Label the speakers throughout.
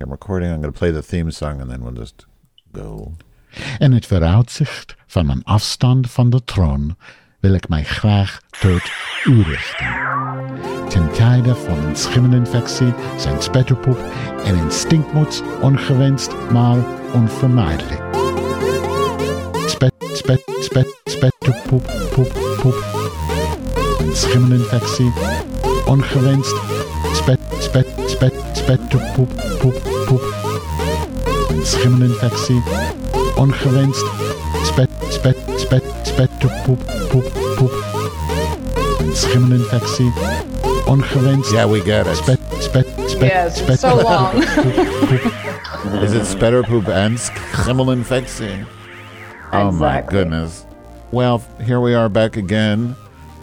Speaker 1: I'm recording. I'm going to play the theme song and then we'll just go.
Speaker 2: In het vooruitzicht van mijn afstand van de troon wil ik mij graag tot u richten. Ten tijde van een schimmelinfectie zijn spetterpoep en een stinkmoed ongewenst, maar onvermijdelijk. Spet, spet, spet, spetterpoep, poep, poep. Een schimmelinfectie, ongewenst, spet, spet, spet, spetterpoep, poep, poep. Een schimmelinfectie, ongewenst, spet, spet, spet, spetterpoep, poep, poep. Een schimmelinfectie, ongewenst,
Speaker 1: Yeah, we get it.
Speaker 2: spet, spet, spet,
Speaker 3: Yes,
Speaker 2: spet,
Speaker 3: it's so long.
Speaker 1: Is it Spetter Poop and Schimmelinfectie? Oh my
Speaker 3: Exactly.
Speaker 1: goodness. Well, here we are back again.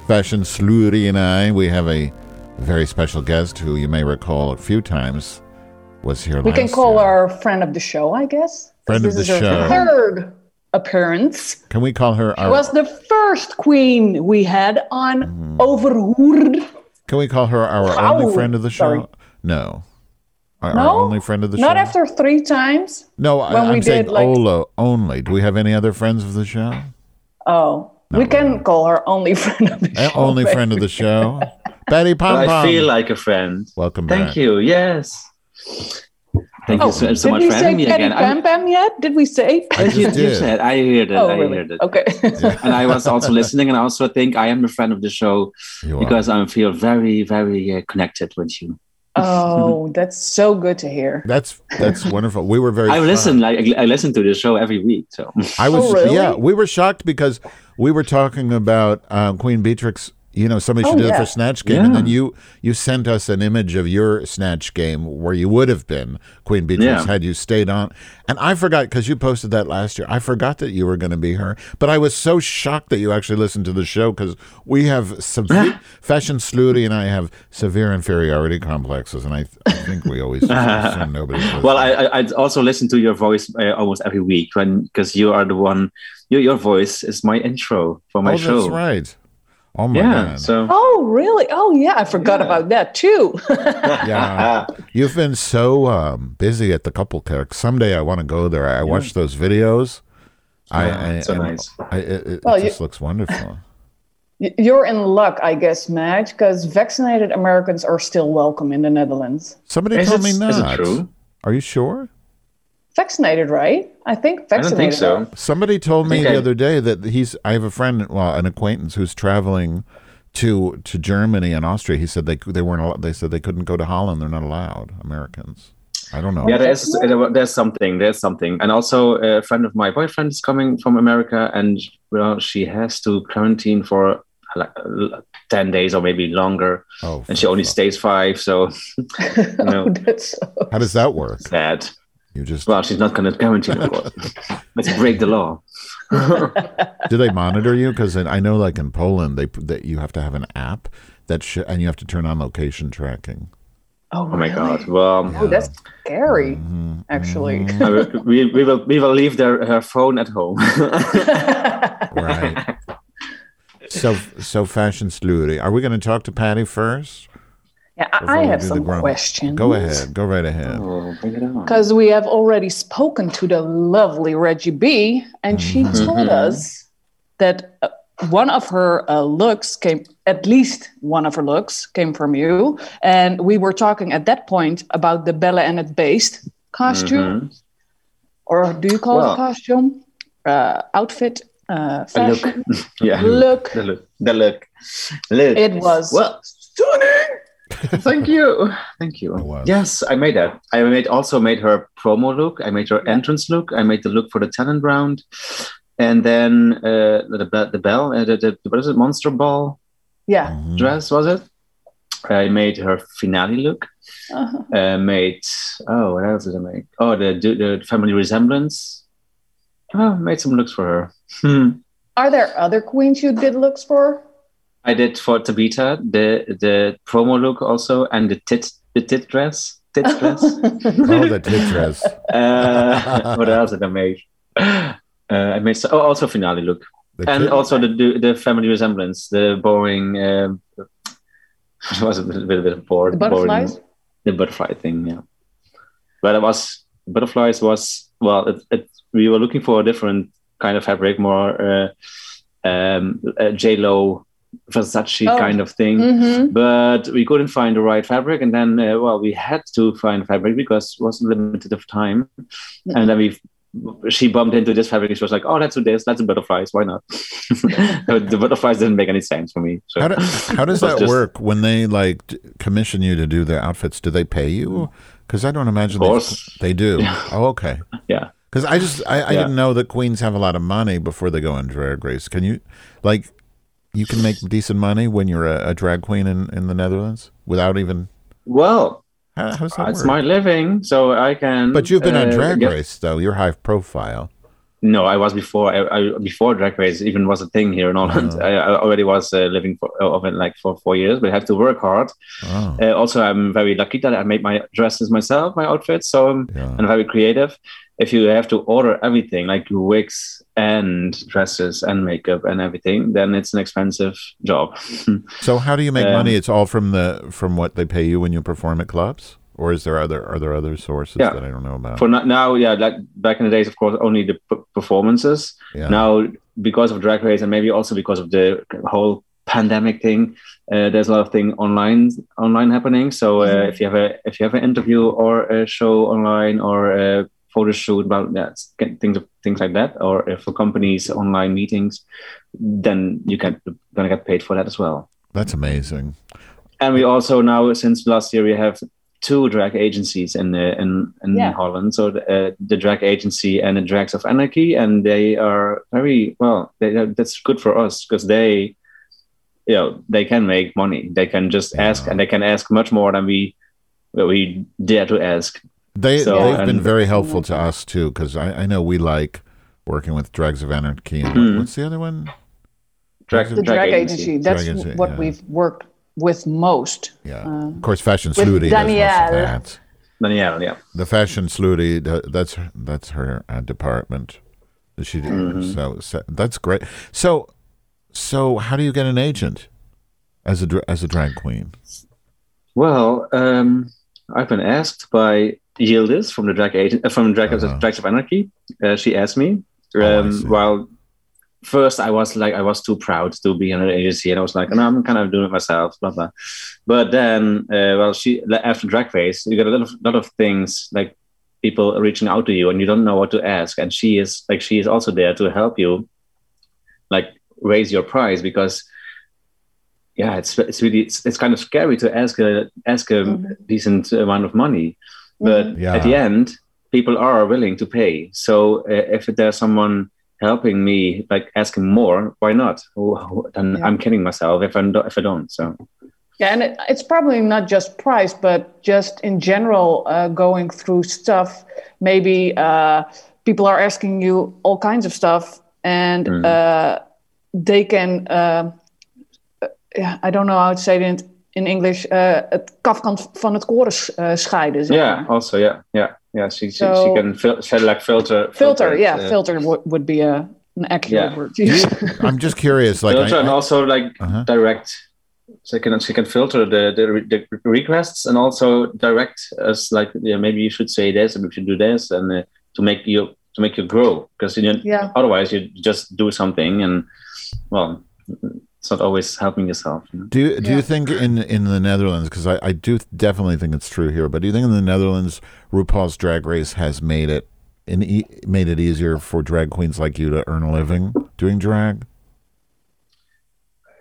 Speaker 1: Fashion Sluri and I, we have a very special guest who you may recall a few times was here
Speaker 3: We
Speaker 1: last
Speaker 3: can call
Speaker 1: year.
Speaker 3: our friend of the show, I guess. 'cause
Speaker 1: Friend of
Speaker 3: this
Speaker 1: the
Speaker 3: is
Speaker 1: show. Oh.
Speaker 3: Her third appearance.
Speaker 1: Can we call her our
Speaker 3: Was the first queen we had on
Speaker 1: Mm-hmm.
Speaker 3: Overhoord.
Speaker 1: Can we call her our
Speaker 3: Ow,
Speaker 1: only friend of the show?
Speaker 3: sorry.
Speaker 1: No. Our,
Speaker 3: No,
Speaker 1: our only friend of the
Speaker 3: Not
Speaker 1: show.
Speaker 3: after three times.
Speaker 1: no, I,
Speaker 3: when
Speaker 1: am
Speaker 3: we
Speaker 1: saying
Speaker 3: did, like-
Speaker 1: Olo only. Do we have any other friends of the show?
Speaker 3: Oh, we can call her only friend of the
Speaker 1: Eh,
Speaker 3: show.
Speaker 1: only
Speaker 3: but-
Speaker 1: friend of the show, Betty Pom
Speaker 4: I
Speaker 1: Pom.
Speaker 4: feel like a friend.
Speaker 1: Welcome
Speaker 4: Thank
Speaker 1: back.
Speaker 4: you. Yes. Thank
Speaker 3: Oh,
Speaker 4: you so,
Speaker 3: did
Speaker 4: so much
Speaker 3: we
Speaker 4: for
Speaker 3: say
Speaker 4: having me
Speaker 3: Patty
Speaker 4: again. I'm-
Speaker 3: Pam Pam yet? Did we say?
Speaker 1: I
Speaker 4: Yes, you,
Speaker 1: just
Speaker 4: you
Speaker 1: did.
Speaker 4: said. I heard it.
Speaker 3: oh,
Speaker 4: I
Speaker 3: really?
Speaker 4: heard it.
Speaker 3: Okay.
Speaker 4: And I was also listening, and I also think I am a friend of the show
Speaker 1: You are.
Speaker 4: because I feel very, very uh, connected with you.
Speaker 3: oh, that's so good to hear.
Speaker 1: That's that's wonderful. We were very.
Speaker 4: I
Speaker 1: shocked.
Speaker 4: listen, like I listen to the show every week. So
Speaker 1: I was.
Speaker 3: Oh, really?
Speaker 1: Yeah, we were shocked because we were talking about um, Queen Beatrix. You know, somebody should
Speaker 3: Oh,
Speaker 1: do it
Speaker 3: yeah.
Speaker 1: for Snatch Game, and
Speaker 4: Yeah.
Speaker 1: then you you sent us an image of your Snatch Game where you would have been Queen Beatrix
Speaker 4: Yeah.
Speaker 1: had you stayed on. And I forgot because you posted that last year. I forgot that you were going to be her, but I was so shocked that you actually listened to the show because we have severe fashion slutty, and I have severe inferiority complexes, and I, th- I think we always assume nobody's.
Speaker 4: Well,
Speaker 1: listening.
Speaker 4: I, I I'd also listen to your voice uh, almost every week when because you are the one. Your your voice is my intro for my
Speaker 1: oh,
Speaker 4: show.
Speaker 1: that's right. Oh my
Speaker 4: Yeah.
Speaker 1: god.
Speaker 4: So
Speaker 3: Oh, really? Oh, yeah. I forgot about that too.
Speaker 1: yeah. You've been so um, busy at the couple kick. Someday I want to go there. I watch those videos. I, I
Speaker 4: Ah, so
Speaker 1: and
Speaker 4: nice.
Speaker 1: I, it it,
Speaker 3: Well,
Speaker 1: it
Speaker 3: you-
Speaker 1: just looks wonderful.
Speaker 3: Y- You're in luck, I guess, Madge, because vaccinated Americans are still welcome in the Netherlands.
Speaker 1: Somebody
Speaker 4: Is
Speaker 1: told
Speaker 4: it-
Speaker 1: me
Speaker 4: is it
Speaker 1: not.
Speaker 4: true?
Speaker 1: Are you sure?
Speaker 3: Vaccinated, right? I think
Speaker 4: I don't think
Speaker 3: vaccinated.
Speaker 4: so.
Speaker 1: Somebody told me
Speaker 4: think
Speaker 1: the
Speaker 4: I-
Speaker 1: other day that he's. I have a friend, well, an acquaintance who's traveling to to Germany and Austria. He said they they weren't. al- They said they couldn't go to Holland. They're not allowed. Americans. I don't know.
Speaker 4: Yeah, there's there- there's something there's something, and also a friend of my boyfriend is coming from America, and well, she has to quarantine for like uh, ten days or maybe longer,
Speaker 1: Oh,
Speaker 4: and she only stays five, so you know,
Speaker 3: Oh, That's,
Speaker 1: how does that work?
Speaker 4: sad.
Speaker 1: You just
Speaker 4: Well, she's not going to quarantine, of course. Let's break the law. Oh
Speaker 1: Do they monitor you? Because I know, like in Poland, they that you have to have an app that sh- and you have to turn on location tracking.
Speaker 3: oh,
Speaker 4: Oh my God! Well.
Speaker 3: Oh, that's scary,
Speaker 1: Mm-hmm.
Speaker 3: actually.
Speaker 1: Mm.
Speaker 4: I will- we, we will we will leave their her phone at home.
Speaker 1: Right. so, so fashion slurry. Are we going to talk to Patty first?
Speaker 3: yeah, I,
Speaker 1: Before
Speaker 3: I
Speaker 1: we
Speaker 3: have
Speaker 1: do the
Speaker 3: some
Speaker 1: grump?
Speaker 3: questions.
Speaker 1: Go ahead. Go right ahead.
Speaker 4: oh, bring it on.
Speaker 3: Because we have already spoken to the lovely Reggie B, and she
Speaker 4: Mm-hmm.
Speaker 3: told us that uh, one of her uh, looks came, at least one of her looks came from you. And we were talking at that point about the Bella and it Beast costume, or do you call it
Speaker 4: Mm-hmm. Well-
Speaker 3: a costume? Uh, outfit, uh,
Speaker 4: A look.
Speaker 3: fashion,
Speaker 4: Yeah.
Speaker 3: look.
Speaker 4: The look. The look. Look.
Speaker 3: It was.
Speaker 4: Well, stunning. Thank you. Thank you.
Speaker 1: It was.
Speaker 4: Yes, I made that. I made also made her promo look. I made her entrance look. I made the look for the talent round, and then uh, the be- the bell. Uh, the, the what is it? Monster ball
Speaker 3: Yeah.
Speaker 1: Mhm.
Speaker 4: dress was it? I made her finale look.
Speaker 3: Uh-huh.
Speaker 4: Uh, made oh, what else did I make? Oh, the the family resemblance. Oh, made some looks for her. Hmm.
Speaker 3: Are there other queens you did looks for?
Speaker 4: I did for Tabita the the promo look also and the tit the tit dress tit dress.
Speaker 1: Oh, the tit dress.
Speaker 4: uh, what else did I make? Uh, I made so, oh, also finale look
Speaker 1: The
Speaker 4: and
Speaker 1: tit-
Speaker 4: also the, the the family resemblance the boring. um it was a little bit, a bit bored.
Speaker 3: The butterflies?
Speaker 4: Boring, the butterfly thing, yeah. But it was butterflies was well, it, it we were looking for a different kind of fabric, more uh, um, uh, J Lo Versace
Speaker 3: Oh.
Speaker 4: kind of thing.
Speaker 3: Mhm.
Speaker 4: But we couldn't find the right fabric, and then uh, well, we had to find fabric because it was limited of time. And then we, she bumped into this fabric. and She was like, "Oh, let's do this. Let's do butterflies. Why not?" But the butterflies didn't make any sense for me. So
Speaker 1: How, do, how does
Speaker 4: It was
Speaker 1: that
Speaker 4: just-
Speaker 1: work when they like d- commission you to do their outfits? Do they pay you? Because I don't imagine
Speaker 4: Mm. Of
Speaker 1: they-
Speaker 4: course.
Speaker 1: they do. Oh, okay.
Speaker 4: Yeah.
Speaker 1: Because I just I, I
Speaker 4: Yeah.
Speaker 1: didn't know that queens have a lot of money before they go on drag race. Can you like you can make decent money when you're a, a drag queen in, in the Netherlands without even
Speaker 4: Well,
Speaker 1: how, how does that
Speaker 4: Uh, it's
Speaker 1: work?
Speaker 4: my living, so I can.
Speaker 1: but you've been on
Speaker 4: uh,
Speaker 1: drag
Speaker 4: get-
Speaker 1: race though. You're high profile.
Speaker 4: No, I was before. I, I, before drag race even was a thing here in Holland.
Speaker 1: Oh.
Speaker 4: I, I already was uh, living for, of it like for four years, but I have to work hard.
Speaker 1: Oh,
Speaker 4: Uh, also, I'm very lucky that I made my dresses myself, my outfits. So um, I'm
Speaker 1: yeah.
Speaker 4: and very creative. If you have to order everything, like wigs and dresses and makeup and everything, then it's an expensive job.
Speaker 1: So how do you make
Speaker 4: um,
Speaker 1: money? It's all from the from what they pay you when you perform at clubs, or is there other are there other sources
Speaker 4: Yeah.
Speaker 1: that I don't know about?
Speaker 4: For no- now, yeah, like back in the days, of course, only the p- performances.
Speaker 1: yeah.
Speaker 4: Now, because of drag race and maybe also because of the whole pandemic thing, uh, there's a lot of thing online online happening. So uh,
Speaker 3: Mhm.
Speaker 4: if you have a if you have an interview or a show online or a photo shoot about that things things like that, or uh, for companies online meetings, then you can gonna get paid for that as well.
Speaker 1: That's amazing.
Speaker 4: And we also now, since last year, we have two drag agencies in uh, in, in
Speaker 3: Yeah.
Speaker 4: Holland. So the, uh, the drag agency and the Drags of Anarchy, and they are very well. They, that's good for us because they, you know, they can make money. They can just ask,
Speaker 1: Yeah.
Speaker 4: and they can ask much more than we well, we dare to ask.
Speaker 1: They
Speaker 4: So,
Speaker 1: they've been
Speaker 4: and-
Speaker 1: very helpful to us too because I, I know we like working with Drags of Anarchy. And
Speaker 4: Mhm.
Speaker 1: What's the other one?
Speaker 4: Drag,
Speaker 1: The
Speaker 3: The drag, agency. That's
Speaker 1: Drag agency,
Speaker 3: what
Speaker 1: yeah.
Speaker 3: we've worked with most.
Speaker 1: Yeah,
Speaker 3: Uh,
Speaker 1: of course, Fashion
Speaker 3: with
Speaker 1: Snooty does most of
Speaker 3: Danielle.
Speaker 1: that.
Speaker 4: Danielle, yeah.
Speaker 1: The Fashion Snooty that's her- that's her uh, department. She did-
Speaker 4: Mhm.
Speaker 1: so, so that's great. So so how do you get an agent as a dra- as a drag queen?
Speaker 4: Well, um, I've been asked by Yildiz from the drag agent uh, from Drag
Speaker 1: Uh-huh.
Speaker 4: Drags of Anarchy. Uh, she asked me. Um,
Speaker 1: Oh, I see.
Speaker 4: while first I was like I was too proud to be in an agency, and I was like, no, I'm kind of doing it myself, blah blah. But then, uh, well, she like, after drag race, you get a lot of lot of things like people reaching out to you, and you don't know what to ask. And she is like she is also there to help you, like raise your price because. Yeah, it's it's really it's, it's kind of scary to ask a ask a
Speaker 3: Mhm.
Speaker 4: decent amount of money,
Speaker 3: mm-hmm.
Speaker 4: but
Speaker 1: Yeah.
Speaker 4: at the end people are willing to pay so uh, if there's someone helping me like asking more why not Wh- then
Speaker 3: Yeah.
Speaker 4: i'm kidding myself if i'm do- if i don't so
Speaker 3: Yeah, and it, it's probably not just price, but just in general, uh, going through stuff. Maybe uh, people are asking you all kinds of stuff, and
Speaker 4: Mm.
Speaker 3: uh, they can. Uh, uh, yeah, I don't know how to say it in, in English. Uh, het kaf kan van het koren s- eh, scheiden. zeg
Speaker 4: yeah
Speaker 3: maar.
Speaker 4: also yeah yeah yeah she she, she
Speaker 3: So-
Speaker 4: can fil- fil- like filter
Speaker 3: Filter,
Speaker 4: it,
Speaker 3: yeah,
Speaker 4: uh,
Speaker 3: filter would, would be a, an accurate
Speaker 4: Yeah.
Speaker 3: word. to use.
Speaker 1: I'm just curious. Like,
Speaker 4: filter
Speaker 1: I-
Speaker 4: and
Speaker 1: I-
Speaker 4: also like
Speaker 1: Uh-huh.
Speaker 4: direct so she can she can filter the the, re- the requests and also direct us like yeah, maybe you should say this and if you do this and uh, to make you to make you grow because you don't
Speaker 3: yeah,
Speaker 4: otherwise you just do something and well it's not always helping yourself you know?
Speaker 1: Do you, do
Speaker 3: Yeah.
Speaker 1: you think in in the Netherlands because I, I do definitely think it's true here, but do you think in the Netherlands RuPaul's Drag Race has made it in e- made it easier for drag queens like you to earn a living doing drag?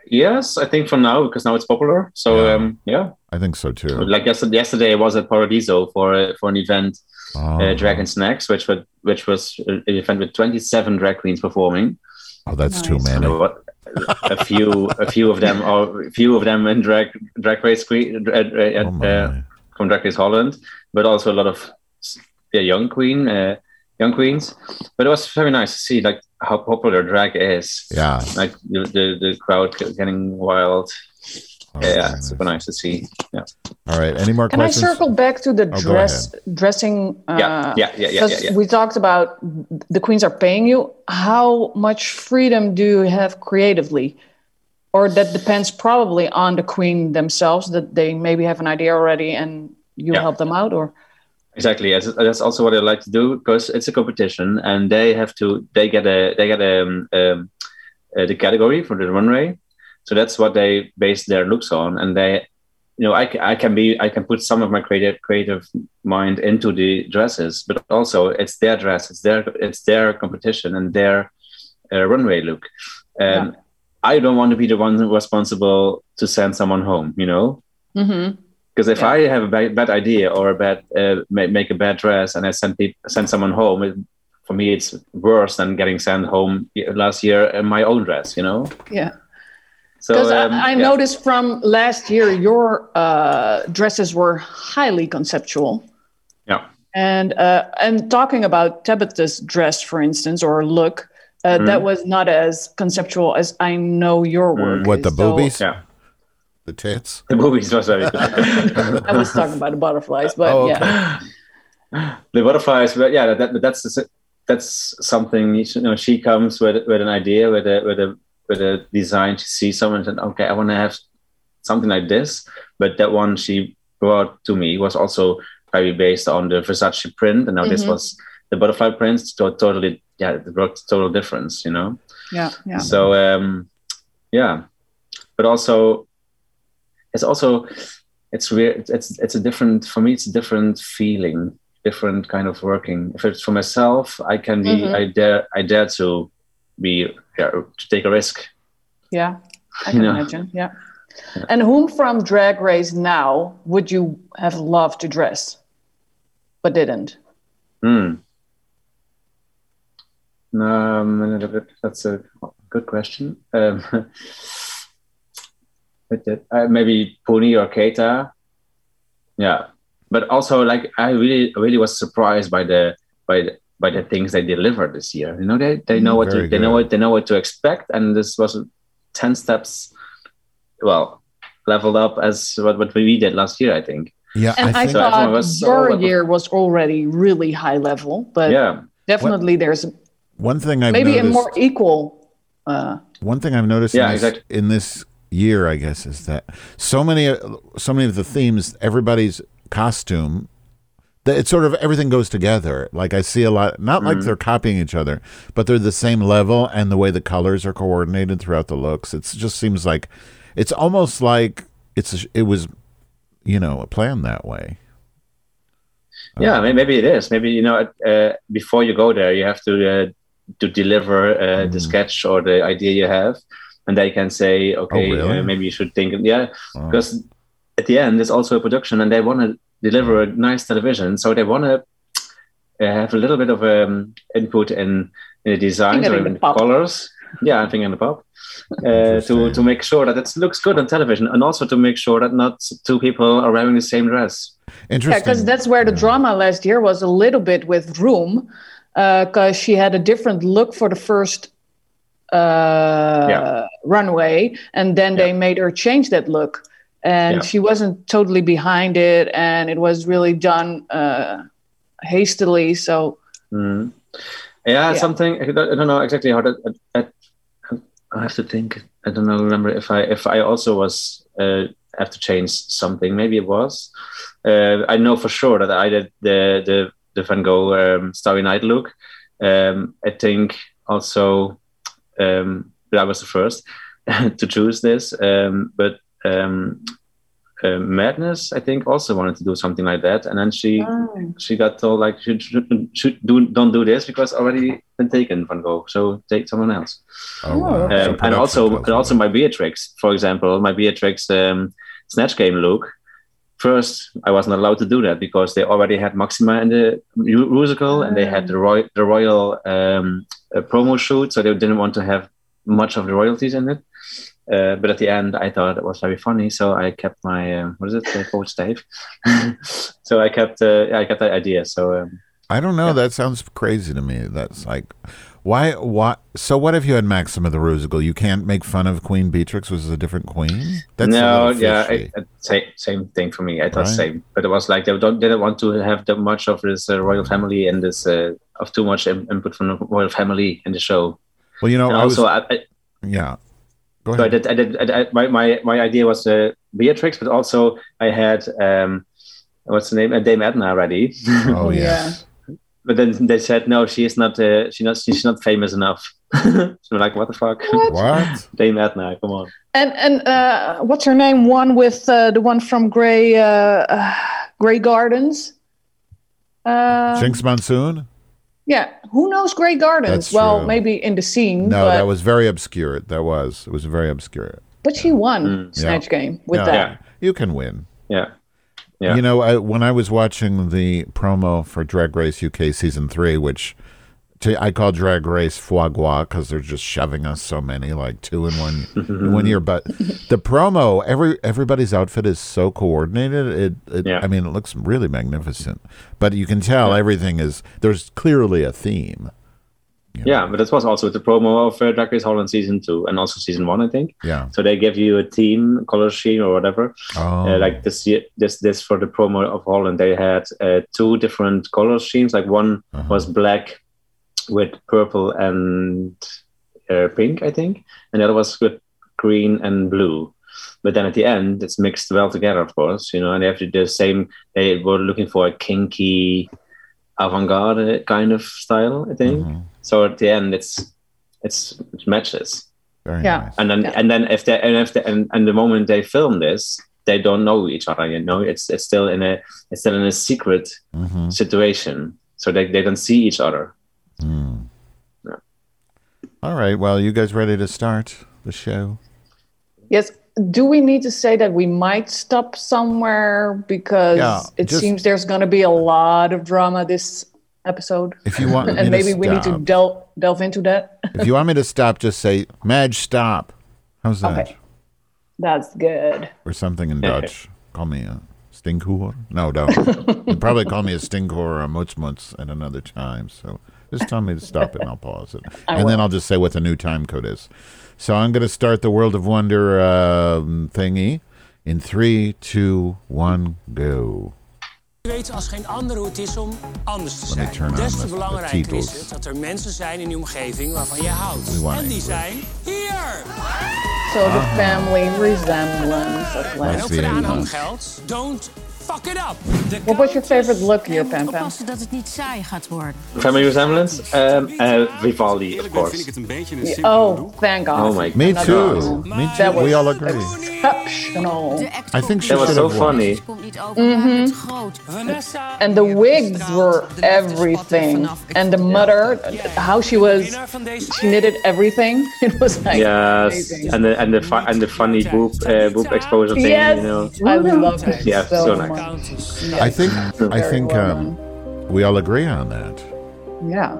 Speaker 4: yes i think for now because now it's popular so
Speaker 1: Yeah.
Speaker 4: um yeah
Speaker 1: I think so too.
Speaker 4: like yesterday, yesterday i was at paradiso for uh, for an event
Speaker 1: Oh,
Speaker 4: uh, drag and snacks which was which was uh, an event with 27 drag queens performing
Speaker 1: oh, that's too
Speaker 3: Nice.
Speaker 4: and
Speaker 1: many.
Speaker 4: a lot- a few a few of them are a few of them in drag drag race queen
Speaker 1: Oh,
Speaker 4: uh, uh,
Speaker 1: my.
Speaker 4: uh, from Drag Race Holland, but also a lot of yeah, young queen, uh, young queens. But it was very nice to see like how popular drag is.
Speaker 1: yeah.
Speaker 4: Like the, the, the crowd getting wild.
Speaker 1: Oh,
Speaker 4: Yeah,
Speaker 1: very
Speaker 4: super nice to see. Yeah,
Speaker 1: All right. Any more
Speaker 3: Can I
Speaker 1: questions?
Speaker 3: circle back to the
Speaker 1: go
Speaker 3: dress dressing? Uh,
Speaker 4: Oh, yeah, yeah, yeah, yeah, yeah,
Speaker 3: Because
Speaker 4: yeah.
Speaker 3: we talked about the queens are paying you. How much freedom do you have creatively? Or that depends probably on the queen themselves, that they maybe have an idea already and you
Speaker 4: Yeah.
Speaker 3: help them out, or
Speaker 4: Exactly. That's, that's also what I like to do because it's a competition, and they have to they get a they get a, um, um, uh, the category for the runway. So that's what they base their looks on, and they, you know, I, ca- I can be I can put some of my creative creative mind into the dresses, but also it's their dress, it's their it's their competition and their uh, runway look. Um, I don't want to be the one responsible to send someone home. You know,
Speaker 3: Mm-hmm.
Speaker 4: because if
Speaker 3: Yeah.
Speaker 4: I have a bad, bad idea or a bad uh, ma- make a bad dress and I send peop send someone home, it, for me it's worse than getting sent home y- last year in my own dress. You know.
Speaker 3: Yeah.
Speaker 4: So
Speaker 3: Because
Speaker 4: um,
Speaker 3: I, I
Speaker 4: yeah.
Speaker 3: noticed from last year, your uh, dresses were highly conceptual.
Speaker 4: Yeah.
Speaker 3: And uh, and talking about Tabitha's dress, for instance, or look, uh,
Speaker 4: Mhm.
Speaker 3: that was not as conceptual as I know your
Speaker 4: Mm.
Speaker 3: work.
Speaker 1: What,
Speaker 3: is.
Speaker 1: the
Speaker 3: So-
Speaker 1: boobies?
Speaker 4: Yeah.
Speaker 1: The tits?
Speaker 4: The movies was very good.
Speaker 3: I was talking about the butterflies, but
Speaker 1: Oh,
Speaker 3: yeah.
Speaker 4: the butterflies, but yeah, that, that, that's the s- that's something you know. She comes with with an idea, with a with a with a design. She sees someone and said, "Okay, I want to have something like this." But that one she brought to me was also very based on the Versace print, and now this
Speaker 3: Mhm.
Speaker 4: was the butterfly prints. To- totally, yeah, it brought total difference, you know.
Speaker 3: Yeah. Yeah.
Speaker 4: So um, yeah, but also it's also it's weird. It's it's a different for me. It's a different feeling, different kind of working. If it's for myself, I can be.
Speaker 3: Mhm.
Speaker 4: I dare. I dare to be yeah, to take a risk.
Speaker 3: Yeah, I
Speaker 4: You
Speaker 3: can
Speaker 4: know?
Speaker 3: imagine. Yeah. And whom from Drag Race now would you have loved to dress, but didn't?
Speaker 4: Hmm. Um, that's a good question. Um, but that- uh, maybe Pony or Keita. Yeah, but also like I really, really was surprised by the by the, by the things they delivered this year. You know, they they know what
Speaker 1: Very
Speaker 4: to, they know
Speaker 1: good.
Speaker 4: what they know what to expect, and this was ten steps, well, leveled up as what what we did last year. I think.
Speaker 1: Yeah,
Speaker 3: And I,
Speaker 1: think.
Speaker 4: so. I
Speaker 3: thought
Speaker 4: thought it was so-
Speaker 3: your year was already really high level, but
Speaker 4: yeah.
Speaker 3: definitely there's
Speaker 1: One thing I've
Speaker 3: maybe
Speaker 1: noticed,
Speaker 3: a more equal. Uh,
Speaker 1: one thing I've noticed
Speaker 4: Yeah,
Speaker 1: in, this,
Speaker 4: exactly.
Speaker 1: in this year, I guess, is that so many, so many of the themes, everybody's costume, that it's sort of everything goes together. Like I see a lot, not like
Speaker 4: Mm-hmm.
Speaker 1: they're copying each other, but they're the same level, and the way the colors are coordinated throughout the looks, it just seems like it's almost like it's it was, you know, planned that way.
Speaker 4: Yeah, may- maybe it is. Maybe you know, uh, before you go there, you have to uh, to deliver uh, the
Speaker 1: Mm.
Speaker 4: sketch or the idea you have, and they can say, okay,
Speaker 1: Oh, really?
Speaker 4: uh, maybe you should think, yeah,
Speaker 1: Oh.
Speaker 4: because at the end it's also a production, and they want to deliver a nice television, so they want to uh, have a little bit of um, input in, in the design
Speaker 3: Finger
Speaker 4: or
Speaker 3: in the
Speaker 4: in the
Speaker 3: pop.
Speaker 4: colors. Yeah, I think in the pop. Uh, to,
Speaker 1: Interesting.
Speaker 4: to make sure that it looks good on television and also to make sure that not two people are wearing the same dress.
Speaker 1: Interesting.
Speaker 3: yeah, because that's where the drama last year was a little bit with Room, because she had a different look for the first uh,
Speaker 4: Yeah.
Speaker 3: runway, and then they made her change that look, and
Speaker 4: Yeah.
Speaker 3: she wasn't totally behind it, and it was really done uh, hastily. So
Speaker 4: Mm. Yeah,
Speaker 3: Yeah.
Speaker 4: something. I don't I don't know exactly how that. I, I, I have to think. I don't know. Remember if I if I also was uh, have to change something. Maybe it was. Uh, I know for sure that I did the the the Van Gogh um, Starry Night look. Um, I think also um, that I was the first to choose this. Um, but um, uh, Madness, I think, also wanted to do something like that, and then she
Speaker 3: Ah.
Speaker 4: she got told like should, should, should do don't do this because already been taken Van Gogh so take someone else
Speaker 1: Oh, wow.
Speaker 3: Um,
Speaker 1: So
Speaker 4: um, and
Speaker 1: production
Speaker 4: also
Speaker 1: tells
Speaker 4: and
Speaker 1: me.
Speaker 4: also my Beatrix for example my Beatrix um, snatch game look first I wasn't allowed to do that because they already had Maxima in the mu- musical and they had the, roy- the royal um, uh, promo shoot so they didn't want to have much of the royalties in it uh, but at the end, I thought it was very funny, so I kept my um what is it, uh, coach Dave. so I kept, uh, I kept that idea. So um,
Speaker 1: I don't know. That sounds crazy to me. That's like, why? Why? So, what if you had Maxima the Rusical? You can't make fun of Queen Beatrix, which is a different queen. That's a
Speaker 4: no,
Speaker 1: little
Speaker 4: yeah,
Speaker 1: fishy.
Speaker 4: it, it, same, same thing for me. I thought
Speaker 1: Right.
Speaker 4: same, but it was like they don't didn't want to have that much of this uh, royal family and this uh, of too much in- input from the royal family in the show.
Speaker 1: well, you know,
Speaker 4: and
Speaker 1: Oh, I was,
Speaker 4: also, I, I,
Speaker 1: yeah. Go
Speaker 4: so I
Speaker 1: ahead.
Speaker 4: did, I did, I, I- my, my my idea was uh, Beatrix, but also I had um, what's her name? Uh, Dame Edna already.
Speaker 1: Oh
Speaker 3: Yeah.
Speaker 1: yes.
Speaker 4: but then they said no, she is not. Uh, she not. She's not famous enough. so we're like, what the fuck?
Speaker 1: What?
Speaker 4: Dame Edna, come on.
Speaker 3: And and uh, what's her name? One with uh, the one from Grey uh, uh, Grey Gardens. Uh,
Speaker 1: Jinx Monsoon?
Speaker 3: yeah, who knows Grey Gardens?
Speaker 1: That's
Speaker 3: well,
Speaker 1: true.
Speaker 3: maybe in the scene.
Speaker 1: No,
Speaker 3: but,
Speaker 1: that was very obscure. That was. It was very obscure.
Speaker 3: but she won
Speaker 4: Mm.
Speaker 3: Snatch Game with
Speaker 1: Yeah.
Speaker 3: that.
Speaker 4: Yeah,
Speaker 1: You can win.
Speaker 4: yeah. Yeah.
Speaker 1: You know, I, when I was watching the promo for Drag Race UK season three, which to, I call Drag Race foie gras because they're just shoving us so many, like two in one in one year. But the promo, every everybody's outfit is so coordinated. It, it
Speaker 4: Yeah.
Speaker 1: I mean, it looks really magnificent. But you can tell everything is there's clearly a theme.
Speaker 4: Yeah, but that was also the promo of uh, Drag Race Holland season two and also season one, I think.
Speaker 1: Yeah.
Speaker 4: So they give you a team color scheme or whatever.
Speaker 1: Oh,
Speaker 4: Uh, like this year, this this for the promo of Holland, they had uh, two different color schemes. Like one
Speaker 1: Uh-huh.
Speaker 4: was black with purple and uh, pink, I think, and the other was with green and blue. But then at the end, it's mixed well together, of course, you know. And they have to do the same. They were looking for a kinky, avant-garde uh, kind of style, I think.
Speaker 1: Mhm.
Speaker 4: So at the end, it's it's it matches
Speaker 1: Very
Speaker 3: Yeah.
Speaker 1: nice.
Speaker 4: and then
Speaker 3: Yeah.
Speaker 4: and then if they and if they, and, and the moment they film this they don't know each other you know it's it's still in a it's still in a secret
Speaker 1: Mhm.
Speaker 4: situation so they, they don't see each other
Speaker 1: Mm.
Speaker 4: Yeah.
Speaker 1: All right. Well, you guys ready to start the show?
Speaker 3: Yes. Do we need to say that we might stop somewhere because
Speaker 1: Yeah,
Speaker 3: it
Speaker 1: just-
Speaker 3: seems there's going to be a lot of drama this episode,
Speaker 1: If you want, me
Speaker 3: and
Speaker 1: to
Speaker 3: maybe we need to
Speaker 1: stop-
Speaker 3: delve delve into that.
Speaker 1: If you want me to stop, just say Madge, stop. How's that?
Speaker 3: Okay. That's good.
Speaker 1: Or something in Dutch. Call me a stinkhoer. No, don't. You'd probably call me a stinkhoer or a mutsmuts at another time. So just tell me to stop it and I'll pause it. and then I'll just say what the new time code is. So I'm going to start the World of Wonder um, thingy in three, two, one, go.
Speaker 5: Je weet als geen ander hoe het is om anders te
Speaker 1: me
Speaker 5: zijn.
Speaker 1: turn on
Speaker 5: Des
Speaker 1: the-
Speaker 5: te
Speaker 1: the
Speaker 5: belangrijker is
Speaker 1: titles.
Speaker 5: het dat er mensen zijn in je omgeving waarvan je houdt. En die
Speaker 1: want English.
Speaker 5: zijn hier!
Speaker 3: So the
Speaker 1: Uh-huh.
Speaker 3: family resemblance of
Speaker 5: En
Speaker 3: Lance.
Speaker 5: ook voor de
Speaker 1: Yeah,
Speaker 5: aanhang
Speaker 1: nice.
Speaker 5: geldt, don't fuck it up! De
Speaker 3: What was your favorite look here, Pam Pam?
Speaker 6: Oppassen dat het niet saai gaat worden.
Speaker 4: family resemblance um, uh, Vivaldi of course
Speaker 3: Oh, thank God.
Speaker 4: oh my
Speaker 1: Me
Speaker 4: god
Speaker 1: too. Me too.
Speaker 3: That was
Speaker 1: We all agree.
Speaker 3: exceptional.
Speaker 6: De act
Speaker 1: think she
Speaker 4: that was
Speaker 1: should
Speaker 4: so
Speaker 1: have won.
Speaker 4: funny
Speaker 6: komt niet over,
Speaker 7: Mhm.
Speaker 6: maar het groot.
Speaker 5: Vanessa,
Speaker 3: And the wigs were everything. And the mother, how she was,
Speaker 5: winnaar van deze...
Speaker 3: she knitted everything. It was like
Speaker 4: yes
Speaker 3: amazing.
Speaker 4: and the and the fu- and the funny boob uh, boob exposure thing
Speaker 3: Yes,
Speaker 4: you know
Speaker 3: I loved it
Speaker 4: Yeah,
Speaker 3: so,
Speaker 4: so nice.
Speaker 3: much.
Speaker 1: I think, I
Speaker 3: Very
Speaker 1: think
Speaker 3: well
Speaker 1: um, we all agree on that.
Speaker 3: Yeah.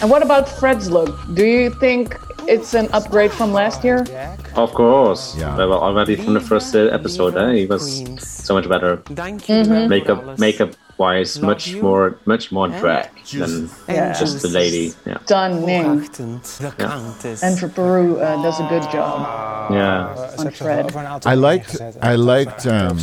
Speaker 3: And what about Fred's look? Do you think it's an upgrade from last year?
Speaker 4: of course
Speaker 1: Yeah.
Speaker 4: well already from the first uh, episode eh? he was so much better
Speaker 8: Dank je
Speaker 3: Mhm. Mm-hmm.
Speaker 8: wel voor
Speaker 4: makeup
Speaker 8: alles.
Speaker 4: makeup wise
Speaker 8: Love
Speaker 4: much
Speaker 8: you.
Speaker 4: more much more drag than
Speaker 8: En
Speaker 3: Yeah.
Speaker 4: just the
Speaker 8: juices.
Speaker 4: lady yeah
Speaker 3: Stunning.
Speaker 8: Achtend, de kant is.
Speaker 3: And for Peru uh, does a good job
Speaker 4: yeah
Speaker 3: on Fred.
Speaker 1: I liked I liked um,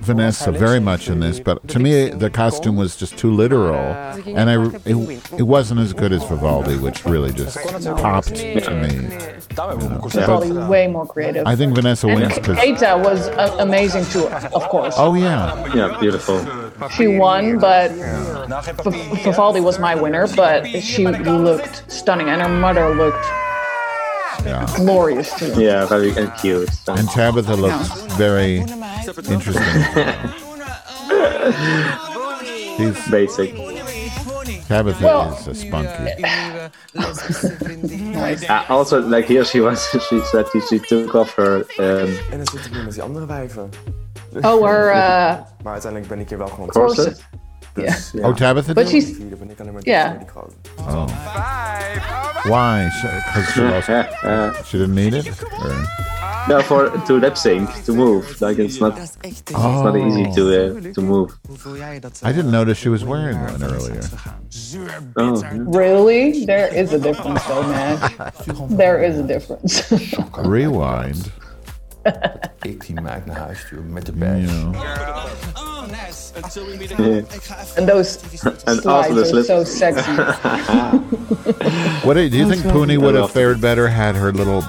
Speaker 1: Vanessa very much in this, but to me the costume was just too literal, and I it, it wasn't as good as Vivaldi, which really just popped to me.
Speaker 3: Probably way more creative.
Speaker 1: I think Vanessa wins because
Speaker 3: Keita was uh, amazing too, of course.
Speaker 1: oh yeah,
Speaker 4: yeah beautiful
Speaker 3: She won, but F- Vivaldi was my winner, but she looked stunning and her mother looked
Speaker 1: yeah.
Speaker 3: glorious too.
Speaker 4: yeah very and cute
Speaker 1: And Tabitha looks very interesting. She's,
Speaker 4: basic
Speaker 1: Tabitha
Speaker 3: Well-
Speaker 1: is a spunky.
Speaker 4: uh, also like here she was she said she, she took off her um,
Speaker 8: En dan zit ik nu met die andere wijven.
Speaker 3: Oh, her, uh,
Speaker 8: Maar uiteindelijk ben ik hier wel gewoon
Speaker 4: corset
Speaker 8: Dus, ja.
Speaker 1: Oh, Tabitha.
Speaker 3: but
Speaker 1: did it?
Speaker 3: she's,
Speaker 8: Vierde ben ik alleen maar
Speaker 3: Ja.
Speaker 8: die- die grote.
Speaker 1: Why? Because she, lost.
Speaker 4: uh,
Speaker 1: She didn't need it. Or-
Speaker 4: no for to lip sync to move like it's not it's
Speaker 8: Dat is echt
Speaker 4: not easy
Speaker 1: Oh,
Speaker 4: to uh, to move
Speaker 8: Hoe voel jij je dat?
Speaker 1: I didn't notice she was wearing one earlier.
Speaker 4: oh
Speaker 3: really? There is a difference though, man. There is a difference.
Speaker 1: Rewind.
Speaker 9: ik die meid naar huis stuur met de
Speaker 1: You
Speaker 9: badge.
Speaker 1: know.
Speaker 3: and those
Speaker 4: and also
Speaker 3: slides
Speaker 4: the
Speaker 3: are
Speaker 4: slip
Speaker 3: so sexy.
Speaker 1: What do you do you think Poonie would have fared better had her little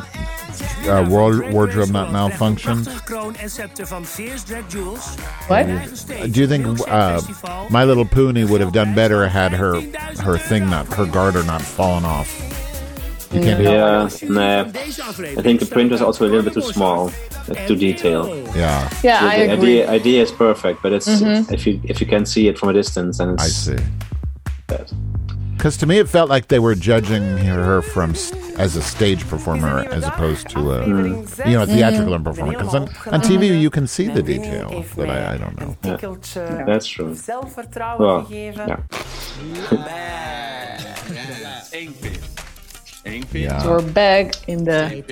Speaker 1: eh, ward- wardrobe not malfunction.
Speaker 5: kroon en scepter van Fierce Drag Jewels.
Speaker 3: What?
Speaker 1: Do you think uh, My Little Pony would have done better had her her thing not her garter not fallen off? You can't do it.
Speaker 4: Yeah, nah. I think the print was also a little bit too small, uh, too detailed.
Speaker 1: Yeah,
Speaker 3: Yeah,
Speaker 4: The
Speaker 3: I
Speaker 4: idea,
Speaker 3: agree. Mm-hmm.
Speaker 4: idea is perfect, but it's if you if you can see it from a distance, and it's
Speaker 1: I see.
Speaker 4: bad.
Speaker 1: Because to me, it felt like they were judging her from st- as a stage performer as opposed to a you know theatrical performer. Because on, on TV you can see the detail, but I, I don't know.
Speaker 4: That's true.
Speaker 7: Zelfvertrouwen
Speaker 4: Well,
Speaker 7: gegeven.
Speaker 4: yeah.
Speaker 1: Yeah,
Speaker 3: We're back in the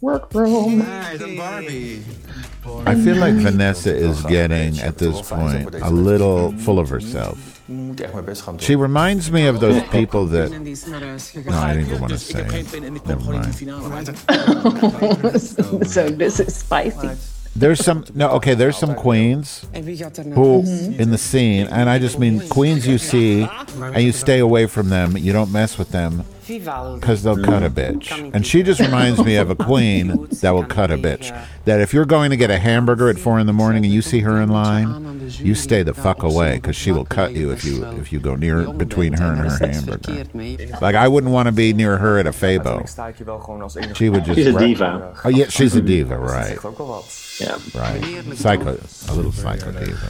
Speaker 3: workroom.
Speaker 1: I feel like Vanessa is getting at this point a little full of herself.
Speaker 9: moet echt mijn best gaan doen.
Speaker 1: She reminds me of those people that. No, I didn't even want to
Speaker 5: Dus ik
Speaker 1: say.
Speaker 5: heb geen
Speaker 1: it.
Speaker 5: pin en ik kom
Speaker 1: Never
Speaker 5: gewoon in de
Speaker 1: mind.
Speaker 5: finale.
Speaker 3: so this is spicy.
Speaker 1: There's some no okay. There's some queens
Speaker 8: er
Speaker 1: who in the scene, and I just mean queens you see, and you stay away from them. You don't mess with them because they'll cut a bitch. And she just reminds me of a queen that will cut a bitch. That if you're going to get a hamburger at four in the morning and you see her in line, you stay the fuck away because she will cut you if you if you go near between her uh, and her hamburger. Like I wouldn't want to be near her at a
Speaker 8: Uiteindelijk
Speaker 1: fabo.
Speaker 8: sta ik je wel gewoon als enige.
Speaker 1: She would just
Speaker 4: She's a
Speaker 1: right-
Speaker 4: diva.
Speaker 1: Oh yeah, she's a diva, right?
Speaker 8: Ook wel wat.
Speaker 4: Yeah.
Speaker 1: Right. Psycho, a little psycho diva.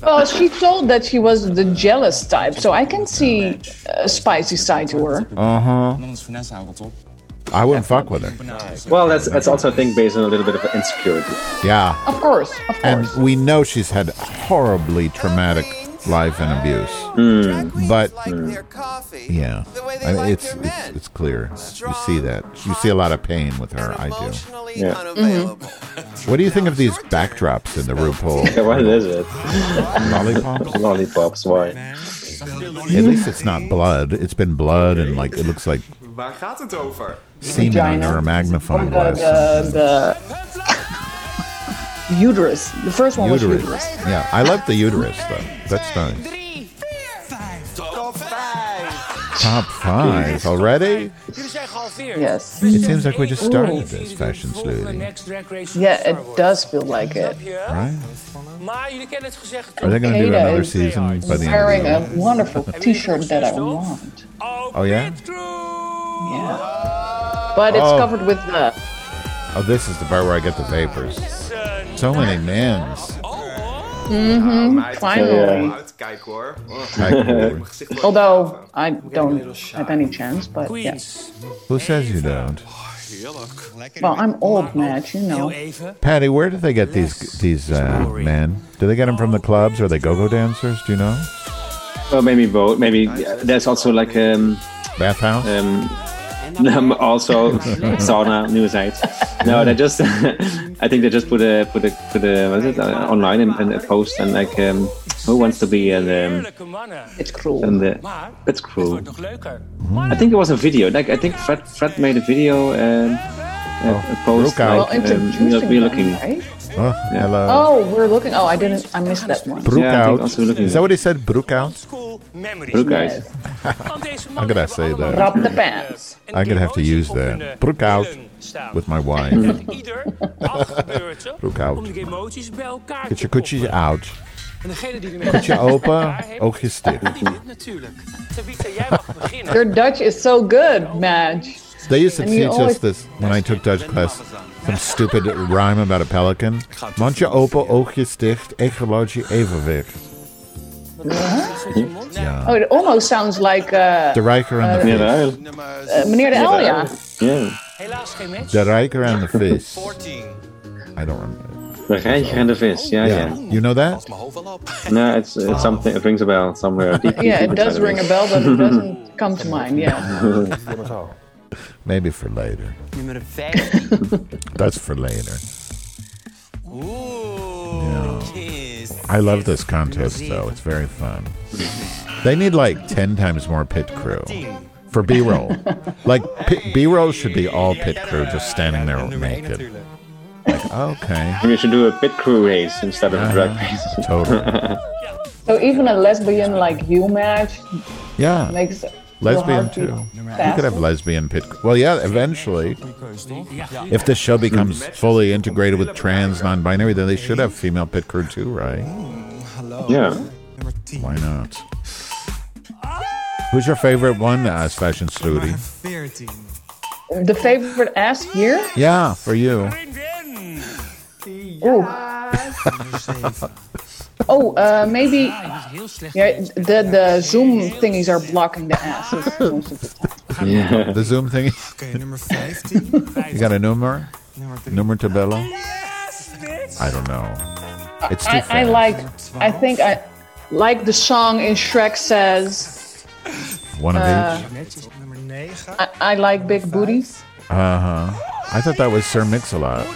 Speaker 3: Well, she told that she was the jealous type, so I can see a spicy side to her.
Speaker 1: Uh huh. I wouldn't fuck with her.
Speaker 4: Well, that's that's also I think based on a little bit of insecurity.
Speaker 1: Yeah.
Speaker 3: Of course, of
Speaker 1: And
Speaker 3: course.
Speaker 1: we know she's had horribly traumatic life and abuse.
Speaker 4: Mm.
Speaker 1: But-
Speaker 10: But yeah,
Speaker 1: Yeah. I mean, it's, it's it's clear. You see that. You see a lot of pain with her. I do.
Speaker 4: Yeah.
Speaker 3: Mhm.
Speaker 1: What do you think of these backdrops in the
Speaker 4: Yeah,
Speaker 1: RuPaul
Speaker 4: what is it?
Speaker 1: lollipops?
Speaker 4: Lollipops. Why?
Speaker 1: At least it's not blood. It's been blood and like it looks like
Speaker 8: Waar gaat het over?
Speaker 1: semen or a magnifying glass.
Speaker 3: The, the uterus. The first one was
Speaker 1: Uterus.
Speaker 3: uterus.
Speaker 1: Yeah, I like the uterus though. That's nice. Top five already?
Speaker 5: Jullie zijn gehalveerd.
Speaker 3: Yes.
Speaker 1: It seems like we just started this
Speaker 5: Jullie doen
Speaker 1: fashion
Speaker 5: vroeger
Speaker 1: sleuty,
Speaker 5: Next Drag Race
Speaker 3: Yeah,
Speaker 5: verworven.
Speaker 3: it does feel like it.
Speaker 5: Snap je?
Speaker 1: right?
Speaker 5: Maar jullie kennen het gezegd.
Speaker 1: Are they going to do
Speaker 3: Potato.
Speaker 1: another season by the
Speaker 3: Wearing
Speaker 1: end?
Speaker 3: a
Speaker 1: Of
Speaker 3: wonderful T-shirt that I want.
Speaker 1: Oh, yeah?
Speaker 3: Yeah. But it's
Speaker 1: Oh.
Speaker 3: covered with the.
Speaker 1: the- oh, this is the part where I get the vapors. So many mens.
Speaker 3: Finally.
Speaker 4: Ja.
Speaker 8: Uitkijk hoor.
Speaker 11: Oh.
Speaker 1: Like,
Speaker 3: Although I don't have any chance, but yeah.
Speaker 5: Queens.
Speaker 1: who says you don't?
Speaker 3: Well, I'm old, Matt. You
Speaker 5: Heel
Speaker 3: know.
Speaker 5: even.
Speaker 1: Patty, where do they get these these uh, men? Do they get them from the clubs or they go-go dancers? Do you know?
Speaker 4: Well, maybe both. Maybe yeah, there's also like um,
Speaker 1: Bathhouse?
Speaker 4: um, um also sauna news sites. No, they just I think they just put a put a put a what is it uh, online and, and a post and like um, who wants to be
Speaker 1: ehm,
Speaker 4: in the
Speaker 5: Heerlijke mannen.
Speaker 3: It's cruel.
Speaker 4: in the
Speaker 5: Maar
Speaker 4: it's
Speaker 5: het wordt
Speaker 4: cool.
Speaker 5: nog leuker.
Speaker 4: I think it was a video. Like I think Fred Fred made a video um, a, a post
Speaker 1: Rook out.
Speaker 3: Well,
Speaker 4: like um, we're,
Speaker 3: introducing
Speaker 4: we're
Speaker 3: them,
Speaker 4: looking.
Speaker 3: right?
Speaker 1: oh, hello.
Speaker 3: Oh, we're looking. Oh, I didn't. I missed that one.
Speaker 1: Broek
Speaker 4: Yeah, I think
Speaker 1: out.
Speaker 4: also looking-
Speaker 1: Is that what he said? Broek out?
Speaker 5: School memories.
Speaker 4: Look, guys.
Speaker 5: Want deze
Speaker 1: I'm
Speaker 5: mannen
Speaker 1: gonna
Speaker 5: hebben
Speaker 1: say that.
Speaker 5: allemaal
Speaker 3: Drop the pants.
Speaker 5: een
Speaker 1: I'm gonna have to
Speaker 5: emotie
Speaker 1: use
Speaker 5: op
Speaker 1: that.
Speaker 5: hun, eh,
Speaker 1: Broek out
Speaker 5: billen staan.
Speaker 1: With my wife.
Speaker 5: En ieder afgebeurt ze
Speaker 1: Broek out.
Speaker 5: om de emoties bij elkaar
Speaker 1: Get
Speaker 5: te
Speaker 1: your kutjes
Speaker 5: koppelen.
Speaker 1: out.
Speaker 5: En degene die ermee
Speaker 1: Je open, ook je stick.
Speaker 5: die dit natuurlijk. Tabitha, jij mag beginnen.
Speaker 3: Your Dutch is so good, Madge.
Speaker 1: They used to
Speaker 3: And you
Speaker 1: teach us
Speaker 3: always-
Speaker 1: this when I took Dutch class. Some stupid rhyme about a pelican. Mondje open, oogje dicht, ecologie evenwicht.
Speaker 3: Oh, it almost sounds like uh,
Speaker 1: De Rijker en de
Speaker 4: Yeah,
Speaker 1: Vis.
Speaker 4: right.
Speaker 3: uh, Meneer de Elia.
Speaker 4: yeah.
Speaker 5: Helaas geen match.
Speaker 1: De Rijker en de Vis. I don't remember.
Speaker 4: The Rijker and the Vis. Yeah,
Speaker 1: Yeah.
Speaker 4: yeah.
Speaker 1: You know that?
Speaker 4: No, it's it's something. It rings a bell somewhere. Deep, deep
Speaker 3: Yeah, it
Speaker 4: inside
Speaker 3: does
Speaker 4: of me.
Speaker 3: ring a bell, but it doesn't come to mind. Yeah.
Speaker 11: Oh.
Speaker 1: Maybe for later.
Speaker 7: Nummer 5.
Speaker 1: That's for later. I love this contest, though. It's very fun. They need like 10 times more pit crew for B roll. like, pit, B roll should be all pit crew just standing there naked. Like, okay.
Speaker 4: We should do a pit crew race instead of a drag race.
Speaker 1: Totally.
Speaker 3: So even a lesbian like you, Madge,
Speaker 1: Yeah.
Speaker 3: makes
Speaker 1: Lesbian too. You could have lesbian pit. Well, yeah, eventually, if this show becomes fully integrated with trans, non-binary, then they should have female pit crew too, right?
Speaker 4: Yeah.
Speaker 1: Why not? Who's your favorite one, uh, Fashion Snooty?
Speaker 3: The favorite ass here?
Speaker 1: Yeah, for you.
Speaker 3: Oh, uh, maybe
Speaker 5: Dat is heel slecht.
Speaker 3: yeah, the, the Zoom thingies are blocking the asses. most of the time.
Speaker 4: Yeah.
Speaker 1: The Zoom thing. You got a number? Number tabella? I don't know. It's too
Speaker 3: I, I
Speaker 1: fast.
Speaker 3: like, I think I like the song in Shrek says,
Speaker 1: one of
Speaker 3: uh,
Speaker 1: each.
Speaker 3: I, I like big booties.
Speaker 1: Uh huh. I thought that was Sir Mix-a-Lot.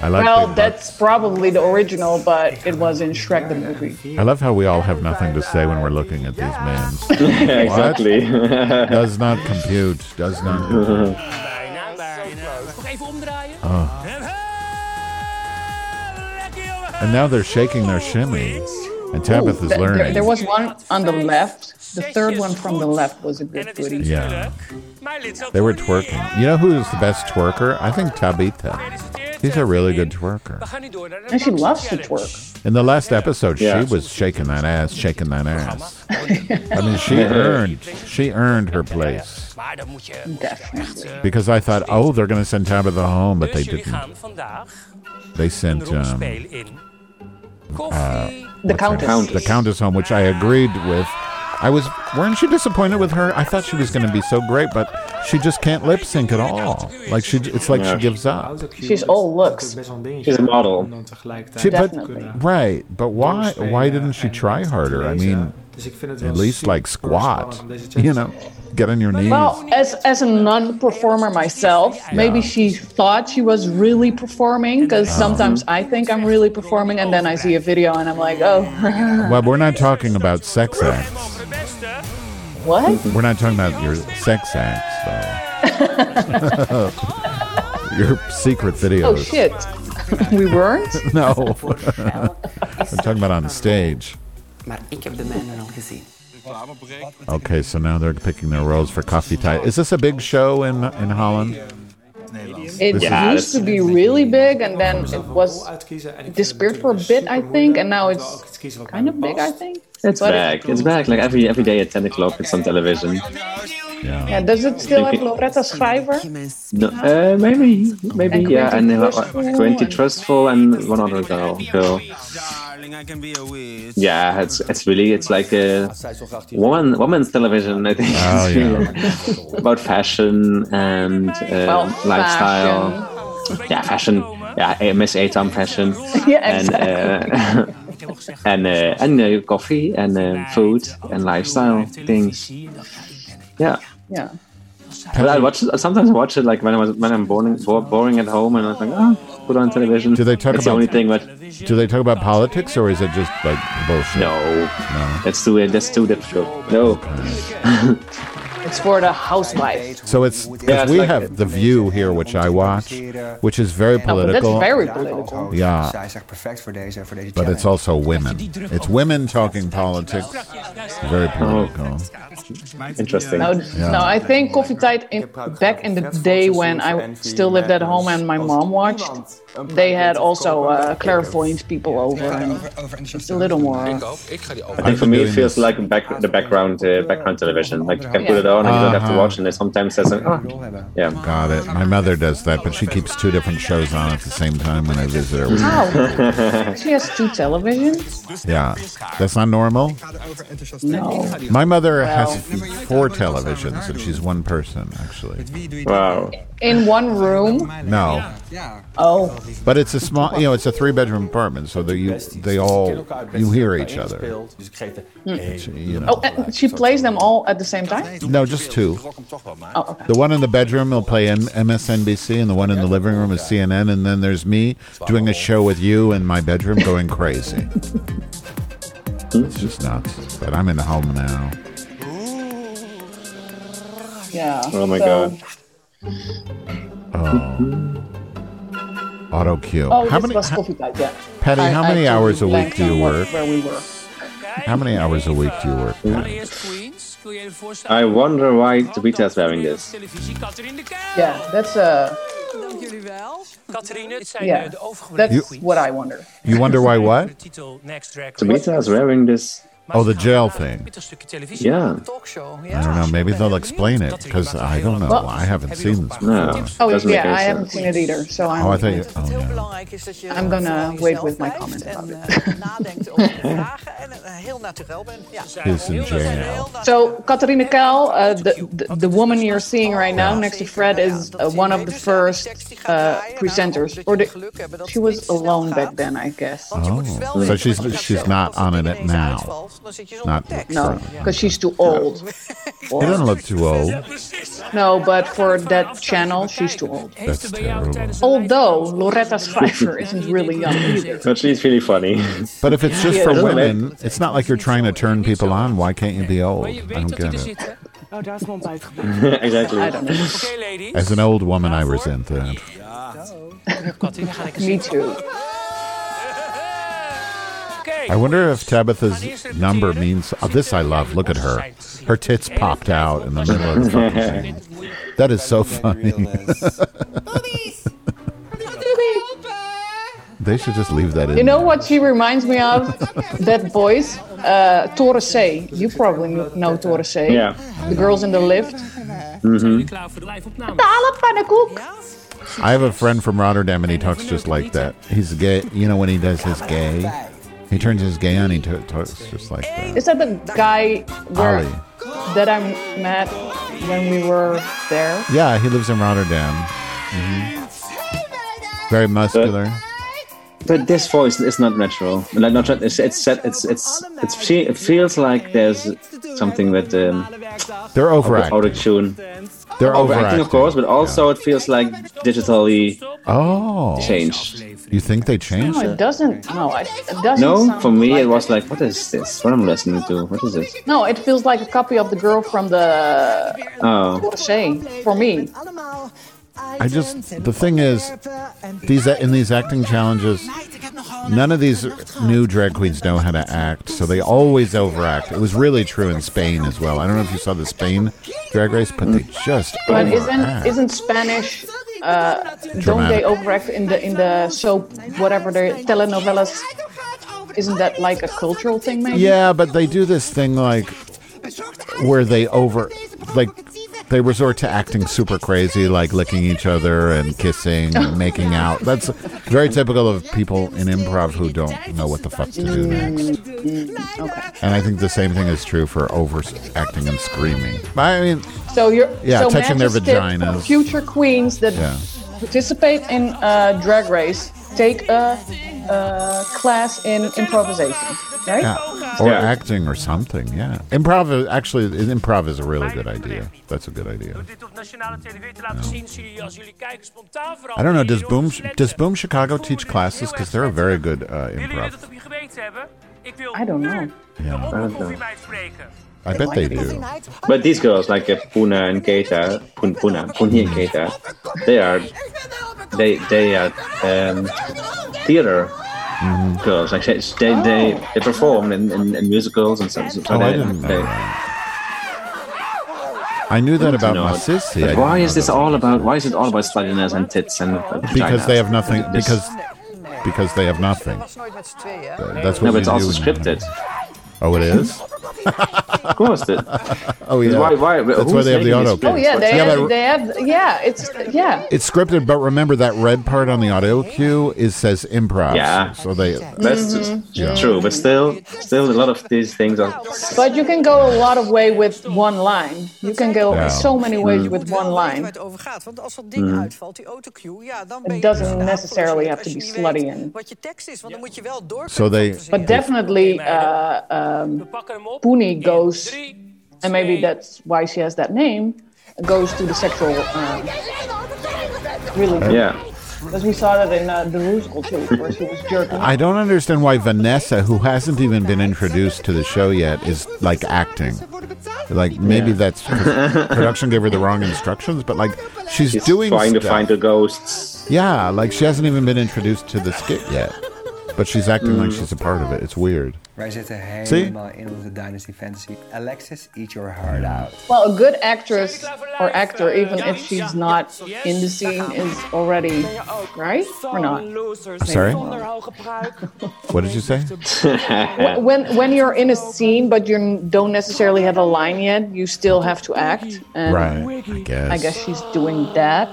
Speaker 1: I like.
Speaker 3: Well,
Speaker 1: Big
Speaker 3: that's probably the original, but it was in Shrek the movie.
Speaker 1: Butt. I love how we all have nothing to say when we're looking at these men.
Speaker 4: Yeah, exactly.
Speaker 1: Does not compute. Does not. compute.
Speaker 5: Bijna, bijna. Nog even omdraaien.
Speaker 1: Oh.
Speaker 5: Lekker jongen.
Speaker 1: And now they're shaking their shimmy, and Tabitha's
Speaker 3: Th-
Speaker 1: learning.
Speaker 3: There, there was one on the left. The third one from the left was a
Speaker 5: En
Speaker 3: big
Speaker 5: het is
Speaker 3: booty.
Speaker 1: Yeah.
Speaker 5: natuurlijk mijn lidgeld
Speaker 1: They were
Speaker 5: van de
Speaker 1: twerking. You know who is the best twerker? I think Tabitha.
Speaker 5: Gefeliciteerd,
Speaker 1: She's a really good
Speaker 5: We
Speaker 1: twerker.
Speaker 5: gaan nu door naar de
Speaker 3: And she
Speaker 5: Maxi
Speaker 3: loves to
Speaker 5: Challenge.
Speaker 3: twerk.
Speaker 1: In the last episode,
Speaker 4: Yeah.
Speaker 1: she was shaking that ass, shaking that ass. I mean, she earned, she earned her place.
Speaker 5: Maar dan moet je... eh,
Speaker 3: Definitely.
Speaker 1: Because I thought, oh, they're going to send Tabitha home, but they
Speaker 5: Dus jullie
Speaker 1: didn't.
Speaker 5: gaan vandaag
Speaker 1: They
Speaker 5: een
Speaker 1: sent
Speaker 5: rond
Speaker 1: um,
Speaker 5: spelen in...
Speaker 1: Uh,
Speaker 5: Koffie...
Speaker 3: The
Speaker 4: Countess.
Speaker 3: Countess.
Speaker 1: the Countess home, which I agreed with. I was, weren't you disappointed with her? I thought she was going to be so great, but she just can't lip sync at all. Like she, it's like she
Speaker 4: Yeah.
Speaker 1: gives up.
Speaker 3: She's all looks.
Speaker 4: She's a model.
Speaker 1: She, but,
Speaker 3: Definitely.
Speaker 11: Mm-hmm.
Speaker 1: right, but why? Why didn't she try harder? I mean,
Speaker 3: Dus
Speaker 1: at least like squat. You know, get on your knees.
Speaker 3: Well, as, as a non performer myself, maybe she thought she was really performing because sometimes I think I'm really performing and then I see a video and I'm like, oh,
Speaker 1: Well, we're not talking about sex acts.
Speaker 3: what?
Speaker 1: We're not talking about your sex acts, though. your secret videos.
Speaker 3: Oh shit. we weren't?
Speaker 1: No. we're talking about on stage.
Speaker 7: Maar ik heb de mijne al gezien.
Speaker 1: Okay, so now they're picking their roles for coffee tie. Is this a big show in in Holland?
Speaker 3: It
Speaker 4: Yeah,
Speaker 3: used
Speaker 4: that's-
Speaker 3: to be really big and then it was disappeared for a bit, I think, and now it's kind of big, I think.
Speaker 7: It's
Speaker 3: But it-
Speaker 4: Back. It's back. Like every every day at 10 o'clock, it's on television.
Speaker 3: yeah, does it still have Loretta Schrijver?
Speaker 4: No, uh, maybe, maybe,
Speaker 3: And
Speaker 4: yeah. And uh,
Speaker 3: Trustful
Speaker 4: uh, 20
Speaker 3: and-
Speaker 4: Trustful and one other girl. girl. Yeah, it's it's really it's like a woman woman's television. I think
Speaker 1: Oh,
Speaker 4: It's really about fashion and uh,
Speaker 3: Well,
Speaker 4: lifestyle. Yeah, fashion. Yeah, Miss Atam fashion.
Speaker 3: Yeah,
Speaker 4: and uh, and uh, and uh, coffee and uh, food and lifestyle things. Yeah.
Speaker 3: Yeah.
Speaker 4: But I watch it, sometimes I watch it like when I was when I'm boring bo- boring at home and I was like, oh, put on television.
Speaker 1: Do they talk
Speaker 4: It's the
Speaker 1: about-
Speaker 4: only thing, but
Speaker 1: Do they talk about politics or is it just like bullshit?
Speaker 4: no, that's too that's too difficult. No,
Speaker 3: It's for the housewife.
Speaker 1: So it's
Speaker 4: Yeah,
Speaker 1: if
Speaker 4: it's
Speaker 1: we
Speaker 4: like-
Speaker 1: have the view here, which I watch, which is very
Speaker 3: No, but that's
Speaker 1: political,
Speaker 3: very political.
Speaker 1: Ja.
Speaker 10: Zij is echt perfect voor deze, voor deze
Speaker 1: but it's also women. It's women talking politics. Very
Speaker 4: Oh,
Speaker 1: political.
Speaker 4: interesting.
Speaker 3: No, no, I think Coffee Tide in, back in the day when I still lived at home and my mom watched, they had also uh, clairvoyant people over. And it's a little more.
Speaker 4: I think for me, it feels like back the background uh, background television. Like you can put it on and you don't have
Speaker 1: Uh-huh.
Speaker 4: to watch, and then sometimes there's an oh, yeah.
Speaker 1: Got it. My mother does that, but she keeps two different shows on at the same time when I visit her.
Speaker 3: Ah. Wow. She has two televisions?
Speaker 1: Yeah, that's not normal.
Speaker 3: No.
Speaker 1: My mother has
Speaker 3: Well.
Speaker 1: f- four televisions, and she's one person actually.
Speaker 4: Wow.
Speaker 3: In one room?
Speaker 1: No,
Speaker 3: Oh.
Speaker 1: but it's a small, you know, it's a three-bedroom apartment, so they you they all you hear each other.
Speaker 9: Dus ik geef de-
Speaker 11: Hmm.
Speaker 9: Hey,
Speaker 1: You know,
Speaker 3: Oh, and she plays them all at the same time?
Speaker 1: no, just two.
Speaker 3: Oh, okay.
Speaker 1: The one in the bedroom will play M- MSNBC, and the one in the living room is CNN, and then there's me doing a show with you in my bedroom going crazy.
Speaker 3: Hmm?
Speaker 1: it's just nuts. But I'm in the home now.
Speaker 3: Yeah.
Speaker 4: Oh my
Speaker 3: So-
Speaker 4: god.
Speaker 1: Auto cue.
Speaker 3: Oh,
Speaker 1: how
Speaker 3: this
Speaker 1: many,
Speaker 3: was
Speaker 1: ho-
Speaker 3: Coffee Tide, yeah.
Speaker 1: Patty,
Speaker 3: I-
Speaker 1: how
Speaker 3: I
Speaker 1: many hours a
Speaker 3: totally
Speaker 1: week
Speaker 3: blanked
Speaker 1: do you
Speaker 3: on what-
Speaker 1: work?
Speaker 3: Where we were.
Speaker 1: How many hours a week do you work?
Speaker 5: Allereerst Queens. Kun je even voorstellen?
Speaker 4: I wonder why Tabitha is wearing this.
Speaker 5: Televisie, Catherine de Kuil.
Speaker 3: Yeah, that's uh,
Speaker 6: Dank jullie wel.
Speaker 5: Catherine, dit zijn
Speaker 3: Yeah.
Speaker 5: eh, de overgebleven
Speaker 3: that's
Speaker 5: Queens.
Speaker 3: what I wonder.
Speaker 1: You wonder why
Speaker 5: De
Speaker 1: what?
Speaker 5: titel Next Drag Race.
Speaker 4: Tabitha is wearing this.
Speaker 5: Maar
Speaker 1: Oh,
Speaker 5: ze
Speaker 1: the
Speaker 5: gaan
Speaker 1: jail
Speaker 5: vandaag
Speaker 1: thing.
Speaker 5: Met een stukje televisie.
Speaker 4: Yeah.
Speaker 6: Talkshow.
Speaker 1: I don't know. Maybe they'll explain it because I don't know.
Speaker 3: Well-
Speaker 1: I haven't seen this before.
Speaker 4: No.
Speaker 3: Oh
Speaker 4: doesn't make
Speaker 3: yeah,
Speaker 4: any
Speaker 3: I haven't
Speaker 4: sense.
Speaker 3: seen it either. So I'm.
Speaker 1: Oh, I thought you.
Speaker 6: Het
Speaker 1: Oh,
Speaker 6: heel
Speaker 1: yeah.
Speaker 6: belangrijk is dat je
Speaker 3: I'm gonna
Speaker 6: voor
Speaker 3: wait with my
Speaker 6: jezelf
Speaker 3: comment
Speaker 6: blijft
Speaker 3: about
Speaker 6: en, eh, nadenkt over de vragen en eh, heel natuurlijk bent. Ja.
Speaker 1: He's in jail.
Speaker 3: So Katarina Kaal, uh, the, the the woman you're seeing right now next to Fred is uh, one of the first uh, presenters, or the, she was alone back then, I guess.
Speaker 1: Oh. So she's she's not on in it now.
Speaker 11: Nou.
Speaker 1: Not
Speaker 3: No, because she's too old.
Speaker 1: He doesn't look too old.
Speaker 5: Precies.
Speaker 3: No, but for that channel, she's too old.
Speaker 5: Heeft er bij jou
Speaker 1: terrible.
Speaker 5: tijdens een
Speaker 3: Although
Speaker 5: live-
Speaker 3: Loretta Schrijver isn't really young either.
Speaker 4: But she's really funny.
Speaker 1: But if it's just
Speaker 3: Yeah,
Speaker 1: for
Speaker 3: doesn't
Speaker 4: it?
Speaker 1: women, it's not like you're trying to turn people on. Why can't you be old?
Speaker 5: Maar
Speaker 1: I
Speaker 5: je weet
Speaker 1: don't
Speaker 5: dat hij
Speaker 1: get
Speaker 5: er
Speaker 1: it.
Speaker 5: zit, hè? Oké,
Speaker 7: Oh, daar is mijn ontbijt
Speaker 4: exactly.
Speaker 5: ladies.
Speaker 1: As an old woman, I resent that.
Speaker 5: Catherine, ga lekker
Speaker 3: Me
Speaker 5: zitten.
Speaker 3: too.
Speaker 5: Oké.
Speaker 1: I wonder if Tabitha's number means. Oh, this I love. Look at her. Her tits popped out in the middle of the fucking thing. That is so funny. They should just leave that in.
Speaker 3: You know what she reminds me of? that voice, uh, Torre C. You probably kn- know Torre C.
Speaker 4: Yeah.
Speaker 3: The girls in the lift.
Speaker 5: Zijn jullie klaar voor de live
Speaker 1: Ah.
Speaker 5: opname?
Speaker 3: Alle pannenkoek.
Speaker 1: I have a friend from Rotterdam and he talks just like that. He's gay. You know when he does his gay? He turns his gay on, he to- talks just like that.
Speaker 3: Is that the guy where,
Speaker 1: Ollie.
Speaker 3: that I met when we were there?
Speaker 1: Yeah, he lives in Rotterdam. Mhm. Very muscular.
Speaker 4: But this voice is not natural. Like not it's it's set- it's it's it's she it feels like there's something with um
Speaker 1: They're
Speaker 4: with auto
Speaker 1: overacting.
Speaker 4: tune.
Speaker 1: They're
Speaker 4: Overacting of course,
Speaker 1: overacting.
Speaker 4: but also it feels like digitally
Speaker 1: Oh,
Speaker 4: changed.
Speaker 1: you think they changed
Speaker 3: No,
Speaker 1: it?
Speaker 3: it doesn't. No, I, it doesn't.
Speaker 4: No,
Speaker 3: sound
Speaker 4: for me
Speaker 3: like
Speaker 4: it was
Speaker 3: that.
Speaker 4: like what is this? What I'm listening to? What is it?
Speaker 3: No, it feels like a copy of the girl from the
Speaker 4: Oh.
Speaker 3: Torre C. For me.
Speaker 1: I just the thing is these uh, in these acting challenges none of these new drag queens know how to act so they always overact it was really true in spain as well i don't know if you saw the spain drag race but they just
Speaker 3: But
Speaker 1: overact.
Speaker 3: isn't isn't Spanish? Uh, don't
Speaker 1: Ah. Dramatic.
Speaker 3: they overact in the in the soap, whatever their telenovelas? Isn't that like a cultural thing, maybe?
Speaker 1: yeah but they do this thing like where they over like they resort to acting super crazy like licking each other and kissing and making out that's very typical of people in improv who don't know what the fuck to do
Speaker 3: Mm.
Speaker 1: next And I think the same thing is true for overacting and screaming. I mean,
Speaker 3: So you're
Speaker 1: Yeah,
Speaker 3: so
Speaker 1: touching their
Speaker 3: Manchester State,
Speaker 1: vaginas.
Speaker 3: Future queens that
Speaker 1: Yeah.
Speaker 3: participate in uh, Drag Race take a, a class in improvisation, right?
Speaker 1: yeah, or
Speaker 4: Yeah.
Speaker 1: acting or something. Yeah, improv. is- Actually, improv is a really good idea. That's a good idea.
Speaker 5: Door dit op nationale televisie te laten zien, zie je als jullie kijken spontaan
Speaker 1: I
Speaker 5: veranderen.
Speaker 1: don't know. Does Boom
Speaker 5: Jullie worden
Speaker 1: Does
Speaker 5: slechter.
Speaker 1: Boom Chicago
Speaker 5: Voelen
Speaker 1: teach
Speaker 5: het
Speaker 1: classes?
Speaker 5: heel erg
Speaker 1: Because they're very good uh,
Speaker 5: Willen jullie dit
Speaker 1: improv.
Speaker 5: op je geweten hebben? Ik wil
Speaker 3: I don't
Speaker 5: nu
Speaker 3: know.
Speaker 5: de
Speaker 1: Yeah.
Speaker 5: oproepkoffiemeid spreken.
Speaker 1: I bet they do.
Speaker 4: But these girls like uh, Puna and Keita, Pun Puna, Puni and Keita, they are they they are um, theater
Speaker 1: Mm.
Speaker 4: girls. Like they they they, they perform in, in, in musicals and stuff. So
Speaker 1: Oh,
Speaker 4: they,
Speaker 1: I didn't know
Speaker 4: they-
Speaker 1: that. I knew that about
Speaker 4: know it.
Speaker 1: Masisi. I
Speaker 4: But
Speaker 1: didn't
Speaker 4: why
Speaker 1: know
Speaker 4: is this
Speaker 1: that.
Speaker 4: all about? Why is it all about sluttiness and tits and
Speaker 1: Because
Speaker 4: vaginas?
Speaker 1: they have nothing.
Speaker 4: This-
Speaker 1: Because because they have nothing. That's
Speaker 4: no,
Speaker 1: what
Speaker 4: but it's
Speaker 1: you
Speaker 4: also
Speaker 1: do when you-
Speaker 4: scripted.
Speaker 1: Oh, it is.
Speaker 4: Of course, the,
Speaker 1: Oh yeah.
Speaker 4: why? Why?
Speaker 1: That's why
Speaker 4: who's
Speaker 1: they have the
Speaker 4: making these
Speaker 1: auto.
Speaker 3: Oh yeah, they
Speaker 1: Yeah,
Speaker 3: have,
Speaker 1: but-
Speaker 3: they have yeah, it's yeah.
Speaker 1: It's scripted, but remember that red part on the audio cue is says improv.
Speaker 4: Yeah.
Speaker 1: So they
Speaker 4: That's
Speaker 1: Yeah.
Speaker 4: true, but still, still a lot of these things are.
Speaker 3: But you can go a lot of way with one line. You can go
Speaker 1: Yeah.
Speaker 3: so many ways with
Speaker 10: er
Speaker 3: one line. Mm-hmm.
Speaker 10: het over gaat. Want als dat ding uitvalt, die autocue, ja, dan ben
Speaker 3: It
Speaker 10: je
Speaker 3: doesn't
Speaker 10: inderdaad
Speaker 3: necessarily have
Speaker 10: geblesseerd
Speaker 3: to be
Speaker 10: als je niet weet
Speaker 3: slutty and
Speaker 10: Wat je tekst is, want dan moet je wel door.
Speaker 1: So they-
Speaker 3: but definitely uh,
Speaker 5: We pakken hem op.
Speaker 3: Puni goes-
Speaker 5: In drie,
Speaker 3: and maybe
Speaker 5: twee,
Speaker 3: that's why she has that name goes to the sexual uh, really
Speaker 1: Uh,
Speaker 4: Yeah,
Speaker 3: because we saw that in uh, the musical too where she was jerking
Speaker 1: I don't understand why Vanessa, who hasn't even been introduced to the show yet, is like acting. Like maybe that's production gave her the wrong instructions, but like she's
Speaker 4: he's
Speaker 1: doing
Speaker 4: trying
Speaker 1: stuff.
Speaker 4: to find the ghosts.
Speaker 1: yeah, like she hasn't even been introduced to the skit yet. But she's acting like
Speaker 4: Mm.
Speaker 1: she's a part of it. It's weird.
Speaker 12: Wij zitten
Speaker 1: Zie je?
Speaker 12: helemaal in onze Dynasty Fantasy. Alexis, eat your heart
Speaker 11: Hmm.
Speaker 12: out.
Speaker 3: Well, a good actress or actor, even if she's not in the scene, is already right or not.
Speaker 1: I'm sorry? What did you say?
Speaker 3: When when you're in a scene but you n- don't necessarily have a line yet, you still have to act. And
Speaker 1: Right. I guess.
Speaker 3: I guess she's doing that.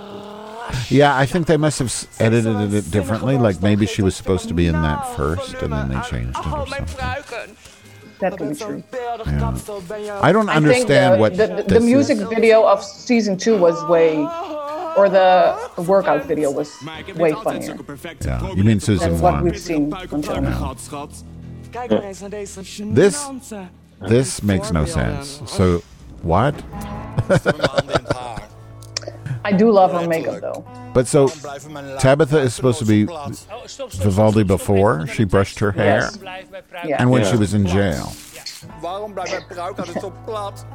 Speaker 1: Yeah, I think they must have s- edited it differently. Like maybe she was supposed to be in that first and then they changed
Speaker 5: Oh,
Speaker 1: it or something.
Speaker 3: That could be true.
Speaker 1: I don't understand
Speaker 3: I
Speaker 1: what
Speaker 3: think uh, the, the, the,
Speaker 1: this is.
Speaker 3: music video of season two was way, or the workout video was way funnier
Speaker 1: Yeah. You mean Susan
Speaker 3: than what
Speaker 1: Wan?
Speaker 3: we've seen until now.
Speaker 1: This this makes no sense. So what?
Speaker 3: I do love her makeup though.
Speaker 1: But so Tabitha is supposed to be
Speaker 5: Oh,
Speaker 1: Vivaldi before she brushed her hair
Speaker 3: Yes.
Speaker 1: and when
Speaker 4: Yeah.
Speaker 1: she was in jail.
Speaker 8: Waarom blijft mijn pruik altijd zo plat?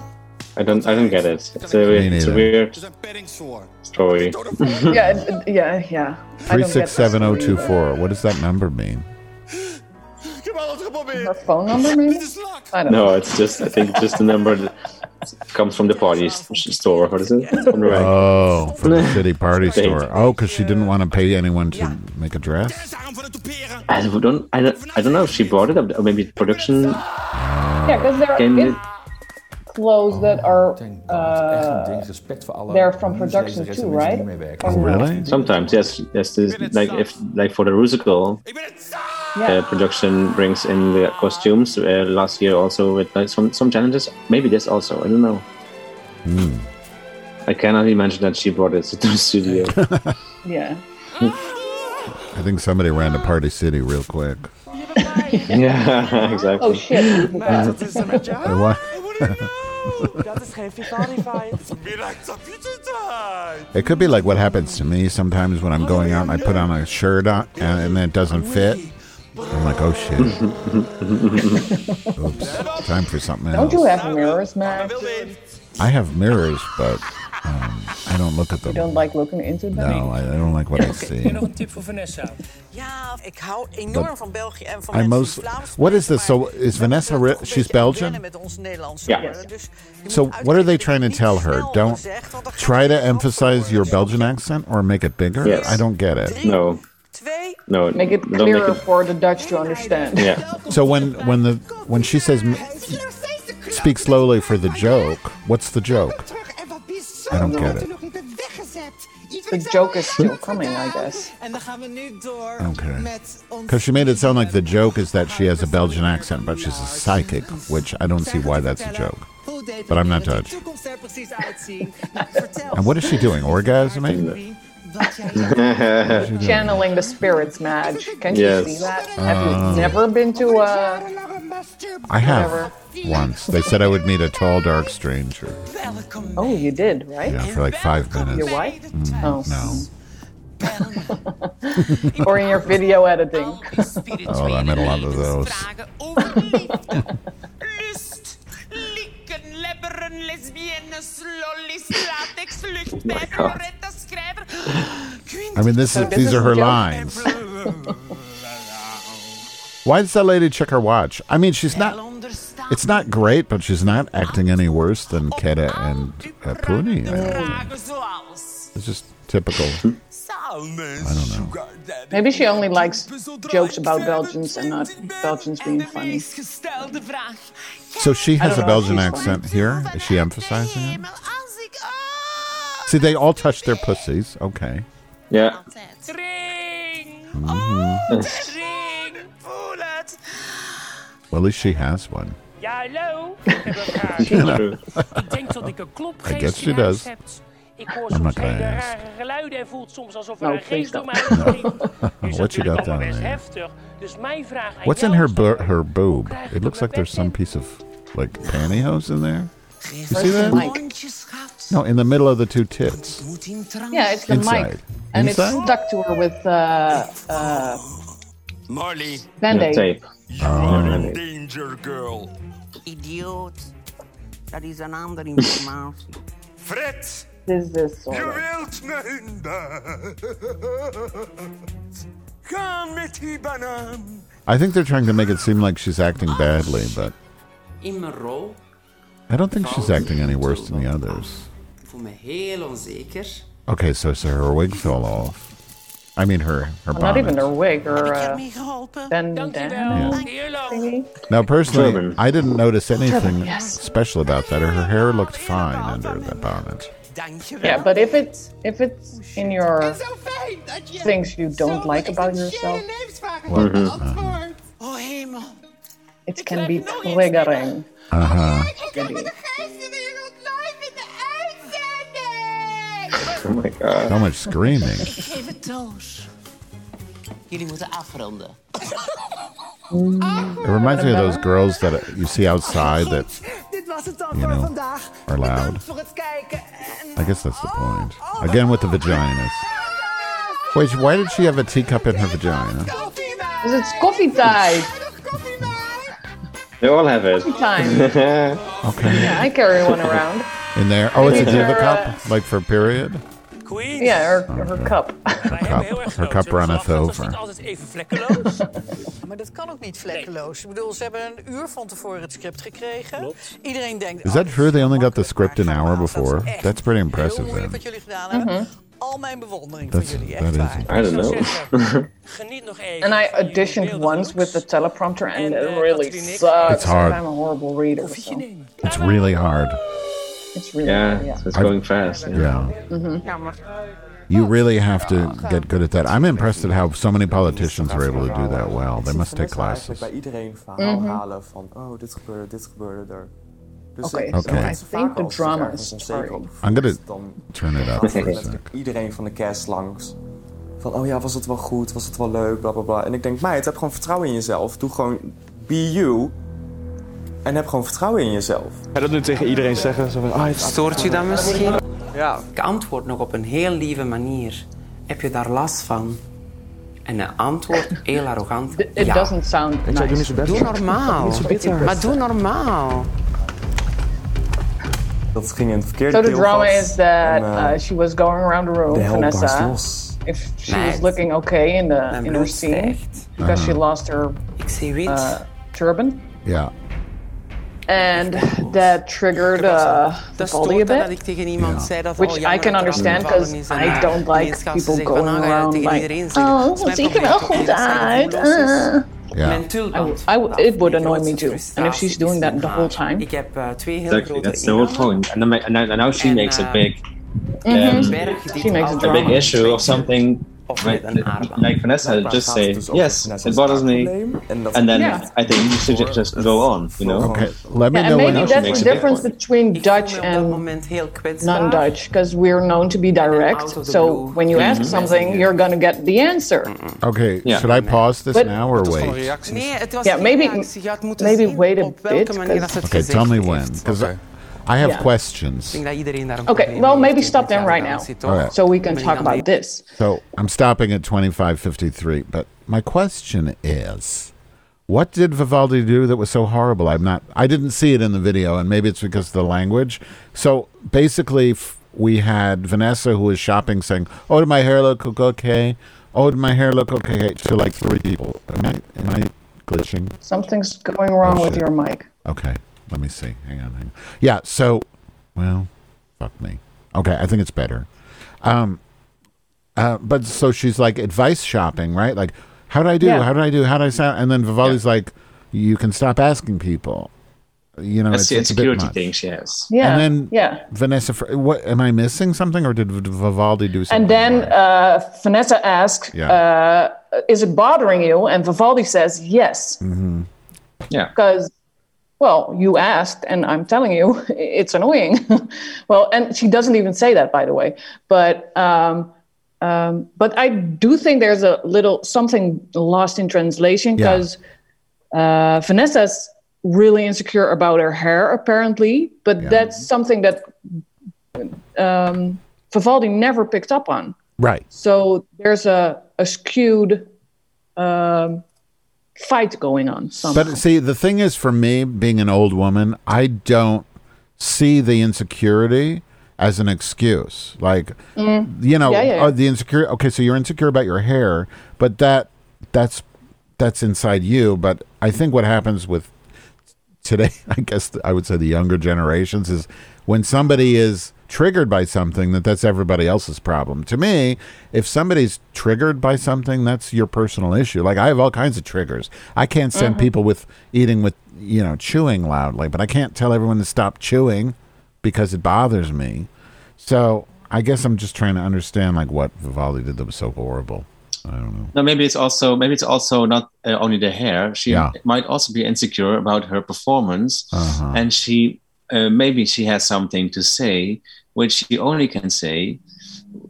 Speaker 4: I don't I don't get it. It's a weird, it's a
Speaker 1: neither.
Speaker 4: weird
Speaker 8: Er zijn paddings voor.
Speaker 4: story.
Speaker 3: Yeah, it- it- yeah, yeah. I
Speaker 1: Three
Speaker 3: don't get
Speaker 1: six
Speaker 3: this
Speaker 1: seven zero two
Speaker 3: either.
Speaker 1: four. What does that number mean?
Speaker 8: Ik heb alles
Speaker 3: Her
Speaker 8: geprobeerd.
Speaker 3: phone number,
Speaker 8: Dit
Speaker 3: maybe?
Speaker 8: is lak.
Speaker 3: I don't know.
Speaker 4: No, it's just I think just the number that comes from the party s- store. What is it? On the rack.
Speaker 1: Oh, from the city party
Speaker 4: Thank
Speaker 1: store.
Speaker 4: you.
Speaker 1: Oh, because she didn't want to pay anyone to make a dress.
Speaker 4: I don't I don't I don't know if she brought it up or maybe production
Speaker 3: Yeah, because there
Speaker 4: came
Speaker 3: is
Speaker 4: with
Speaker 3: clothes that are
Speaker 9: Ik denk dat het echt een ding
Speaker 3: uh,
Speaker 9: is. Respect voor alle
Speaker 3: they're from production
Speaker 9: nieuwslezeres en mensen die
Speaker 3: too, right?
Speaker 9: meewerken.
Speaker 3: Or
Speaker 1: Oh,
Speaker 3: not?
Speaker 1: really?
Speaker 4: sometimes yes yes this, like if like for the musical
Speaker 8: Ik ben het zat.
Speaker 4: uh,
Speaker 3: Yeah.
Speaker 4: production brings in the costumes uh, last year also with like some some challenges maybe this also I don't know I cannot imagine that she brought it to the studio
Speaker 3: Yeah.
Speaker 1: I think somebody ran to Party City real quick.
Speaker 4: yeah exactly
Speaker 3: Oh shit.
Speaker 1: They wa-
Speaker 8: Wie lijkt op je te zijn?
Speaker 1: It could be like what happens to me sometimes when I'm going out and I put on a shirt on and, and then it doesn't fit. I'm like, oh shit. Oops. Time for something
Speaker 3: Don't you
Speaker 1: else.
Speaker 3: have mirrors, Max?
Speaker 1: I have mirrors, but um, I don't look at them.
Speaker 3: Don't like looking into them?
Speaker 1: No, I, I don't like what I see.
Speaker 5: nog een tip voor Vanessa?
Speaker 10: Ja, ik hou enorm
Speaker 1: Dat-
Speaker 10: van België en van
Speaker 1: I
Speaker 10: mensen
Speaker 1: most-
Speaker 10: die Vlaams
Speaker 1: what is
Speaker 10: spreken,
Speaker 1: this? So
Speaker 10: maar
Speaker 1: is
Speaker 10: we
Speaker 1: Vanessa
Speaker 10: moeten
Speaker 1: re-
Speaker 10: toch een
Speaker 1: she's
Speaker 10: beetje
Speaker 1: Belgian?
Speaker 10: wennen met ons Nederlands.
Speaker 4: Ja.
Speaker 10: hoor. Dus je moet
Speaker 1: So what are they
Speaker 10: uitkijken
Speaker 1: trying to
Speaker 10: dat je
Speaker 1: tell
Speaker 10: niet
Speaker 1: her?
Speaker 10: snel
Speaker 1: Don't
Speaker 10: zegt, want dan gaat
Speaker 1: try
Speaker 10: het
Speaker 1: to
Speaker 10: niet
Speaker 1: emphasize your
Speaker 10: worden.
Speaker 1: Belgian accent or make it bigger.
Speaker 4: Yes.
Speaker 1: I don't get it.
Speaker 4: no
Speaker 10: Twee,
Speaker 4: no
Speaker 3: Make it
Speaker 4: don't
Speaker 3: clearer for the Dutch to understand.
Speaker 4: yeah
Speaker 1: So when when the when she says m- speak slowly for the joke, what's the joke? I don't get it.
Speaker 3: The joke is still coming, I guess.
Speaker 6: En dan gaan we nu door
Speaker 1: Okay.
Speaker 6: met ons...
Speaker 1: Because she made it sound like the joke is that she has a Belgian accent, but she's a psychic, which I don't see why that's a joke. But I'm not Dutch.
Speaker 6: er
Speaker 1: And what is she doing? Orgasming?
Speaker 3: Channeling the spirits, Madge. Can you
Speaker 4: Yes.
Speaker 3: see that?
Speaker 1: Uh,
Speaker 3: Have you never been to a
Speaker 1: I have
Speaker 3: Whatever.
Speaker 1: once. They said I would meet a tall, dark stranger.
Speaker 3: Oh, you did, right?
Speaker 1: Yeah, for like five minutes.
Speaker 3: Your wife? oh.
Speaker 1: No.
Speaker 3: Or in your video editing.
Speaker 1: Oh, I met a lot of those. Oh
Speaker 4: my god
Speaker 1: I mean, this is,
Speaker 3: this
Speaker 1: these
Speaker 3: is
Speaker 1: are her
Speaker 3: joke.
Speaker 1: lines. Why does that lady check her watch? I mean, she's not. It's not great, but she's not acting any worse than Keda and uh, Puni. I don't think. It's just typical.
Speaker 3: Maybe she only likes jokes about Belgians and not Belgians being funny.
Speaker 1: So she has
Speaker 3: don't
Speaker 1: a
Speaker 3: know if
Speaker 1: Belgian
Speaker 3: she's
Speaker 1: accent here. Is she emphasizing it? See, they all touch their pussies. Okay.
Speaker 4: yeah
Speaker 5: oh,
Speaker 1: Well, at least she has one.
Speaker 5: Ja, hallo.
Speaker 4: true
Speaker 5: Ik denk dat ik een klopgeest
Speaker 1: I guess she
Speaker 5: in huis
Speaker 1: does.
Speaker 5: heb. Ik hoor
Speaker 1: not
Speaker 5: soms
Speaker 1: gonna
Speaker 5: hele
Speaker 1: ask.
Speaker 5: rare geluiden en voelt soms alsof er
Speaker 3: Nou,
Speaker 5: een geest door
Speaker 3: please
Speaker 5: mijn huis vliegt. Nu is
Speaker 1: What you
Speaker 5: natuurlijk
Speaker 1: got
Speaker 5: allemaal
Speaker 1: down
Speaker 5: best
Speaker 1: there?
Speaker 5: heftig. Dus mijn vraag aan
Speaker 1: What's in
Speaker 5: jou
Speaker 1: her
Speaker 5: is
Speaker 1: bo-
Speaker 5: dan-
Speaker 1: her boob?
Speaker 5: Krijg ik
Speaker 1: It
Speaker 5: hem
Speaker 1: looks
Speaker 5: mijn
Speaker 1: like there's
Speaker 5: bed
Speaker 1: some
Speaker 5: in?
Speaker 1: piece of like pantyhose in there. You see
Speaker 3: Where's the
Speaker 1: that?
Speaker 3: mic?
Speaker 1: No, in the middle of the two tits.
Speaker 3: Yeah, it's the
Speaker 1: Inside.
Speaker 3: mic. And
Speaker 1: Inside?
Speaker 3: it's stuck to her with uh, uh,
Speaker 8: Marley,
Speaker 3: band
Speaker 4: yeah,
Speaker 3: aid.
Speaker 4: tape oh.
Speaker 8: danger girl.
Speaker 7: Idioot. Dat is een andere informatie.
Speaker 8: Fred,
Speaker 3: This, this, sort
Speaker 8: je
Speaker 3: of.
Speaker 8: wilt me hinderen. Ga met die banaan.
Speaker 1: I think they're trying to make it seem like she's acting badly, but
Speaker 13: in mijn rol
Speaker 1: I don't think she's acting any worse than the others.
Speaker 13: ik voel me heel onzeker.
Speaker 1: Okay, so so her wig fell off. I mean her her
Speaker 3: Well, not
Speaker 1: bonnet.
Speaker 3: even their wig or uh, ben thingy.
Speaker 1: Now personally,
Speaker 4: Turban.
Speaker 1: I didn't notice anything
Speaker 3: Turban, yes.
Speaker 1: special about that. Her hair looked fine under the bonnet.
Speaker 3: Yeah, but if it's if it's in your things you don't like about yourself,
Speaker 1: What?
Speaker 11: Mhm.
Speaker 6: Oh hemel.
Speaker 3: it can be triggering.
Speaker 1: Uh huh.
Speaker 4: Oh my god.
Speaker 1: So much screaming.
Speaker 13: Ik geef het toos. Jullie moeten afronden.
Speaker 1: It reminds me of those girls that uh, you see outside that
Speaker 6: Dit was het dan
Speaker 1: You
Speaker 6: voor
Speaker 1: know,
Speaker 6: vandaag.
Speaker 1: are loud.
Speaker 6: Bedankt voor het kijken. En
Speaker 1: I guess that's the point. Again with the vaginas. Wait, why did she have a teacup in her vagina?
Speaker 6: koffie maar.
Speaker 3: Because it's coffee time.
Speaker 4: They all have it.
Speaker 3: Coffee time.
Speaker 1: Okay.
Speaker 3: Yeah, I carry one around.
Speaker 1: In there. Oh, it's a
Speaker 3: Maybe
Speaker 1: diva
Speaker 3: her,
Speaker 1: cup, like for period.
Speaker 5: Queens.
Speaker 3: Yeah, her, her cup.
Speaker 5: Wij hebben heel erg
Speaker 1: Her
Speaker 5: groot
Speaker 1: cup runneth
Speaker 5: zelfs.
Speaker 1: over.
Speaker 5: Dat was niet altijd even vlekkeloos.
Speaker 6: Maar dat kan ook niet vlekkeloos. Ik bedoel, ze hebben een uur van tevoren het script gekregen.
Speaker 5: Klopt.
Speaker 6: Iedereen denkt...
Speaker 1: Is that
Speaker 6: oh,
Speaker 1: true? They only got the
Speaker 6: makkelijk,
Speaker 1: script an
Speaker 6: maar
Speaker 1: hour
Speaker 6: vanavond, dat is
Speaker 1: before.
Speaker 6: echt
Speaker 1: That's pretty impressive
Speaker 6: Heel moeilijk
Speaker 1: then.
Speaker 6: wat jullie gedaan hebben. Al mijn bewondering
Speaker 1: That's
Speaker 6: voor jullie,
Speaker 1: that
Speaker 6: echt
Speaker 1: is
Speaker 6: waar.
Speaker 4: I don't
Speaker 5: Ik zou
Speaker 4: know.
Speaker 5: zeggen, Geniet nog even.
Speaker 3: And I
Speaker 5: van jullie
Speaker 3: auditioned
Speaker 5: beelden
Speaker 3: once
Speaker 5: looks.
Speaker 3: with the teleprompter, and
Speaker 5: And, uh,
Speaker 3: it really
Speaker 5: Patrick Nick-
Speaker 3: sucks.
Speaker 1: It's hard.
Speaker 3: I'm a horrible reader. so
Speaker 1: it's really hard.
Speaker 3: It's really
Speaker 4: Yeah,
Speaker 3: hard, yeah.
Speaker 4: it's going fast. Yeah.
Speaker 1: Yeah. Mm-hmm. You really have to get good at that. I'm impressed at how so many politicians are able to do that well. They must take classes.
Speaker 11: bij iedereen verhaal
Speaker 3: Mhm.
Speaker 11: halen van oh dit gebeurde, dit gebeurde er. Dus
Speaker 3: Okay,
Speaker 11: ik-
Speaker 1: so
Speaker 11: dat
Speaker 1: I
Speaker 11: is
Speaker 3: think
Speaker 11: vaak
Speaker 3: the
Speaker 11: als ik ergens
Speaker 3: drama is
Speaker 11: onzeker
Speaker 3: starting.
Speaker 11: op
Speaker 1: I'm gonna
Speaker 11: voel, dan
Speaker 1: turn it up
Speaker 11: gaat
Speaker 1: for a
Speaker 11: er met
Speaker 1: sec.
Speaker 11: iedereen van de cast langs. Van oh ja, was het wel goed, was het wel leuk, bla bla bla. En ik denk, meid, heb gewoon vertrouwen in jezelf. Doe gewoon be you. En heb gewoon vertrouwen in jezelf. Ga dat nu tegen iedereen zeggen? Zo van, ah,
Speaker 13: Stoort je dat misschien?
Speaker 11: ja,
Speaker 13: Ik antwoord nog op een heel lieve manier. Heb je daar last van? En een antwoord heel arrogant.
Speaker 3: It
Speaker 13: ja.
Speaker 3: doesn't sound
Speaker 11: Ik zou doen niet
Speaker 3: nice.
Speaker 11: zo best.
Speaker 13: Doe normaal.
Speaker 11: Niet zo bitter.
Speaker 13: Maar doe normaal.
Speaker 11: Dat ging in het verkeerde
Speaker 3: So the drama
Speaker 11: keelgat.
Speaker 3: is that
Speaker 11: En, eh,
Speaker 3: uh, she was going around the room,
Speaker 11: de hel barst
Speaker 3: Vanessa,
Speaker 11: los.
Speaker 3: if she
Speaker 13: Nice.
Speaker 3: was looking okay in the
Speaker 13: Mijn
Speaker 3: in her
Speaker 13: bloed
Speaker 3: scene
Speaker 13: stijgt.
Speaker 3: because she lost her
Speaker 13: Ik zie wit.
Speaker 3: uh, turban,
Speaker 1: Yeah.
Speaker 3: and that triggered uh, the
Speaker 13: dat
Speaker 3: body a
Speaker 13: stoort dan dat
Speaker 3: bit.
Speaker 13: ik tegen iemand zei dat
Speaker 3: Which
Speaker 13: oh,
Speaker 3: I can understand because
Speaker 13: eh,
Speaker 3: I don't like people going
Speaker 13: "Nou,
Speaker 3: around like, oh, het ziet er wel goed uit. eh."
Speaker 1: Yeah.
Speaker 13: Tulband.
Speaker 3: I would- it would annoy me too. And if she's doing that the whole time.
Speaker 13: Ik heb eh, twee heel
Speaker 4: Exactly.
Speaker 13: grote
Speaker 4: That's the whole
Speaker 13: ingangen.
Speaker 4: point. And, then, and now- now she
Speaker 13: And,
Speaker 4: makes
Speaker 13: uh,
Speaker 4: a big,
Speaker 13: Een
Speaker 3: Mm-hmm.
Speaker 4: um,
Speaker 13: berg die
Speaker 3: She makes a
Speaker 13: altijd
Speaker 4: a big
Speaker 3: drama.
Speaker 4: issue of something.
Speaker 13: Of
Speaker 4: Like,
Speaker 13: met een aardbaan.
Speaker 4: like Vanessa
Speaker 11: Blijkbaar
Speaker 4: just
Speaker 11: gaat het
Speaker 4: say,
Speaker 11: dus over
Speaker 4: yes,
Speaker 11: Vanessa's
Speaker 4: it bothers me,
Speaker 11: probleem en dat-
Speaker 4: and then
Speaker 3: Yeah.
Speaker 4: I think you should just go on. You know.
Speaker 1: Okay. Let me
Speaker 3: Yeah,
Speaker 1: know
Speaker 3: and
Speaker 1: when
Speaker 3: maybe
Speaker 4: else
Speaker 1: she
Speaker 3: that's
Speaker 1: makes
Speaker 3: the
Speaker 1: it.
Speaker 4: big
Speaker 3: difference
Speaker 4: one.
Speaker 3: between
Speaker 13: Ik voel me
Speaker 3: Dutch
Speaker 13: op dat
Speaker 3: and
Speaker 13: moment heel kwetsbaar.
Speaker 3: non-Dutch because we're known to be direct.
Speaker 13: out of the
Speaker 3: So
Speaker 13: blue. Mm-hmm.
Speaker 3: when you ask something, you're gonna get the answer.
Speaker 1: Okay.
Speaker 4: Yeah.
Speaker 1: Should I pause this
Speaker 3: But-
Speaker 1: now or wait?
Speaker 13: Nee, het was eh,
Speaker 3: Ja,
Speaker 13: geen
Speaker 3: maybe-
Speaker 13: reactie. Je had moeten
Speaker 3: maybe
Speaker 13: zien
Speaker 3: wait a
Speaker 13: op welke
Speaker 3: bit,
Speaker 13: manier dat ze het
Speaker 1: Okay.
Speaker 13: gezegd
Speaker 1: Tell me
Speaker 13: heeft.
Speaker 1: when, because
Speaker 11: Okay.
Speaker 1: I have
Speaker 3: Yeah.
Speaker 1: questions.
Speaker 13: Ik denk dat iedereen daar een
Speaker 3: Okay,
Speaker 13: probleem
Speaker 3: well,
Speaker 13: mee
Speaker 3: maybe
Speaker 13: heeft
Speaker 3: stop
Speaker 13: met die
Speaker 3: them right now.
Speaker 13: arrogantie, toch?
Speaker 1: Alright.
Speaker 3: So we can
Speaker 13: Maar
Speaker 3: talk
Speaker 13: die dan
Speaker 3: about this.
Speaker 1: So I'm stopping at 2553, but my question is what did Vivaldi do that was so horrible? I'm not, I didn't see it in the video, and maybe it's because of the language. So basically, f- we had Vanessa who was shopping saying, Oh, did my hair look okay? Oh, did my hair look okay? To like three people. Am I, am I glitching?
Speaker 3: Something's going wrong
Speaker 1: Oh,
Speaker 3: with
Speaker 1: shit.
Speaker 3: your mic.
Speaker 1: Okay, let me see. Hang on, hang on. Yeah, so, well, fuck me. Okay, I think it's better. Um, uh, but so she's like advice shopping, right? Like, how do I do?
Speaker 3: Yeah.
Speaker 1: How do I do? How do I sound? And then Vivaldi's like, you can stop asking people. You know,
Speaker 4: That's
Speaker 1: it's,
Speaker 4: the
Speaker 1: it's a bit
Speaker 4: insecurity
Speaker 1: much.
Speaker 4: thing she has.
Speaker 3: Yeah.
Speaker 1: And then
Speaker 3: yeah.
Speaker 1: Vanessa, Fr- what am I missing something, or did V- Vivaldi do something?
Speaker 3: And then
Speaker 1: wrong?
Speaker 3: uh, Vanessa asks,
Speaker 1: Yeah.
Speaker 3: uh, "Is it bothering you?" And Vivaldi says,
Speaker 1: Mm.
Speaker 3: "Yes,
Speaker 4: Yeah.
Speaker 3: because well, you asked, and I'm telling you, it's annoying." well, and she doesn't even say that, by the way. But um, um, but I do think there's a little something lost in translation
Speaker 1: Yeah.
Speaker 3: because uh, Vanessa's really insecure about her hair, apparently. But
Speaker 1: Yeah.
Speaker 3: that's something that um, Vivaldi never picked up on.
Speaker 1: right.
Speaker 3: So there's a, a skewed um, fight going on. Somehow.
Speaker 1: But see, the thing is, for me, being an old woman, I don't see the insecurity as an excuse. Like, you know,
Speaker 3: Mm. Yeah, yeah, yeah.
Speaker 1: oh, the insecure. Okay, so you're insecure about your hair, but that that's that's inside you. But I think what happens with today, I guess I would say the younger generations is when somebody is triggered by something that that's everybody else's problem. To me, if somebody's triggered by something, that's your personal issue. Like I have all kinds of triggers. I can't send
Speaker 2: Mhm.
Speaker 1: people with eating with, you know, chewing loudly, but I can't tell everyone to stop chewing because it bothers me. So, I guess I'm just trying to understand like what Vivaldi did that was so horrible. I don't know.
Speaker 4: No, maybe it's also maybe it's also not uh, only the hair. She
Speaker 1: Yeah.
Speaker 4: might also be insecure about her performance,
Speaker 1: Uh-huh.
Speaker 4: and she uh, maybe she has something to say which she only can say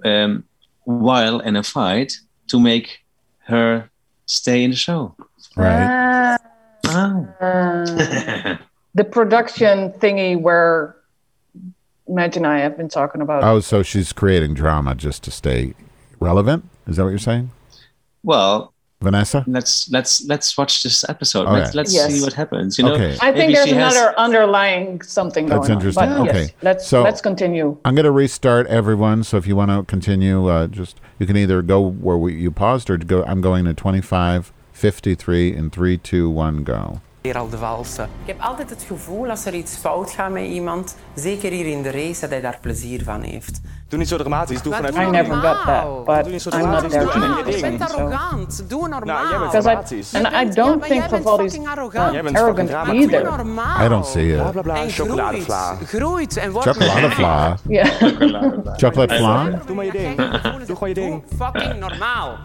Speaker 4: um, while in a fight to make her stay in the show. Ah.
Speaker 3: Right.
Speaker 4: the
Speaker 3: production thingy where Matt and I have been talking about.
Speaker 1: Oh, so she's creating drama just to stay relevant? Is that what you're saying?
Speaker 4: Well,
Speaker 1: Vanessa?
Speaker 4: let's let's let's watch this episode.
Speaker 1: All
Speaker 4: Let's,
Speaker 1: right.
Speaker 4: let's
Speaker 3: Yes.
Speaker 4: see what happens. You know,
Speaker 1: Okay.
Speaker 3: I think
Speaker 4: Maybe
Speaker 3: there's
Speaker 4: she has-
Speaker 3: another underlying something
Speaker 1: That's
Speaker 3: going
Speaker 1: interesting.
Speaker 3: on. but
Speaker 1: Okay.
Speaker 3: yes, let's
Speaker 1: So-
Speaker 3: let's continue.
Speaker 1: I'm going to restart everyone. So if you want to continue, uh, just you can either go where we, you paused or go. I'm going to 25, 53, and 3, 2, 1, go.
Speaker 13: Weer al de valse. Ik heb altijd het gevoel als er iets fout gaat met iemand, zeker hier in de race, dat hij daar plezier van heeft.
Speaker 11: Doe niet zo dramatisch. Doe
Speaker 13: Maar
Speaker 11: vanuit
Speaker 13: doe
Speaker 11: je
Speaker 13: nou
Speaker 11: ding.
Speaker 13: normaal.
Speaker 11: Doe niet zo dramatisch. Doe aan je
Speaker 13: Je bent
Speaker 11: ding.
Speaker 13: arrogant. Doe normaal.
Speaker 11: jij bent
Speaker 3: Because I-
Speaker 11: dramatisch.
Speaker 3: and I don't think Vivaldi's
Speaker 13: arrogant.
Speaker 11: Jij bent
Speaker 3: uh,
Speaker 11: fucking
Speaker 3: arrogant
Speaker 11: drama
Speaker 3: either.
Speaker 11: queen.
Speaker 1: I don't see
Speaker 11: Bla
Speaker 1: it.
Speaker 11: bla bla,
Speaker 13: En
Speaker 11: chocoladevla.
Speaker 13: Groeit en wordt...
Speaker 1: Chocoladevla.
Speaker 13: Chocoladevla.
Speaker 1: Chocolate flan?
Speaker 11: Doe maar je ding. Doe gewoon je ding.
Speaker 13: Fucking normaal.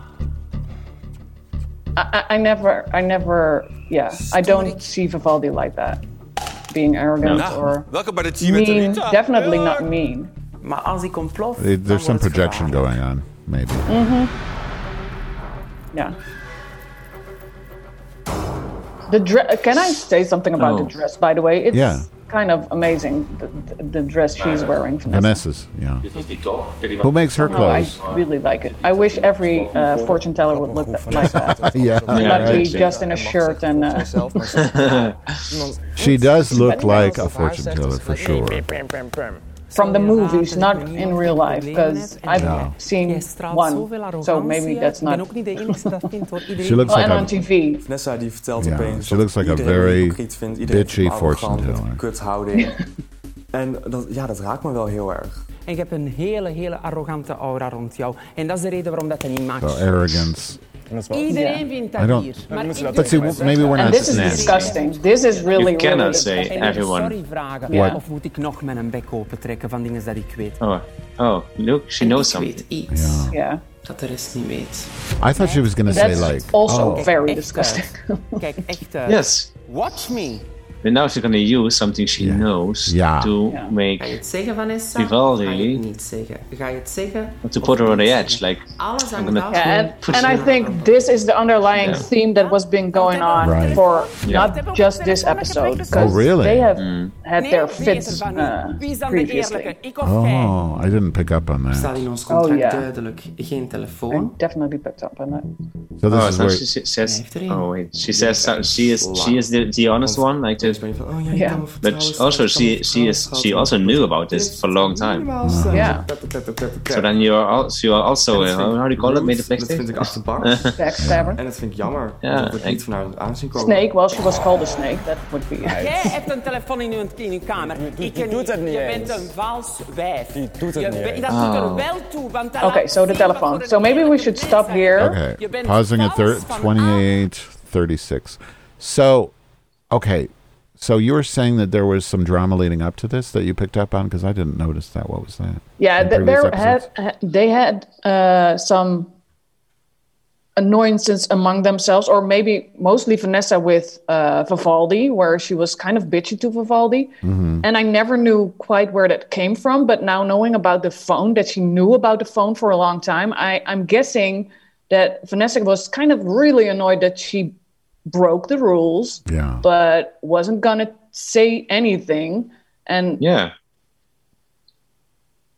Speaker 3: I, I, I never, I never, yeah, I don't see Vivaldi like that, being arrogant
Speaker 13: Nou,
Speaker 3: or
Speaker 13: welkom bij de team met de
Speaker 3: mean.
Speaker 13: Rita.
Speaker 3: Definitely not mean.
Speaker 13: Maar als ik ontplof...
Speaker 1: It-
Speaker 13: dan
Speaker 1: There's some
Speaker 13: wordt het
Speaker 1: projection going on, maybe.
Speaker 3: Mhm. Yeah. The dress. Can I say something about
Speaker 1: Oh.
Speaker 3: the dress? By the way, it's
Speaker 1: Yeah.
Speaker 3: kind of amazing the, the, the dress
Speaker 4: Uh,
Speaker 3: she's wearing.
Speaker 1: Vanessa's, yeah.
Speaker 3: Who
Speaker 1: Who makes her clothes?
Speaker 4: Oh,
Speaker 3: I really like it. I wish every uh, fortune teller would look that, like that.
Speaker 1: yeah.
Speaker 3: Not be just in a shirt and. Uh,
Speaker 1: she does look like a fortune teller for sure.
Speaker 3: From the movies, not in real life, because I've
Speaker 1: No.
Speaker 3: seen one, so maybe that's not.
Speaker 1: She looks
Speaker 3: well,
Speaker 1: like
Speaker 3: and
Speaker 1: a-
Speaker 3: on TV.
Speaker 11: Vanessa die vertelt
Speaker 1: Ja,
Speaker 11: opeens.
Speaker 1: she looks
Speaker 11: dat
Speaker 1: like a
Speaker 11: iedereen
Speaker 1: very
Speaker 11: die hypocriet vindt, iedereen
Speaker 1: bitchy
Speaker 11: vindt me arrogant,
Speaker 1: fortune teller.
Speaker 11: met Kuthouding. En dat, ja, dat raakt me wel heel erg.
Speaker 13: En je hebt een hele, hele arrogante aura rond jou. En dat is de reden waarom dat hij niet maakt.
Speaker 1: So uh, arrogance.
Speaker 13: Iedereen vindt
Speaker 1: I
Speaker 13: dat
Speaker 1: don't-
Speaker 13: hier.
Speaker 1: Maar
Speaker 13: ik
Speaker 1: But
Speaker 13: doe
Speaker 1: see,
Speaker 13: het wel.
Speaker 1: maybe we're
Speaker 3: And
Speaker 1: not
Speaker 3: this is
Speaker 1: Nasty.
Speaker 3: disgusting. This is really,
Speaker 4: You cannot
Speaker 3: really
Speaker 4: say
Speaker 3: disgusting.
Speaker 13: En moet ik
Speaker 4: everyone.
Speaker 13: Sorry vragen.
Speaker 4: Yeah.
Speaker 13: Of moet ik nog met een bek open trekken van dingen dat ik weet?
Speaker 4: Oh, oh, look, she knows something.
Speaker 3: Yeah.
Speaker 13: Dat de rest niet weet.
Speaker 1: I thought she was going to say, like, oh,
Speaker 3: very
Speaker 13: Echt,
Speaker 3: disgusting.
Speaker 13: eh, Kijk, echt. eh,
Speaker 4: Yes.
Speaker 13: Watch me.
Speaker 4: And now she's gonna use something she knows to make
Speaker 13: Ga je het zeggen, Vanessa? Ga je
Speaker 4: Vivaldi
Speaker 13: het niet zeggen? Ga je het zeggen?
Speaker 4: to put her on the edge. Like
Speaker 13: Alles
Speaker 4: I'm
Speaker 13: aan de
Speaker 4: gonna
Speaker 13: hand.
Speaker 3: Yeah, and, and I think this is the underlying
Speaker 4: Yeah.
Speaker 3: theme that was been going on
Speaker 1: Right. Oh,
Speaker 3: for
Speaker 4: Yeah.
Speaker 3: not just this episode. 'cause
Speaker 1: really?
Speaker 3: They have
Speaker 1: Mm.
Speaker 3: had their fits uh,
Speaker 13: Wie is dan de
Speaker 3: previously.
Speaker 13: eerlijke? Ik of jij?
Speaker 1: oh, I didn't pick up on
Speaker 13: Staat
Speaker 1: that.
Speaker 13: in ons contract
Speaker 3: Oh, ja.
Speaker 13: duidelijk. Geen telefoon.
Speaker 3: I definitely picked up on that.
Speaker 1: So this
Speaker 4: oh,
Speaker 1: is
Speaker 4: so
Speaker 1: where
Speaker 4: she sa- says. Oh wait, she says so- she is she is the, the honest one. Like this,
Speaker 11: oh,
Speaker 3: Yeah.
Speaker 4: but sh- also she she is she also knew about this for a long time.
Speaker 3: Yeah.
Speaker 4: So then you are also you are also uh, how do you call it? Made a
Speaker 11: Dat vind ik
Speaker 4: backstage.
Speaker 11: achterbar.
Speaker 3: Backstabber.
Speaker 11: En dat vind ik jammer.
Speaker 4: Ja,
Speaker 11: dat ik
Speaker 4: ik-
Speaker 11: niet vanuit aan zien komen.
Speaker 3: Snake, well, she was called a snake. That would be.
Speaker 13: Jij hebt een telefoon in uw, in uw kamer. ik
Speaker 11: die
Speaker 13: niet.
Speaker 11: doet het niet
Speaker 13: Je
Speaker 11: eens.
Speaker 13: bent een vals wijf. Die
Speaker 11: doet het
Speaker 13: je,
Speaker 11: niet
Speaker 13: bent-
Speaker 11: eens.
Speaker 13: Dat doet er
Speaker 1: Oh.
Speaker 13: wel toe, want dat
Speaker 3: Okay,
Speaker 13: laat
Speaker 3: so the
Speaker 13: zien wat
Speaker 3: telephone.
Speaker 13: voor
Speaker 3: So
Speaker 13: een
Speaker 3: maybe we should stop here.
Speaker 13: Je
Speaker 1: Okay.
Speaker 13: bent
Speaker 1: Pausing at thir-
Speaker 13: vals van
Speaker 1: 28, 36. So, okay. So you were saying that there was some drama leading up to this that you picked up on because I didn't notice that. What was that?
Speaker 3: Yeah,
Speaker 1: In
Speaker 3: th-
Speaker 1: previous
Speaker 3: there
Speaker 1: episodes?
Speaker 3: had ha- they had uh, some annoyances among themselves, or maybe mostly Vanessa with uh, Vivaldi, where she was kind of bitchy to Vivaldi.
Speaker 1: Mm-hmm.
Speaker 3: And I never knew quite where that came from, but now knowing about the phone, that she knew about the phone for a long time, I, I'm guessing that Vanessa was kind of really annoyed that she broke the rules,
Speaker 1: Yeah.
Speaker 3: but wasn't gonna say anything. And
Speaker 4: Yeah.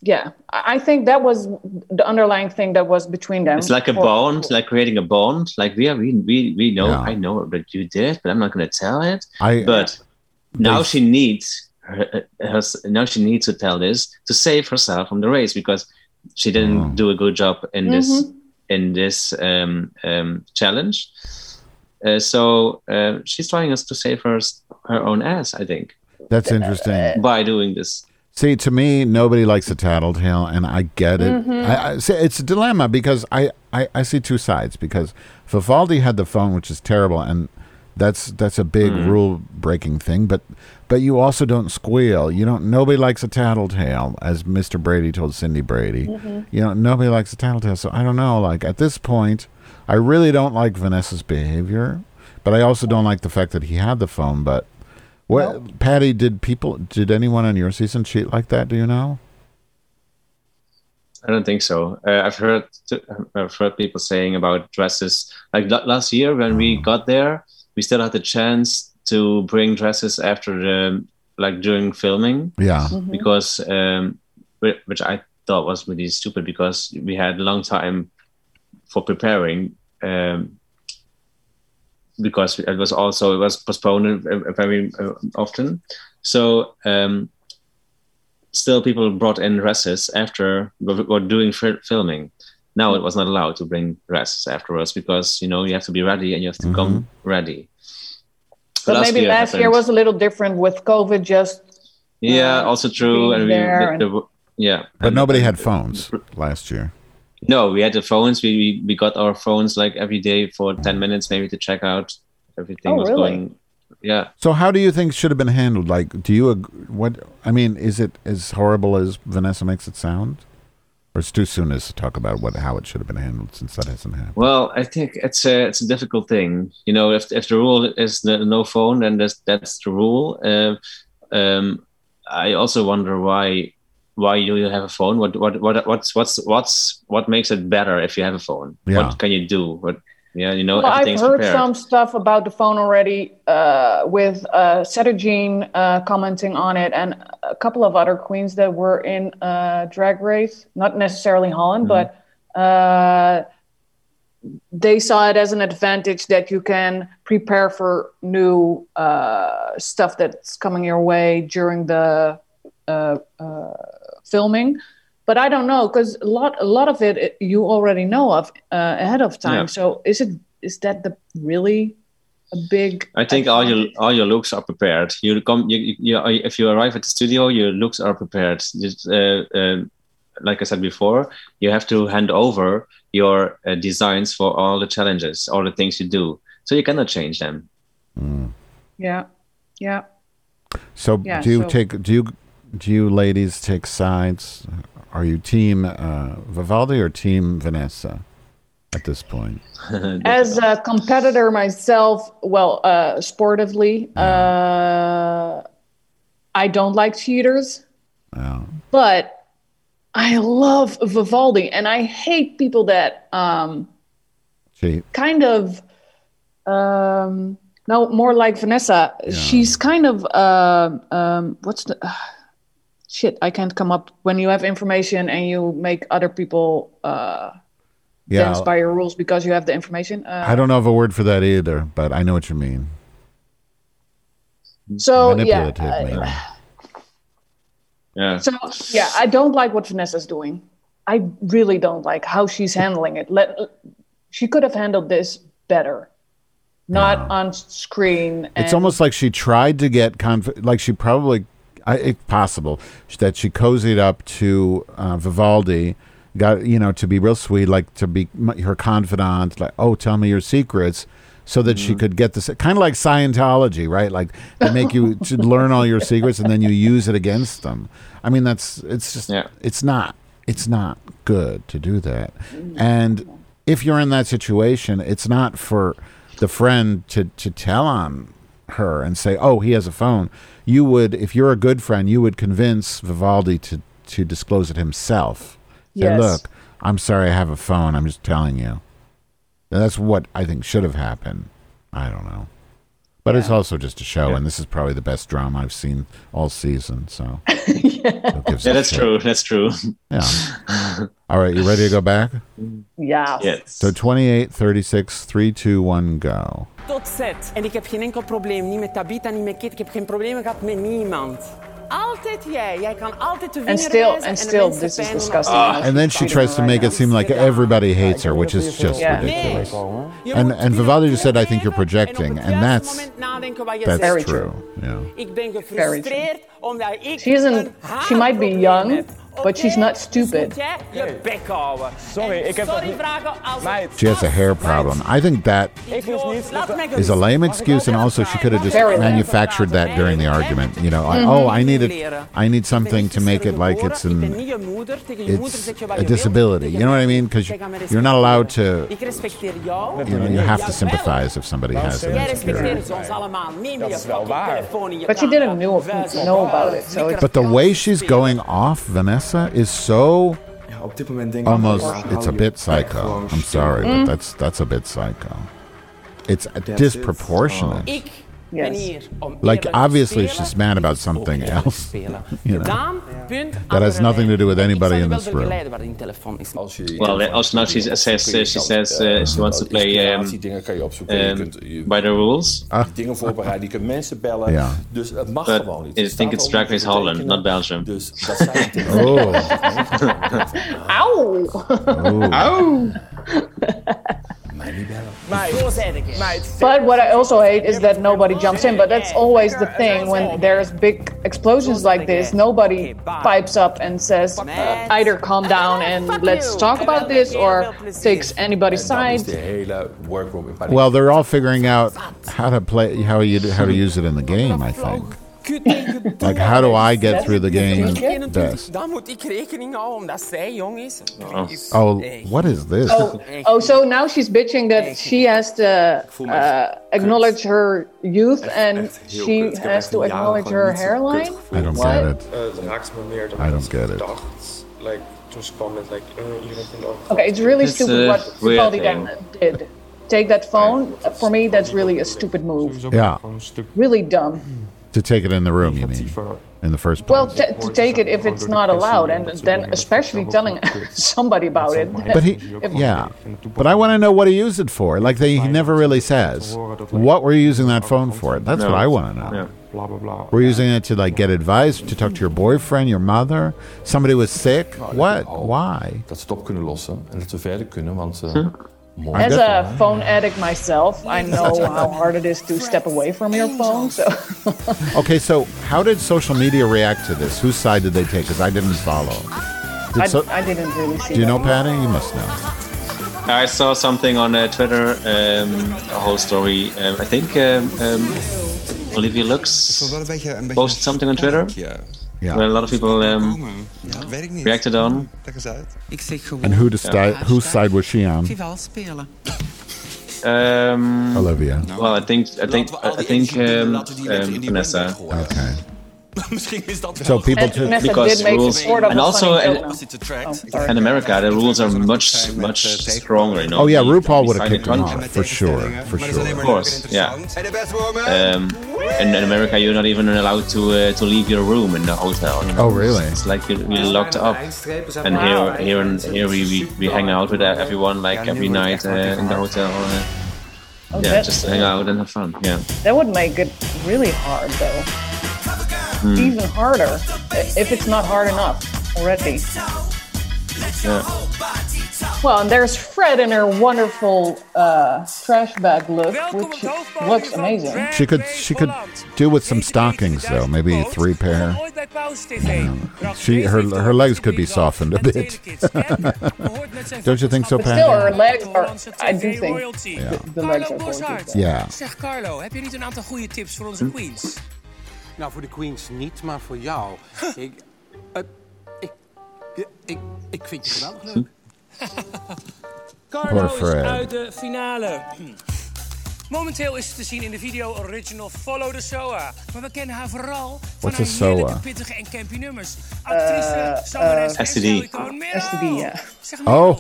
Speaker 3: yeah, I I think that was the underlying thing that was between them.
Speaker 4: It's like a
Speaker 3: for-
Speaker 4: bond, like creating a bond. Like we are, we we, we know. I know that you did, but I'm not going to tell it.
Speaker 1: I-
Speaker 4: but now she needs her, her, now she needs to tell this to save herself from the race because she didn't do a good job in this
Speaker 3: Mhm.
Speaker 4: in this um, um, challenge. Uh, so uh, she's trying us to save her her own ass, I think,
Speaker 1: That's interesting.
Speaker 4: by doing this.
Speaker 1: See, to me, nobody likes a tattletale, and I get it.
Speaker 4: Mhm.
Speaker 1: I, I, see, it's a dilemma because I, I, I see two sides. Because Vivaldi had the phone, which is terrible, and that's that's a big
Speaker 2: Mhm.
Speaker 1: rule breaking thing. But but you also don't squeal. You don't. Nobody likes a tattletale, as Mister Brady told Cindy Brady.
Speaker 2: Mhm.
Speaker 1: You know, nobody likes a tattletale. So I don't know. Like at this point, I really don't like Vanessa's behavior, but I also don't like the fact that he had the phone. But well, Patty, did people, did anyone on your season cheat like that? Do you know?
Speaker 4: I don't think so. Uh, I've heard I've heard people saying about dresses. Like la- last year when we got there, we still had the chance to bring dresses after the like during filming.
Speaker 1: Yeah.
Speaker 3: Mm-hmm.
Speaker 1: Mhm.
Speaker 4: Because um, whi- which I thought was really stupid because we had a long time for preparing. Um, because it was also it was postponed uh, very uh, often, so um, still people brought in dresses after we were doing fil- filming. Now it was not allowed to bring dresses afterwards because you know you have to be ready and you have to come ready.
Speaker 3: Mm-hmm. But maybe last year
Speaker 4: happened.
Speaker 3: was a little different with COVID. Just
Speaker 4: yeah, also true.
Speaker 3: being
Speaker 4: And we,
Speaker 3: there
Speaker 4: the- the- yeah,
Speaker 1: But nobody had phones last year.
Speaker 4: no, we had the phones. We, we we got our phones like every day for ten minutes maybe to check out everything
Speaker 1: Oh,
Speaker 4: was
Speaker 1: really?
Speaker 4: going. Yeah,
Speaker 1: So how do you think should have been handled? Like, do you, ag- what, I mean, is it as horrible as Vanessa makes it sound? Or it's too soon as to talk about what, how it should have been handled since that hasn't happened?
Speaker 4: Well, I think it's a it's a difficult thing. You know, if if the rule is n- no phone, then that's that's the rule. Uh, um, I also wonder why why do you have a phone? What what what what's what's what's what makes it better if you have a phone?
Speaker 1: Yeah.
Speaker 4: What can you do? What yeah, you know,
Speaker 3: well, I've
Speaker 4: everything's
Speaker 3: heard
Speaker 4: prepared.
Speaker 3: some stuff about the phone already uh, with uh, Cetogene uh, commenting on it and a couple of other queens that were in uh, Drag Race, not necessarily Holland, but
Speaker 4: Mm-hmm.
Speaker 3: uh, they saw it as an advantage that you can prepare for new uh, stuff that's coming your way during the uh, uh, filming. But I don't know because a lot, a lot of it it- you already know of uh, ahead of time.
Speaker 4: Yeah.
Speaker 3: So is it is that the really a big?
Speaker 4: I think all your all your looks are prepared. You come you, you, you if you arrive at the studio, your looks are prepared. Just, uh, um like I said before, you have to hand over your uh, designs for all the challenges, all the things you do. So you cannot change them.
Speaker 3: Yeah, yeah.
Speaker 1: So
Speaker 3: Yeah,
Speaker 1: do you
Speaker 3: so-
Speaker 1: take, do you, do you ladies take sides? Are you team uh, Vivaldi or team Vanessa at this point?
Speaker 3: As a competitor myself, well, uh, sportively, uh, I don't like cheaters. But I love Vivaldi, and I hate people that. Um,
Speaker 1: Cheat.
Speaker 3: kind of um no more like vanessa she's kind of um um what's the shit i can't come up when you have information and you make other people uh
Speaker 1: Yeah.
Speaker 3: dance by your rules because you have the information uh,
Speaker 1: I don't know of a word for that either, but I know what you mean.
Speaker 3: so yeah uh,
Speaker 1: Manipulative, maybe.
Speaker 4: Yeah.
Speaker 3: so yeah i don't like what vanessa's doing i really don't like how she's handling it let she could have handled this better not on screen and
Speaker 1: It's almost like she tried to get conf- like she probably I, it's possible that she cozied up to uh, Vivaldi, got you know to be real sweet, like to be m- her confidant, like oh tell me your secrets, so that she could get this kind of like Scientology, right? Like they make you to learn all your secrets and then you use it against them. I mean that's it's just it's not it's not good to do that. And if you're in that situation, it's not for the friend to, to tell on her and say, "Oh, he has a phone." You would, if you're a good friend, you would convince Vivaldi to to disclose it himself. Say,
Speaker 2: Yes.
Speaker 1: "Look, I'm sorry, I have a phone. I'm just telling you." And that's what I think should have happened. I don't know, but it's also just a show, and this is probably the best drama I've seen all season. So, gives
Speaker 4: Yeah,
Speaker 1: a
Speaker 4: that's
Speaker 1: shit?
Speaker 4: true. That's true.
Speaker 1: yeah. all right, you ready to go back?
Speaker 3: yeah
Speaker 1: So 28, 36, 3, 2, 1, go.
Speaker 13: Tot zet. En ik heb geen enkel probleem. Niet met Tabitha, niet met Kit. Ik heb geen problemen gehad met niemand.
Speaker 14: altijd jij. Jij kan altijd de winnaar
Speaker 3: And still,
Speaker 14: wezen
Speaker 3: and
Speaker 14: de
Speaker 3: still,
Speaker 14: mensen
Speaker 3: this is
Speaker 14: pijn doen.
Speaker 3: disgusting.
Speaker 1: And then she tries to make it seem like everybody hates her, which is just
Speaker 14: Yeah.
Speaker 1: ridiculous. And and Vivaldi just said, "I think you're projecting," and that's that's true. Yeah.
Speaker 14: Ik ben
Speaker 3: Very
Speaker 14: gefrustreerd omdat ik
Speaker 3: She isn't. She might be young, but she's not stupid.
Speaker 14: jij je bek houden. Sorry, ik heb sorry vragen als
Speaker 1: She has a hair problem. I think that
Speaker 14: ik niet. Laat mij
Speaker 1: is a lame excuse, and also she could have just
Speaker 14: Very lame.
Speaker 1: manufactured that during the argument. You know, I, oh, I needed, I need something to make it like it's an
Speaker 14: je moeder tegen je moeder
Speaker 1: it's
Speaker 14: zet je wat
Speaker 1: a
Speaker 14: je wilt.
Speaker 1: disability. You know what I mean? Because you're not allowed to.
Speaker 14: Ik respecteer jou.
Speaker 1: You know, you have to sympathize if somebody has an
Speaker 14: Jij
Speaker 1: insecurity.
Speaker 14: respecteert ons allemaal. Neem je
Speaker 11: Dat is wel
Speaker 14: fucking
Speaker 11: waar.
Speaker 14: telefoon in je
Speaker 3: But she
Speaker 14: kamer.
Speaker 3: didn't know, know about it, so it's
Speaker 1: But the way she's going off, Vanessa, is so
Speaker 11: Op dit moment denk ik...
Speaker 1: almost.
Speaker 11: Hou
Speaker 1: It's a bit
Speaker 11: je bek
Speaker 1: psycho.
Speaker 11: gewoon
Speaker 1: I'm sorry,
Speaker 11: stil.
Speaker 1: but that's that's a bit psycho. It's uh,
Speaker 11: it.
Speaker 1: disproportionate.
Speaker 14: Ik ben hier om
Speaker 1: Like
Speaker 14: eerlijk
Speaker 1: obviously
Speaker 14: te
Speaker 1: she's
Speaker 14: spelen.
Speaker 1: mad about something else. You know.
Speaker 14: Gedaan, punt.
Speaker 1: That has nothing to do with anybody in this room.
Speaker 14: Begeleiden waar die telefoon is.
Speaker 4: Well, uh, also now she says uh, she says uh, she wants to play um,
Speaker 9: dingen kan je opzoeken. je
Speaker 4: um,
Speaker 9: kunt je
Speaker 4: by the rules.
Speaker 9: dingen voorbereiden. Je kunt mensen bellen.
Speaker 4: Ja.
Speaker 9: Dus het mag
Speaker 4: But
Speaker 9: gewoon niet.
Speaker 4: I think it's Drag Race Holland, not Belgium.
Speaker 1: Oh.
Speaker 3: Ow!
Speaker 4: Ow.
Speaker 14: Meid, meid.
Speaker 3: But what I also hate is that nobody jumps in. But that's always the thing when there's big explosions like this. Nobody pipes up and says uh, either calm down and let's talk about this, or takes anybody's
Speaker 9: is
Speaker 3: side.
Speaker 9: de hele workroom in Parijs.
Speaker 1: Well, they're all figuring out how to play, how you how to use it in the game. I think. Like, how do I get through the game best?
Speaker 14: Dan moet ik rekening houden omdat zij jong is.
Speaker 1: Oh, what is this?
Speaker 3: Oh, oh, so now she's bitching that she has to uh, acknowledge her youth and
Speaker 11: heel
Speaker 3: she
Speaker 11: kut. Ik heb
Speaker 3: has
Speaker 11: echt
Speaker 3: to
Speaker 11: jaren
Speaker 3: acknowledge
Speaker 11: gewoon
Speaker 3: her
Speaker 11: niet zo'n
Speaker 3: hairline.
Speaker 11: kutgevoel.
Speaker 1: I don't get it.
Speaker 11: Eh, Het raakt me meer dan
Speaker 1: I don't
Speaker 11: ik
Speaker 1: get it.
Speaker 11: dacht. Like, toen ze kwam met, like, eh, you don't know.
Speaker 3: Okay, it's really
Speaker 11: It's
Speaker 3: stupid
Speaker 11: a
Speaker 3: what
Speaker 11: weird
Speaker 3: Vivaldi
Speaker 11: thing.
Speaker 3: then did. Take that phone. For me, that's really a stupid move.
Speaker 1: Yeah,
Speaker 3: Really dumb.
Speaker 1: to take it in the room, you mean? In the first place.
Speaker 3: Well, t- to take it if it's not allowed, and then especially telling somebody about it.
Speaker 1: But he,
Speaker 3: If-
Speaker 1: yeah. But I want to know what he used it for. Like they, he never really says. What were you using that phone for? That's what I want to know.
Speaker 11: Bla bla bla.
Speaker 1: We're using it to like get advice, to talk to your boyfriend, your mother. Somebody was sick. What? Why?
Speaker 9: Dat ze het op kunnen lossen en dat we verder kunnen, want
Speaker 4: Hm?
Speaker 9: eh, morgen-
Speaker 3: As a phone addict myself, I know how hard it is to step away from your phone. So
Speaker 1: Okay, so how did social media react to this? Whose side did they take? Because I didn't follow. Did
Speaker 3: I,
Speaker 1: so-
Speaker 3: I didn't really see.
Speaker 1: do you know
Speaker 3: that.
Speaker 1: Patty? You must know.
Speaker 4: I saw something on uh, Twitter, um, a whole story. Um, I think um, um, Olivia Lux posted something on Twitter
Speaker 1: Yeah.
Speaker 4: where a lot of people um, reacted on.
Speaker 15: Leg eens uit. Ik zeg gewoon...
Speaker 1: And who decide, whose side was she on?
Speaker 15: Vival spelen.
Speaker 4: Um,
Speaker 1: Olivia.
Speaker 4: Well, I think I think I think um, um, Vanessa.
Speaker 1: Okay.
Speaker 15: Misschien is dat
Speaker 1: So people
Speaker 15: And
Speaker 1: took-
Speaker 15: Vanessa
Speaker 4: because
Speaker 15: did make
Speaker 4: rules
Speaker 15: sort of
Speaker 4: and
Speaker 15: a
Speaker 4: also
Speaker 15: funny
Speaker 4: in,
Speaker 15: joke. Oh, sorry.
Speaker 4: in America the rules are much much stronger. You know.
Speaker 1: Oh yeah,
Speaker 4: You-
Speaker 1: RuPaul
Speaker 4: you
Speaker 1: would have
Speaker 4: sign a
Speaker 1: kicked him
Speaker 4: contract.
Speaker 1: off for sure, for sure.
Speaker 4: Of course, yeah.
Speaker 11: Eh,
Speaker 4: Um, and in America, you're not even allowed to uh, to leave your room in the hotel.
Speaker 1: Oh, really?
Speaker 4: It's like you're, you're locked up. And here, here, and here we, we, we hang out with everyone like every night uh, in the hotel. Uh, yeah,
Speaker 3: that-
Speaker 4: just hang out and have fun. Yeah.
Speaker 3: That would make it really hard, though.
Speaker 4: Mm.
Speaker 3: Even harder if it's not hard enough already.
Speaker 4: yeah.
Speaker 3: Well, and there's Fred in her wonderful uh, trash bag look, which looks amazing.
Speaker 1: She could she could do with some stockings though, maybe three pair. She her her legs could be softened a bit. Don't you think so,
Speaker 3: But still,
Speaker 1: Pat?
Speaker 3: her legs are. I do think
Speaker 1: Yeah.
Speaker 3: the, the legs are gorgeous.
Speaker 1: Yeah. Mm.
Speaker 5: Zeg Carlo, heb je niet een aantal goede tips voor onze queens?
Speaker 15: Nou, voor de Queens niet, maar voor jou. Ik, eh, ik, ik, ik, ik vind je geweldig leuk.
Speaker 1: Poor
Speaker 5: Carlo is
Speaker 1: Fred.
Speaker 5: uit de finale. Momenteel is ze te zien in de video original Follow the SOA. Maar we kennen haar vooral van
Speaker 1: Wat
Speaker 5: haar
Speaker 1: is
Speaker 5: heerlijke,
Speaker 1: SOA?
Speaker 5: pittige en campy nummers.
Speaker 3: Eh,
Speaker 5: Actrice, zangeres en
Speaker 4: STD.
Speaker 5: stel-icoon Merel.
Speaker 3: STD, ja.
Speaker 5: Zeg
Speaker 1: Oh.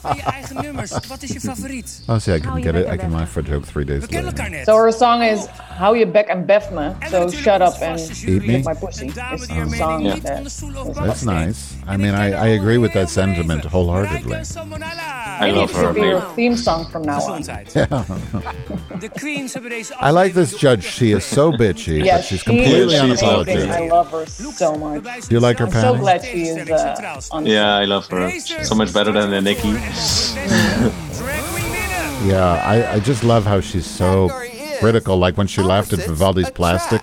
Speaker 5: van je eigen nummers, wat is je favoriet?
Speaker 1: Oh, see, I can get it. I can laugh for a joke three days later.
Speaker 3: So her song is "How You Back and Beth Me." So shut up and
Speaker 1: Eat me?
Speaker 3: lick my pussy. Is the
Speaker 1: Oh.
Speaker 3: song
Speaker 1: Yeah.
Speaker 3: that
Speaker 1: That's nice. I mean, I, I agree with that sentiment wholeheartedly.
Speaker 4: I
Speaker 3: maybe it
Speaker 4: love her.
Speaker 3: should be
Speaker 4: babe.
Speaker 3: your theme song from now on.
Speaker 1: Yeah.
Speaker 5: De Queens hebben deze
Speaker 1: I like this judge. She is so bitchy, but she's completely
Speaker 3: she is amazing. I
Speaker 1: unapologetic.
Speaker 3: love her so much.
Speaker 1: Do you like her,
Speaker 3: I'm so
Speaker 1: Patty?
Speaker 3: glad she is uh, on.
Speaker 4: Yeah, I love her. So much better than the Nikki.
Speaker 1: Yeah, I, I just love how she's so critical. Like when she laughed at Vivaldi's plastic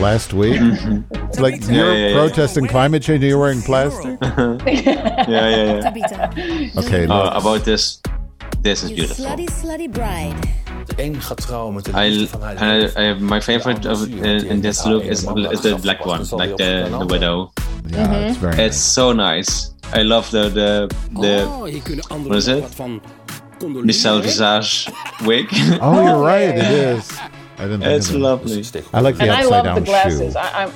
Speaker 1: last week. It's like
Speaker 4: Yeah,
Speaker 1: you're
Speaker 4: yeah, yeah.
Speaker 1: protesting climate change and you're wearing plastic.
Speaker 4: yeah, yeah, yeah.
Speaker 1: Okay,
Speaker 4: Oh,
Speaker 1: look.
Speaker 4: about this. This is beautiful.
Speaker 16: Slutty, slutty bride.
Speaker 9: De een gaat trouwen met de
Speaker 4: I,
Speaker 9: liefde van haar
Speaker 4: I,
Speaker 9: leven.
Speaker 4: I my favorite of in, in this look is the black one, like the, the widow.
Speaker 1: Yeah, it's
Speaker 3: Mm-hmm.
Speaker 1: very.
Speaker 4: It's so nice. I love the the the
Speaker 14: Oh, hier kunnen
Speaker 4: what is
Speaker 14: anderen nog
Speaker 4: it?
Speaker 14: wat van
Speaker 4: Michelle Visage wig.
Speaker 1: Oh, you're right. It is. I didn't think
Speaker 4: It's
Speaker 1: of that.
Speaker 4: lovely.
Speaker 1: I like the
Speaker 3: And I
Speaker 1: upside
Speaker 3: love the
Speaker 1: down
Speaker 3: glasses.
Speaker 1: shoe.
Speaker 3: I, I,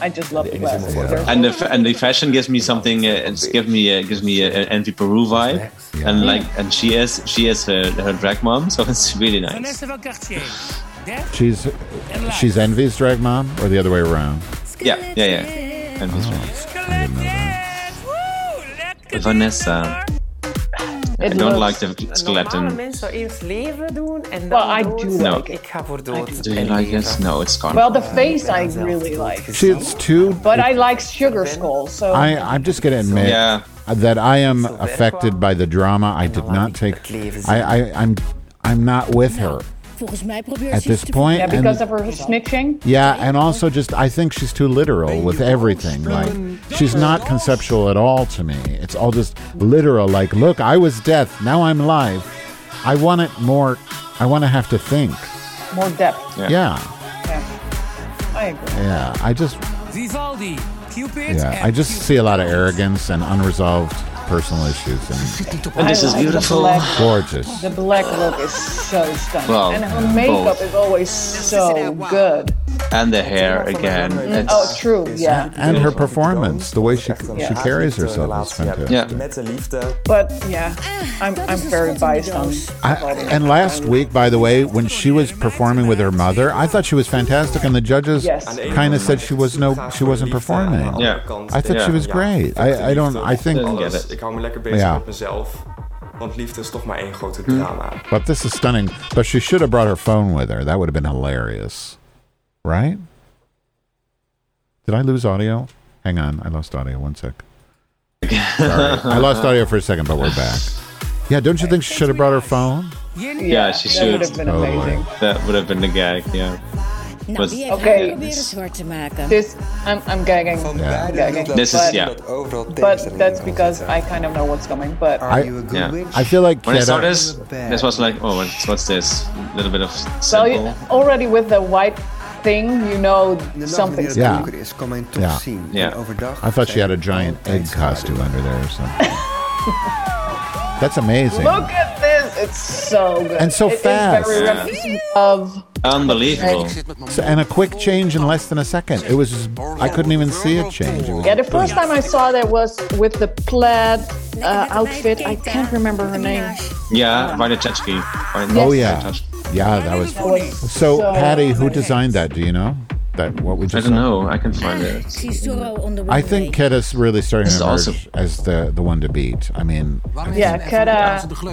Speaker 3: I just love the glasses. They're
Speaker 4: And the fa- and the fashion gives me something. Uh, it's give me uh, gives me an Envy Peru vibe, and like and she is she is her, her drag mom, so it's really nice.
Speaker 5: Vanessa van Cartier.
Speaker 1: She's she's Envy's drag mom, or the other way around.
Speaker 4: Yeah, yeah, yeah. Envy's mom. Vanessa. I
Speaker 13: Het
Speaker 4: don't like
Speaker 13: looks-
Speaker 4: the
Speaker 13: Normale
Speaker 4: skeleton.
Speaker 13: mensen eerst leven doen en dan
Speaker 3: I
Speaker 13: dood.
Speaker 3: do
Speaker 4: No.
Speaker 3: like it.
Speaker 13: Ik ga voor dood.
Speaker 4: Do you like it? No, it's gone.
Speaker 3: Well, the face I really like,
Speaker 1: She, it's too.
Speaker 3: but I like Sugar Skull. So
Speaker 1: I I'm just gonna admit
Speaker 4: Yeah.
Speaker 1: that I am affected by the drama. I did not take. I, I I'm I'm not with her.
Speaker 16: Volgens mij probeert
Speaker 1: At
Speaker 16: ze iets te
Speaker 1: this point,
Speaker 3: yeah, because of her snitching.
Speaker 1: Yeah, and also just I think she's too literal with everything. Like she's not conceptual at all to me. It's all just literal. Like, look, I was death. Now I'm live. I want it more. I want to have to think.
Speaker 3: More depth.
Speaker 1: Yeah. yeah.
Speaker 3: I agree.
Speaker 1: I just,
Speaker 5: Vivaldi, Cupid.
Speaker 1: yeah, I
Speaker 5: and
Speaker 1: just see a lot of arrogance and unresolved personal issues. And
Speaker 4: And this
Speaker 3: I like
Speaker 4: is
Speaker 3: the
Speaker 4: beautiful.
Speaker 3: black-
Speaker 1: gorgeous.
Speaker 3: The black look is so stunning,
Speaker 4: Well,
Speaker 3: and her
Speaker 4: both.
Speaker 3: makeup is always so good.
Speaker 4: And the hair again. It's,
Speaker 3: Oh, true. Yeah,
Speaker 1: And her performance, the way she she carries herself is fantastic.
Speaker 4: yeah.
Speaker 11: Met de liefde.
Speaker 3: but yeah, I'm I'm very biased on.
Speaker 1: I, and last week, by the way, when she was performing with her mother, I thought she was fantastic, and the judges
Speaker 3: Yes.
Speaker 1: kind of said she was no, she wasn't performing.
Speaker 4: Yeah.
Speaker 1: I thought she was great. I, I don't. I think.
Speaker 11: Alles. Ik hou me lekker bezig
Speaker 1: Ja.
Speaker 11: met mezelf. Want liefde is toch maar één grote drama.
Speaker 1: But this is stunning. But she should have brought her phone with her. That would have been hilarious, right? Did I lose audio? Hang on, I lost audio. One sec. Sorry. I lost audio for a second, but we're back. Yeah, don't you think she should have brought her phone?
Speaker 4: Yeah, she
Speaker 3: that would
Speaker 4: should.
Speaker 3: have been
Speaker 1: Oh,
Speaker 3: amazing.
Speaker 4: That would have been the gag, yeah.
Speaker 16: Nou,
Speaker 4: But
Speaker 16: die
Speaker 4: this
Speaker 16: heeft
Speaker 3: Okay.
Speaker 16: okay. proberen zwart te
Speaker 13: Uh,
Speaker 16: maken.
Speaker 3: This I'm I'm gagging.
Speaker 1: Yeah.
Speaker 3: I'm gagging.
Speaker 4: is
Speaker 3: but,
Speaker 4: yeah.
Speaker 3: But that's because I kind of know what's coming. But
Speaker 1: I,
Speaker 4: Yeah.
Speaker 1: I feel like
Speaker 4: When I saw
Speaker 1: Kiera-
Speaker 4: this, this was like, oh, what's, what's this? A little bit of
Speaker 3: so you,
Speaker 4: simple.
Speaker 3: already with the white thing, you know something's
Speaker 1: Yeah.
Speaker 12: donker is, kan men toch
Speaker 1: Ja.
Speaker 12: zien.
Speaker 4: Ja.
Speaker 12: En overdag
Speaker 1: I thought she had a
Speaker 12: zijn
Speaker 1: giant
Speaker 12: altijd
Speaker 1: egg costume under there or something. That's amazing.
Speaker 3: Look at this! It's so good.
Speaker 1: And so
Speaker 3: It is
Speaker 1: fast.
Speaker 3: very
Speaker 4: Yeah.
Speaker 3: reminiscent of
Speaker 4: Unbelievable.
Speaker 1: So- and a quick change in less than a second. It was just, I couldn't even see it change. It was
Speaker 3: yeah. The first time I saw that was with the plaid uh, outfit. I can't
Speaker 7: uh,
Speaker 3: remember her name.
Speaker 4: Yeah, Wojciechowski.
Speaker 1: Oh yeah, yeah, that was.
Speaker 3: That was
Speaker 1: So
Speaker 3: so-
Speaker 1: Patty, who designed that? Do you know that what we
Speaker 4: I
Speaker 1: just?
Speaker 4: don't
Speaker 1: saw?
Speaker 4: know. I can find it.
Speaker 16: She's Zorro on the
Speaker 1: I think Ketta's really starting
Speaker 4: This
Speaker 1: to
Speaker 4: is
Speaker 1: emerge as the the one to beat. I mean,
Speaker 3: Yeah, Kata.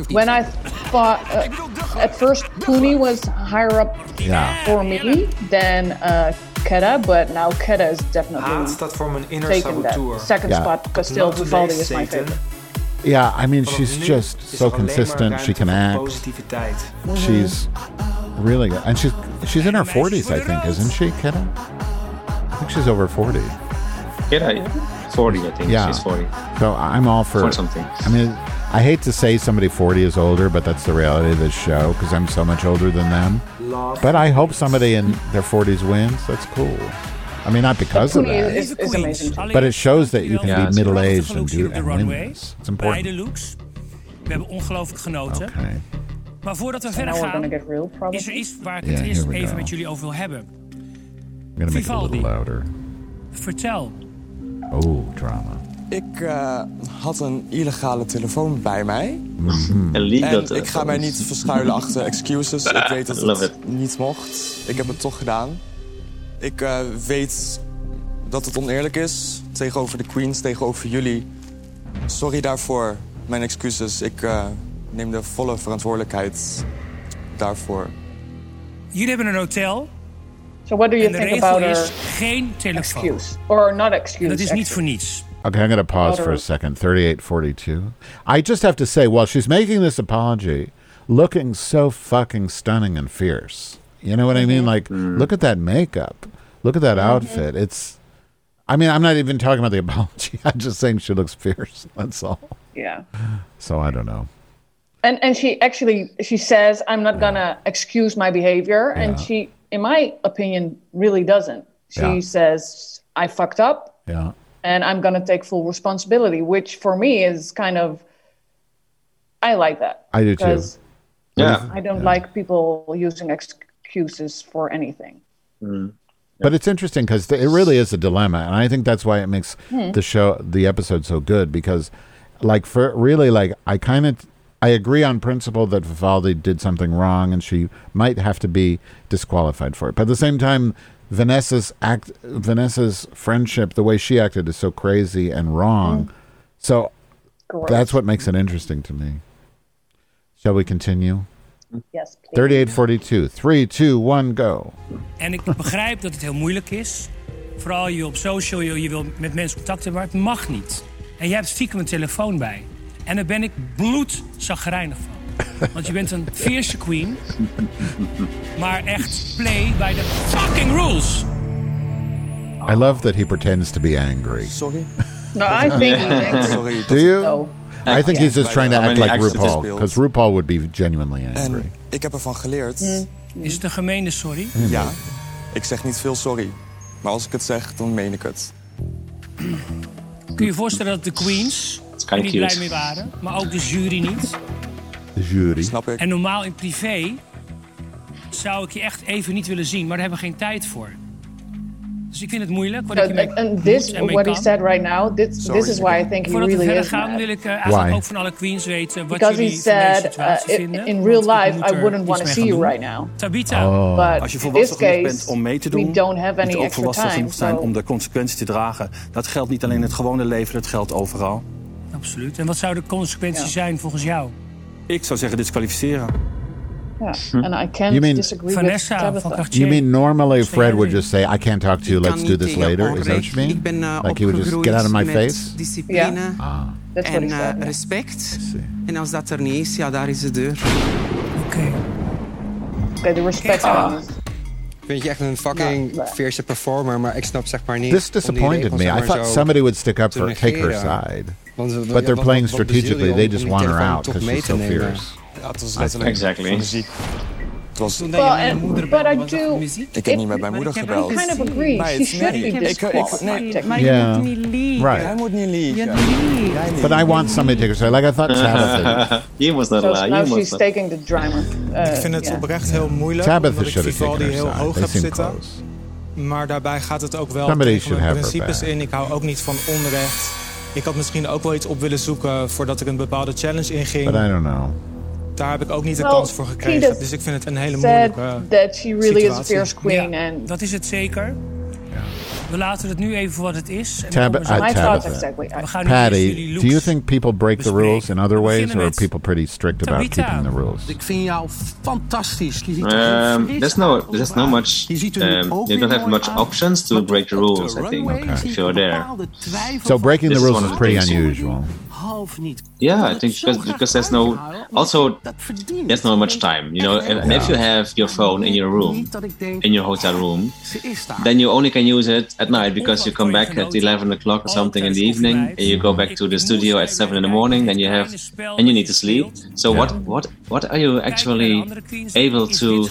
Speaker 3: When I thought uh, at first Puni was higher up
Speaker 1: yeah,
Speaker 3: for me than uh, Keta, but now Keta is
Speaker 11: Haat
Speaker 3: definitely
Speaker 11: staat voor mijn inner
Speaker 3: taken
Speaker 11: saboteur.
Speaker 3: that second
Speaker 1: Yeah.
Speaker 3: spot. Castillo
Speaker 11: Not today,
Speaker 3: Vivaldi is my
Speaker 11: Satan.
Speaker 3: favorite.
Speaker 1: yeah. I mean,
Speaker 11: Vanaf
Speaker 1: she's
Speaker 11: nu
Speaker 1: just
Speaker 11: is
Speaker 1: so
Speaker 11: er alleen maar
Speaker 1: consistent. She
Speaker 11: ruimte
Speaker 1: can
Speaker 11: voor
Speaker 1: act.
Speaker 11: Positiviteit.
Speaker 1: She's really good, and she's she's in her forties, I think, isn't she, Ketta? I think she's over forty.
Speaker 4: Yeah, 40, I think.
Speaker 1: Yeah.
Speaker 4: She's 40.
Speaker 1: So I'm all for,
Speaker 4: For something.
Speaker 1: I mean, I hate to say somebody 40 is older, but that's the reality of this show because I'm so much older than them. But I hope somebody in their 40s wins. That's cool. I mean, not because of
Speaker 3: Puni
Speaker 1: that,
Speaker 3: is, is amazing.
Speaker 1: but it shows that you can
Speaker 4: Yeah.
Speaker 1: be middle aged and
Speaker 5: Gelooks hier
Speaker 1: do
Speaker 5: op de
Speaker 1: and win
Speaker 5: runway.
Speaker 1: this. It's
Speaker 5: Beide
Speaker 1: important.
Speaker 5: looks. We hebben ongelooflijk genoten.
Speaker 1: Okay.
Speaker 5: Maar voordat we
Speaker 3: So
Speaker 5: verder
Speaker 3: now we're
Speaker 5: gaan,
Speaker 3: gonna get real, probably.
Speaker 5: is er iets waar ik
Speaker 1: Yeah,
Speaker 5: het eerst
Speaker 1: here we
Speaker 5: even
Speaker 1: go.
Speaker 5: met jullie over wil hebben.
Speaker 1: I'm going to make it a
Speaker 5: Vivaldi.
Speaker 1: little louder.
Speaker 5: Vertel.
Speaker 1: Oh, drama.
Speaker 11: Ik eh, had een illegale telefoon bij mij.
Speaker 4: Illegal.
Speaker 11: En ik ga mij niet verschuilen achter excuses. Ik weet dat
Speaker 4: eh, Love
Speaker 11: het niet mocht. Ik heb het toch gedaan. Ik eh, weet dat het oneerlijk is tegenover de Queens, tegenover jullie. Sorry daarvoor. Mijn excuses. Ik eh, neem de volle verantwoordelijkheid daarvoor.
Speaker 5: Jullie hebben een hotel.
Speaker 3: So what do you
Speaker 5: en de
Speaker 3: think
Speaker 5: regel
Speaker 3: about
Speaker 5: is
Speaker 3: her
Speaker 5: geen telefoon.
Speaker 3: excuse? Or not excuse.
Speaker 5: En dat is niet
Speaker 3: actually.
Speaker 5: voor niets.
Speaker 1: Okay, I'm going to pause for a second. 3842. I just have to say, while she's making this apology, looking so fucking stunning and fierce. You know what I mean? Like, look at that makeup. Look at that outfit. It's, I mean, I'm not even talking about the apology. I'm just saying she looks fierce. That's all.
Speaker 3: Yeah.
Speaker 1: So I don't know.
Speaker 3: And and she actually she says I'm not gonna excuse my behavior, and she, in my opinion, really doesn't. She
Speaker 1: Yeah.
Speaker 3: says I fucked up,
Speaker 1: Yeah.
Speaker 3: and I'm gonna take full responsibility, which for me is kind of I like that.
Speaker 1: I do too.
Speaker 3: because
Speaker 1: Yeah.
Speaker 3: I don't like people using excuses for anything.
Speaker 1: But it's interesting because it really is a dilemma, and I think that's why it makes
Speaker 3: Hmm.
Speaker 1: the show, the episode, so good. Because, like, for really, like, I kind of, I agree on principle that Vivaldi did something wrong, and she might have to be disqualified for it. But at the same time, Vanessa's act, Vanessa's friendship, the way she acted, is so crazy and wrong. So that's what makes it interesting to me. Shall we continue?
Speaker 3: Yes.
Speaker 1: Thirty-eight, forty-two, three, two, one, go.
Speaker 5: En ik begrijp dat het heel moeilijk is. Vooral je op social, je, je wil met mensen contact hebben, maar het mag niet. En jij hebt stiekem een telefoon bij. En daar ben ik bloedzagrijnig van. Want je bent een fierce queen, maar echt play bij de fucking rules.
Speaker 1: I love that he pretends to be angry.
Speaker 11: Sorry.
Speaker 3: No, I think he thinks-
Speaker 1: Do you? I think
Speaker 11: Ja.
Speaker 1: he's just trying to
Speaker 11: How
Speaker 1: act
Speaker 11: many
Speaker 1: like
Speaker 11: acts it is
Speaker 1: RuPaul
Speaker 11: built.
Speaker 1: because RuPaul would be genuinely angry.
Speaker 11: En ik heb ervan geleerd.
Speaker 5: Is het een gemeene sorry?
Speaker 11: Ja, ik zeg niet veel sorry. Maar als ik het zeg, dan meen ik het.
Speaker 5: Kun je je voorstellen dat de queens
Speaker 11: kind
Speaker 5: er niet
Speaker 11: cute.
Speaker 5: blij mee waren, maar ook de jury niet?
Speaker 1: The jury.
Speaker 5: En normaal in privé zou ik je echt even niet willen zien, maar daar hebben we geen tijd voor. Dus ik vind het moeilijk. Wat ik
Speaker 3: And,
Speaker 5: hiermee
Speaker 3: and Nou, this,
Speaker 5: moet en mee
Speaker 3: what he
Speaker 5: kan.
Speaker 3: said right now, this this is why I think he
Speaker 5: Voordat
Speaker 3: really
Speaker 5: we verder
Speaker 3: is
Speaker 5: gaan,
Speaker 3: mad.
Speaker 5: wil ik eh, eigenlijk
Speaker 1: Why?
Speaker 5: ook van alle queens weten wat
Speaker 3: Because he
Speaker 5: jullie van deze
Speaker 3: said,
Speaker 5: situatie
Speaker 3: eh, in-
Speaker 5: vinden.
Speaker 3: in real
Speaker 5: want ik
Speaker 3: life,
Speaker 5: moet
Speaker 3: I
Speaker 5: er
Speaker 3: wouldn't
Speaker 5: iets
Speaker 3: wanna
Speaker 5: mee
Speaker 3: see
Speaker 5: gaan
Speaker 3: you
Speaker 5: doen.
Speaker 3: right now.
Speaker 5: Tabita.
Speaker 1: Oh.
Speaker 3: But
Speaker 17: Als je
Speaker 3: in
Speaker 17: volwassen
Speaker 3: this
Speaker 17: genoeg
Speaker 3: case,
Speaker 17: bent om mee te
Speaker 3: we
Speaker 17: doen,
Speaker 3: don't have any
Speaker 17: moet je ook
Speaker 3: extra
Speaker 17: volwassen
Speaker 3: time,
Speaker 17: genoeg zijn
Speaker 3: so-
Speaker 17: om de consequenties te dragen. Dat geldt niet alleen in het gewone leven, dat geldt overal.
Speaker 5: Absoluut. En wat zouden de consequenties zijn volgens jou?
Speaker 17: Ik zou zeggen disqualificeren.
Speaker 3: Yeah, and I can't
Speaker 1: You mean-
Speaker 3: disagree
Speaker 5: Vanessa van
Speaker 3: with Tabitha.
Speaker 5: Kracht-
Speaker 1: You mean normally Fred would
Speaker 5: angry.
Speaker 1: just say, I can't talk to you, let's
Speaker 13: kan
Speaker 1: do
Speaker 13: niet
Speaker 1: this
Speaker 13: tegen
Speaker 1: later? Is that what
Speaker 13: onrecht.
Speaker 1: you mean?
Speaker 13: Ik ben eh,
Speaker 1: like he would just
Speaker 13: opgegroeid
Speaker 1: get out of my
Speaker 13: met
Speaker 1: face?
Speaker 13: discipline
Speaker 1: Ah.
Speaker 3: That's what
Speaker 13: en
Speaker 3: he
Speaker 13: eh,
Speaker 3: said, yeah.
Speaker 13: respect. En als dat er niet is, ja, daar is de deur.
Speaker 3: Okay, the respect
Speaker 13: Ah.
Speaker 3: one.
Speaker 18: Ik vind je echt een fucking fierce performer, maar ik snap zeg maar niet...
Speaker 1: This
Speaker 18: om die
Speaker 1: disappointed
Speaker 18: regels,
Speaker 1: me.
Speaker 18: zeg
Speaker 1: I
Speaker 18: maar,
Speaker 1: thought
Speaker 18: zo
Speaker 1: somebody would stick up
Speaker 18: te
Speaker 1: for, take her
Speaker 18: negeren.
Speaker 1: side.
Speaker 18: Want, eh,
Speaker 1: But they're
Speaker 18: wat-
Speaker 1: playing
Speaker 18: wat- wat beziel je
Speaker 1: strategically.
Speaker 18: om-
Speaker 1: They
Speaker 18: om
Speaker 1: just
Speaker 18: die
Speaker 1: want her
Speaker 18: telefoon
Speaker 1: out
Speaker 18: toch
Speaker 1: because
Speaker 18: mee
Speaker 1: she's
Speaker 18: te
Speaker 1: so
Speaker 18: nemen?
Speaker 1: fierce.
Speaker 11: Ja, het was letterlijk
Speaker 4: Exactly.
Speaker 11: van de ziek. Het was...
Speaker 3: Well, and, but I do.
Speaker 11: Ik heb niet met mijn moeder gebeld.
Speaker 3: I kind of agree. She
Speaker 11: Meid,
Speaker 3: should
Speaker 11: nee.
Speaker 3: be
Speaker 11: Ik- ik-
Speaker 3: disqualified.
Speaker 11: nee.
Speaker 3: technically.
Speaker 1: Yeah. Right.
Speaker 11: Hij moet niet liegen. Jij niet.
Speaker 1: But I want somebody to take her side. Like I thought Tabitha did.
Speaker 4: Je was dat
Speaker 3: So
Speaker 4: laat,
Speaker 3: now
Speaker 4: je was
Speaker 3: she's
Speaker 4: dat.
Speaker 3: taking the driver. Uh,
Speaker 11: Eh,
Speaker 19: ik vind het
Speaker 3: yeah.
Speaker 19: oprecht heel moeilijk,
Speaker 1: Tabitha
Speaker 19: omdat ik
Speaker 1: should have
Speaker 19: Vivaldi
Speaker 1: taken her
Speaker 19: heel
Speaker 1: side.
Speaker 19: hoog
Speaker 1: They
Speaker 19: heb
Speaker 1: seem
Speaker 19: zitten. Maar daarbij gaat het ook wel
Speaker 1: Somebody
Speaker 19: tegen
Speaker 1: should
Speaker 19: mijn
Speaker 1: have her
Speaker 19: principes
Speaker 1: back.
Speaker 19: in. Ik hou ook niet van onrecht. Ik had misschien ook wel iets op willen zoeken voordat ik een bepaalde challenge
Speaker 1: But I
Speaker 19: inging.
Speaker 1: don't know.
Speaker 19: Daar heb ik ook niet de
Speaker 3: Well,
Speaker 19: kans voor gekregen.
Speaker 3: Kiedis
Speaker 19: Dus ik vind het een hele
Speaker 3: Said
Speaker 19: moeilijke
Speaker 3: that she really is a
Speaker 19: situatie.
Speaker 3: fierce queen.
Speaker 5: Ja,
Speaker 3: And
Speaker 5: dat is het zeker. We laten het nu even voor wat het is. En dan
Speaker 1: Tab-
Speaker 5: komen we zo-
Speaker 1: uh, Tabitha.
Speaker 3: exactly.
Speaker 5: We gaan nu eerst
Speaker 1: Patty,
Speaker 5: jullie
Speaker 1: do you
Speaker 5: looks
Speaker 1: think people break the rules in other ways, or are people pretty strict about
Speaker 15: Tabitha.
Speaker 1: keeping the rules?
Speaker 15: Ik vind jou fantastisch. Je ziet er heel
Speaker 4: Um,
Speaker 15: fris
Speaker 4: there's no,
Speaker 15: uit
Speaker 4: there's no
Speaker 15: overal.
Speaker 4: much.
Speaker 15: Je ziet er nu
Speaker 4: Um,
Speaker 15: ook
Speaker 4: you
Speaker 15: weer
Speaker 4: don't have
Speaker 15: mooi
Speaker 4: much
Speaker 15: uit.
Speaker 4: options to break the rules. I think
Speaker 15: runway
Speaker 4: if you're there.
Speaker 1: So breaking the
Speaker 4: This is
Speaker 1: rules
Speaker 4: one
Speaker 1: is
Speaker 4: of the
Speaker 1: pretty
Speaker 4: things.
Speaker 1: unusual.
Speaker 15: Half niet.
Speaker 4: Yeah, I think because, because there's no also there's not much time, you know. And, and
Speaker 1: Yeah.
Speaker 4: if you have your phone in your room,
Speaker 15: Niet dat ik denk,
Speaker 4: in your hotel room,
Speaker 15: ze is daar.
Speaker 4: then you only can use it at night because you come back at 11 o'clock or something in the evening, and you go back to the studio at 7 in the morning. Then you have and you need to sleep. So what what what are you actually able to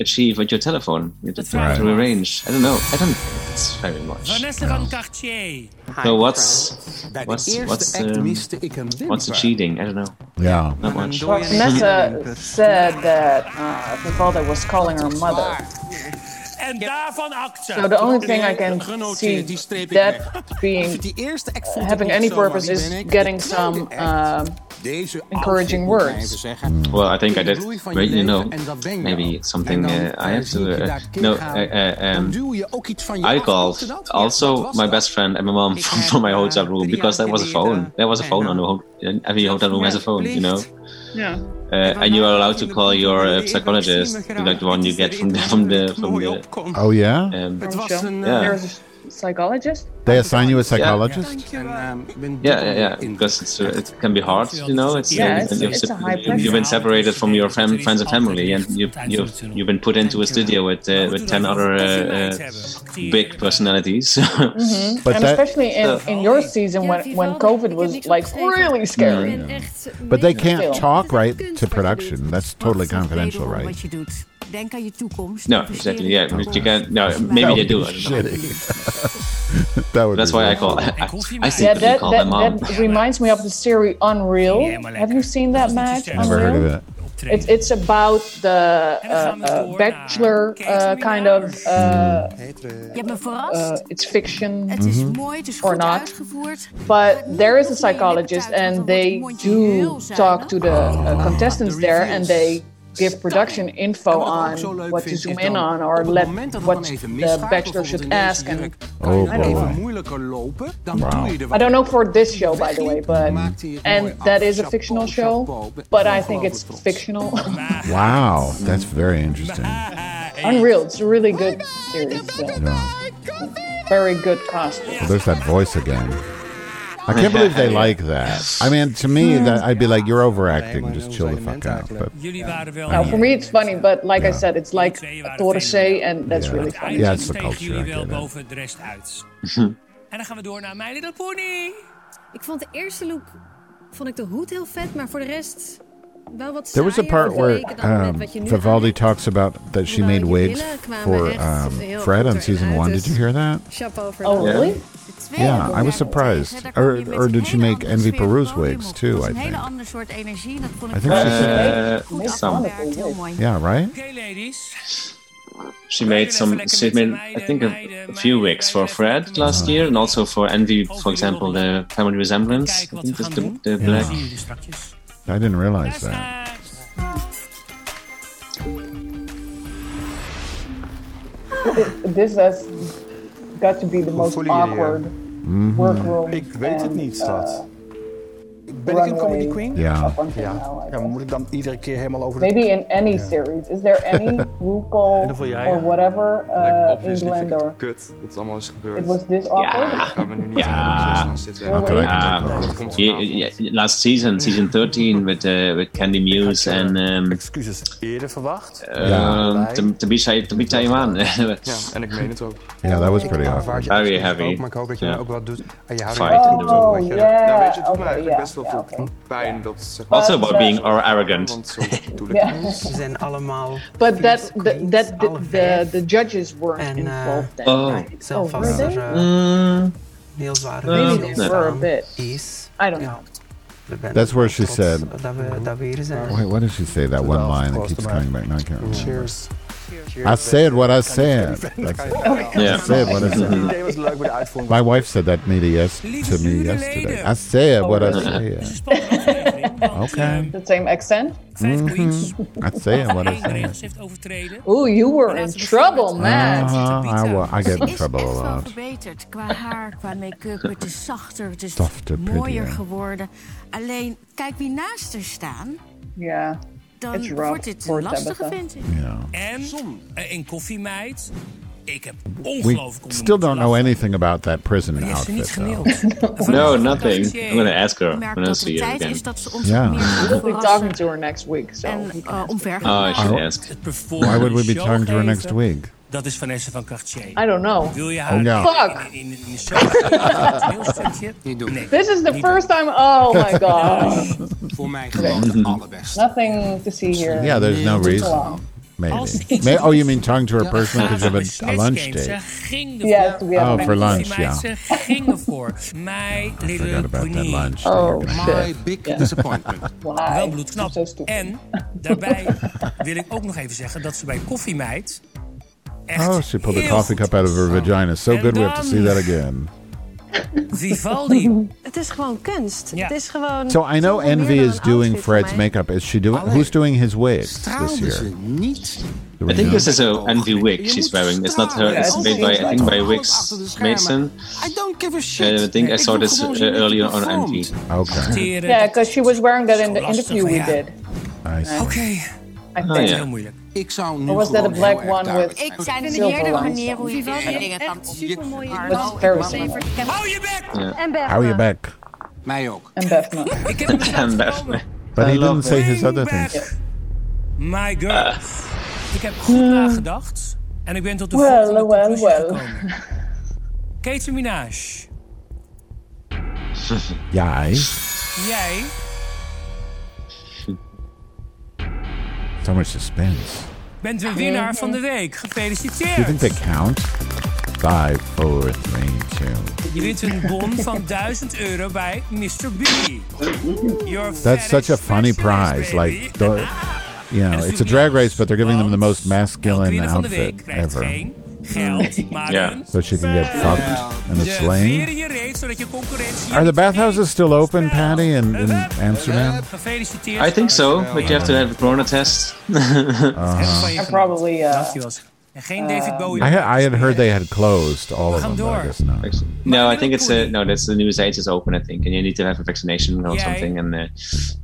Speaker 4: achieve with your telephone? You have to,
Speaker 5: Right.
Speaker 4: to arrange. I don't know. I don't. It's very much.
Speaker 5: Vanessa van Cartier.
Speaker 4: So what's
Speaker 15: Bij de
Speaker 4: what's
Speaker 15: eerste
Speaker 4: what's
Speaker 15: act
Speaker 4: um,
Speaker 15: miste ik een wimper.
Speaker 4: what's the cheating? I don't know.
Speaker 1: Yeah.
Speaker 4: Not much.
Speaker 3: Well,
Speaker 4: uh,
Speaker 3: Vanessa uh, said that uh, Vivaldi was calling her mother.
Speaker 5: En daarvan acte.
Speaker 3: So the only thing I can see
Speaker 5: Genoteerd, die streep ik
Speaker 3: that being
Speaker 15: Die eerste act
Speaker 11: uh,
Speaker 3: having any purpose is getting some um,
Speaker 15: Deze outfit
Speaker 3: Encouraging
Speaker 15: moet ik
Speaker 3: words.
Speaker 15: even zeggen.
Speaker 4: Well, I think I did.
Speaker 15: De bloei van
Speaker 4: But you
Speaker 15: leven
Speaker 4: know,
Speaker 15: en dat ben je al.
Speaker 4: maybe something
Speaker 15: En dan,
Speaker 4: uh, I
Speaker 15: eh,
Speaker 4: have
Speaker 15: zie
Speaker 4: to.
Speaker 15: ik je
Speaker 4: Uh,
Speaker 15: daar keer
Speaker 4: no,
Speaker 15: gaan.
Speaker 4: uh, uh,
Speaker 15: Dan
Speaker 4: um,
Speaker 15: duw je ook iets van je
Speaker 4: I
Speaker 15: af.
Speaker 4: called
Speaker 15: Klopt dat? Ja, dat
Speaker 4: also
Speaker 15: was
Speaker 4: my
Speaker 15: dat.
Speaker 4: best friend and my mom from, from my hotel room because there was a phone. There was a phone on the ho- in every hotel room has a phone, you know.
Speaker 3: Yeah.
Speaker 4: Uh, and you are allowed to call your uh, psychologist, like the one you get from the from the from the.
Speaker 1: Oh yeah,
Speaker 4: Um,
Speaker 3: From Shell.
Speaker 4: yeah.
Speaker 3: There's a psychologist.
Speaker 1: they assign you a psychologist.
Speaker 4: Yeah, yeah, yeah. Because it's, uh, it can be hard, you know. It's,
Speaker 3: Yeah, it's-
Speaker 4: and you've,
Speaker 3: it's a high pressure.
Speaker 4: you've been separated from your fam- friends and family, and you, you've you've been put into a studio with uh, with ten other uh, uh, big personalities.
Speaker 3: Mhm. and especially in, in your season when, when COVID was like really scary.
Speaker 1: But they can't
Speaker 3: Still.
Speaker 1: talk right to production. That's totally confidential,
Speaker 7: Wederom
Speaker 1: right?
Speaker 7: wat je doet. Denk aan je toekomst.
Speaker 4: no, exactly. Yeah, but you can. No, maybe they do. I don't know.
Speaker 1: that would
Speaker 4: That's
Speaker 1: be
Speaker 4: why I
Speaker 1: really
Speaker 4: call.
Speaker 1: cool.
Speaker 4: I, I
Speaker 3: Yeah,
Speaker 4: secretly
Speaker 3: that,
Speaker 4: call my
Speaker 3: that,
Speaker 4: mom.
Speaker 3: that reminds me of the series Unreal. Have you seen that match?
Speaker 1: Never heard of it.
Speaker 3: It's, it's about the uh, uh, bachelor uh, kind of. Uh,
Speaker 7: Je hebt me verrast.
Speaker 3: uh, it's fiction.
Speaker 7: Het
Speaker 1: mm-hmm.
Speaker 7: is mooi, het is
Speaker 3: Or
Speaker 7: goed
Speaker 3: not.
Speaker 7: uitgevoerd.
Speaker 3: But there is a psychologist, and they do talk to the uh, contestants there, and they give production info on what to zoom in on or let what the bachelor should ask. And
Speaker 1: Oh
Speaker 15: Even
Speaker 1: boy.
Speaker 15: moeilijker lopen, dan
Speaker 1: Wauw.
Speaker 15: doe je er
Speaker 3: I
Speaker 15: wat.
Speaker 3: don't know for this show, by the way, but and that is a fictional show, but I think it's fictional.
Speaker 1: Wow, that's very interesting.
Speaker 3: Unreal. It's a really good series. so.
Speaker 1: Yeah.
Speaker 3: Very good costume.
Speaker 1: There's that voice again. I can't believe they like that. I mean, to
Speaker 3: Hmm.
Speaker 1: me, that I'd be like, you're overacting. Just chill the fuck out. But
Speaker 3: Now, for me, it's funny, but like I said, it's like Torresee, and that's really funny.
Speaker 1: yeah, it's the
Speaker 5: tegen
Speaker 1: culture.
Speaker 5: jullie
Speaker 1: I
Speaker 5: wel
Speaker 1: get it.
Speaker 5: boven de rest uit. En dan gaan we door naar My Little Pony.
Speaker 16: Ik vond de eerste look, vond ik de hoed heel vet, maar voor de rest wel wat
Speaker 1: There was a
Speaker 16: saaier
Speaker 1: part where
Speaker 16: vergeleken dan
Speaker 1: um,
Speaker 16: met wat je nu
Speaker 1: Vivaldi talks about that she made wigs for um, Fred on season one. Did you hear that?
Speaker 16: Chapeau voor
Speaker 3: Oh,
Speaker 16: jou.
Speaker 1: really? Yeah, I was surprised. Or, or did she make Envy Peru's wigs too? I
Speaker 7: Een hele
Speaker 1: think.
Speaker 7: ander soort energie. Dat vond
Speaker 1: I
Speaker 7: ik
Speaker 1: think she
Speaker 4: Uh,
Speaker 1: said.
Speaker 7: goed
Speaker 4: some.
Speaker 7: afgewerkt. Heel mooi.
Speaker 1: Yeah, right?
Speaker 4: She made some. She made, I think, a, a few wigs for Fred last year, and also for Envy, for example, the Family Resemblance. I think that's the, the
Speaker 1: Yeah.
Speaker 4: black.
Speaker 5: dus
Speaker 1: I didn't realize that.
Speaker 3: This has got to be the most
Speaker 15: voelen jullie, eh?
Speaker 3: awkward
Speaker 1: Mhm.
Speaker 3: workroom.
Speaker 15: Ik weet het
Speaker 3: and,
Speaker 15: niet,
Speaker 3: uh,
Speaker 15: schat. Ben ik een comedy queen?
Speaker 1: Ja.
Speaker 15: ja. Ja, maar moet ik dan iedere keer helemaal over de...
Speaker 3: Maybe in any series. Is there any
Speaker 11: En dan voel
Speaker 3: RuPaul
Speaker 11: jij
Speaker 3: or
Speaker 11: je-
Speaker 3: whatever
Speaker 11: Like,
Speaker 3: uh,
Speaker 11: obviously vind
Speaker 3: England
Speaker 11: ik
Speaker 3: or
Speaker 11: het kut dat het allemaal is gebeurd.
Speaker 3: it was this awkward?
Speaker 11: Ik ga me nu niet
Speaker 4: Ja.
Speaker 11: in de zitten.
Speaker 3: Not that I can
Speaker 4: Um, yeah, yeah, last season, season 13, with uh, with Candy Muse and um,
Speaker 11: Excuses eerder verwacht.
Speaker 4: um, T- Tabitha Tabitha Iman.
Speaker 11: Ja, en ik meen het ook.
Speaker 1: Yeah, that was pretty
Speaker 15: Waar
Speaker 1: awkward.
Speaker 15: je
Speaker 4: Very
Speaker 15: excuses
Speaker 4: heavy.
Speaker 15: ook, Maar ik hoop dat je
Speaker 4: Ja.
Speaker 15: dan ook wat doet. En je houdt
Speaker 4: Fight in the
Speaker 15: ook
Speaker 3: room.
Speaker 15: wat je-
Speaker 3: Oh, yeah.
Speaker 11: Nou, weet je, het doet me
Speaker 3: okay,
Speaker 11: eigenlijk
Speaker 3: ja,
Speaker 11: best wel
Speaker 3: ja,
Speaker 11: veel
Speaker 3: oké.
Speaker 11: pijn dat ze...
Speaker 4: Also
Speaker 3: But,
Speaker 4: about
Speaker 3: uh,
Speaker 4: being or arrogant.
Speaker 11: Want zo bedoel ik
Speaker 3: Yeah.
Speaker 11: het.
Speaker 3: Ze
Speaker 14: zijn
Speaker 13: Oh,
Speaker 14: allemaal.
Speaker 3: But that the, that the, the, the judges weren't
Speaker 14: En, eh,
Speaker 15: uh,
Speaker 3: involved that
Speaker 4: Oh.
Speaker 3: night. Oh,
Speaker 14: Zelf
Speaker 3: were
Speaker 14: als
Speaker 3: they?
Speaker 14: er eh,
Speaker 4: Mm,
Speaker 14: heel zware
Speaker 4: Eh,
Speaker 14: regels
Speaker 4: nee.
Speaker 3: For a
Speaker 14: staan,
Speaker 3: bit.
Speaker 14: is
Speaker 3: I don't know.
Speaker 14: we zijn
Speaker 1: That's where she
Speaker 14: trots
Speaker 1: said.
Speaker 14: dat we, dat we hier zijn.
Speaker 1: Wait, what did she say? That one line that
Speaker 15: close
Speaker 1: keeps
Speaker 15: to
Speaker 1: coming back. No, I can't remember.
Speaker 15: Cheers.
Speaker 1: I said what I said. That's it. I
Speaker 4: Yeah.
Speaker 1: said what I
Speaker 15: Het
Speaker 1: said.
Speaker 15: idee was leuk bij de uitvoering.
Speaker 1: My wife said that me to yes to me yesterday. I said what I said. Okay.
Speaker 3: The same accent?
Speaker 1: Mhm. I said what I
Speaker 5: ehm, Eén regels
Speaker 1: said.
Speaker 5: heeft overtreden.
Speaker 3: Ooh, you were in trouble, man.
Speaker 1: Uh-huh, I, wa- I get
Speaker 7: Ze
Speaker 1: in
Speaker 7: is echt
Speaker 1: trouble a
Speaker 7: wel
Speaker 1: lot.
Speaker 7: verbeterd qua haar, qua make-up. Het is zachter, het is
Speaker 1: Softer,
Speaker 7: mooier
Speaker 1: prettier.
Speaker 7: geworden. Alleen, kijk wie naast haar staan,
Speaker 3: Yeah. It's
Speaker 7: dan
Speaker 3: rough
Speaker 7: wordt dit
Speaker 3: voor
Speaker 7: een lastige,
Speaker 3: Tabitha.
Speaker 7: vind ik.
Speaker 1: Yeah.
Speaker 5: En eh, een koffiemeid. Ik heb
Speaker 1: We
Speaker 5: ongelooflijk om de
Speaker 1: still
Speaker 5: moed
Speaker 1: don't know
Speaker 5: gelachen.
Speaker 1: anything about that prison
Speaker 5: Die heeft ze
Speaker 1: outfit.
Speaker 5: niet
Speaker 1: Though.
Speaker 5: geneeld.
Speaker 4: No, nothing. I'm gonna ask her
Speaker 7: Ik merk
Speaker 4: when I
Speaker 7: dat de
Speaker 4: see her
Speaker 7: tijd
Speaker 4: again.
Speaker 7: is dat ze ons
Speaker 1: Ja.
Speaker 7: meer gaan
Speaker 3: We'll be
Speaker 7: verrassen
Speaker 3: talking to her uh, next week, so.
Speaker 7: en
Speaker 3: we can
Speaker 7: eh,
Speaker 3: ask her.
Speaker 7: omver
Speaker 4: Oh,
Speaker 7: gaan
Speaker 4: I
Speaker 7: maken.
Speaker 4: should ask.
Speaker 5: Het performance
Speaker 1: Why would we be
Speaker 5: show
Speaker 1: talking to her
Speaker 5: geven,
Speaker 1: next week?
Speaker 5: Dat is Vanessa van Cartier.
Speaker 3: I don't know.
Speaker 5: Wil je haar
Speaker 1: Oh, ja.
Speaker 5: in, in, in, in een show zetten? Een heel stukje?
Speaker 15: Niet doen.
Speaker 5: Nee.
Speaker 3: This is the first time. Oh my gosh.
Speaker 15: Voor mij gewoon de allerbeste.
Speaker 3: Nothing to see here.
Speaker 1: Yeah, there's no reason.
Speaker 3: Wow.
Speaker 1: Maybe. May- oh, you mean talking to her personally because of a, a lunch
Speaker 5: Ze
Speaker 1: date?
Speaker 5: ging ervoor.
Speaker 3: Yeah, we
Speaker 1: Oh,
Speaker 3: have
Speaker 1: for lunch,
Speaker 5: Maar
Speaker 1: yeah.
Speaker 5: ze ging ervoor. My
Speaker 1: Forgot
Speaker 5: little
Speaker 1: about that
Speaker 5: pony.
Speaker 1: lunch.
Speaker 3: Oh
Speaker 15: My
Speaker 3: shit.
Speaker 15: big disappointment.
Speaker 5: Wel
Speaker 3: Why?
Speaker 5: bloedknap.
Speaker 3: Zo stupid.
Speaker 5: En daarbij wil ik ook nog even zeggen dat ze bij Koffiemeid... echt
Speaker 1: Oh, she pulled a
Speaker 5: heel
Speaker 1: coffee
Speaker 5: goed
Speaker 1: cup out of her vagina. So
Speaker 5: And
Speaker 1: good we have to see
Speaker 5: done.
Speaker 1: that again.
Speaker 5: Vivaldi.
Speaker 16: Het is gewoon kunst. Het is gewoon...
Speaker 1: So I know Envy is doing Fred's makeup. Is she doing? Who's doing his wigs this
Speaker 4: Straalde
Speaker 1: year?
Speaker 15: Niet.
Speaker 4: I think this is a Envy wig she's wearing. It's not her. It's made by I think by Wix Mason.
Speaker 15: I don't give a
Speaker 4: shit. I think I saw this uh, earlier on Envy.
Speaker 1: Okay.
Speaker 3: Yeah, because she was wearing that in the interview we did.
Speaker 1: Nice.
Speaker 3: Okay. I
Speaker 4: Oh,
Speaker 3: think.
Speaker 4: yeah.
Speaker 15: Ik zou nu
Speaker 3: Or was that a
Speaker 15: gewoon heel
Speaker 3: black
Speaker 15: erg
Speaker 3: one
Speaker 15: duidelijk
Speaker 3: with
Speaker 15: zijn.
Speaker 3: Ik zijn er silver meerdere lines? manieren
Speaker 16: hoe je
Speaker 15: Vivaldi
Speaker 16: deze
Speaker 15: heeft
Speaker 16: dingen kan
Speaker 15: echt
Speaker 16: opdoeken.
Speaker 15: supermooie
Speaker 16: Maar
Speaker 15: kleuren.
Speaker 16: het is Paris, man. Hou
Speaker 5: je bek!
Speaker 4: Ja.
Speaker 16: En Bergman.
Speaker 1: How are you back?
Speaker 15: Mij ook.
Speaker 3: En Bethman.
Speaker 4: And Batman.
Speaker 1: But
Speaker 4: I
Speaker 1: he
Speaker 4: love
Speaker 1: didn't say his
Speaker 4: it.
Speaker 1: other things.
Speaker 5: My girl.
Speaker 4: Ah.
Speaker 5: Ik heb goed
Speaker 1: Hmm.
Speaker 5: nagedacht en ik ben tot de
Speaker 3: Well,
Speaker 5: volgende
Speaker 3: well, well.
Speaker 5: Kate Minaj.
Speaker 1: Yeah. eh?
Speaker 5: Jij
Speaker 1: So much suspense.
Speaker 5: bent de winnaar van de week. Gefeliciteerd.
Speaker 1: Do you think they count? Five, four, three, two.
Speaker 5: Je wint een bon van 1000 euro bij Mr. B. Your
Speaker 1: That's such a funny prize. Like, the, you know, it's a drag race, but they're giving them the most masculine
Speaker 5: winnaar van de
Speaker 1: outfit
Speaker 5: week krijgt
Speaker 1: ever.
Speaker 5: geen geld, maar een
Speaker 1: So she can get fucked in a sling.
Speaker 5: serie reed, zodat je concurrentie...
Speaker 1: Are the bathhouses still open, Patty, in, in Amsterdam?
Speaker 5: Gefeliciteerd.
Speaker 4: I think so, but you have to have a corona test.
Speaker 1: Uh-huh.
Speaker 3: I probably. Uh,
Speaker 5: En geen David Bowie.
Speaker 1: I, had- I had heard they had closed all of them, but I guess not.
Speaker 4: No, I think it's a, no. That's the new site is open. I think, and you need to have a vaccination or
Speaker 5: Jij.
Speaker 4: something, and uh,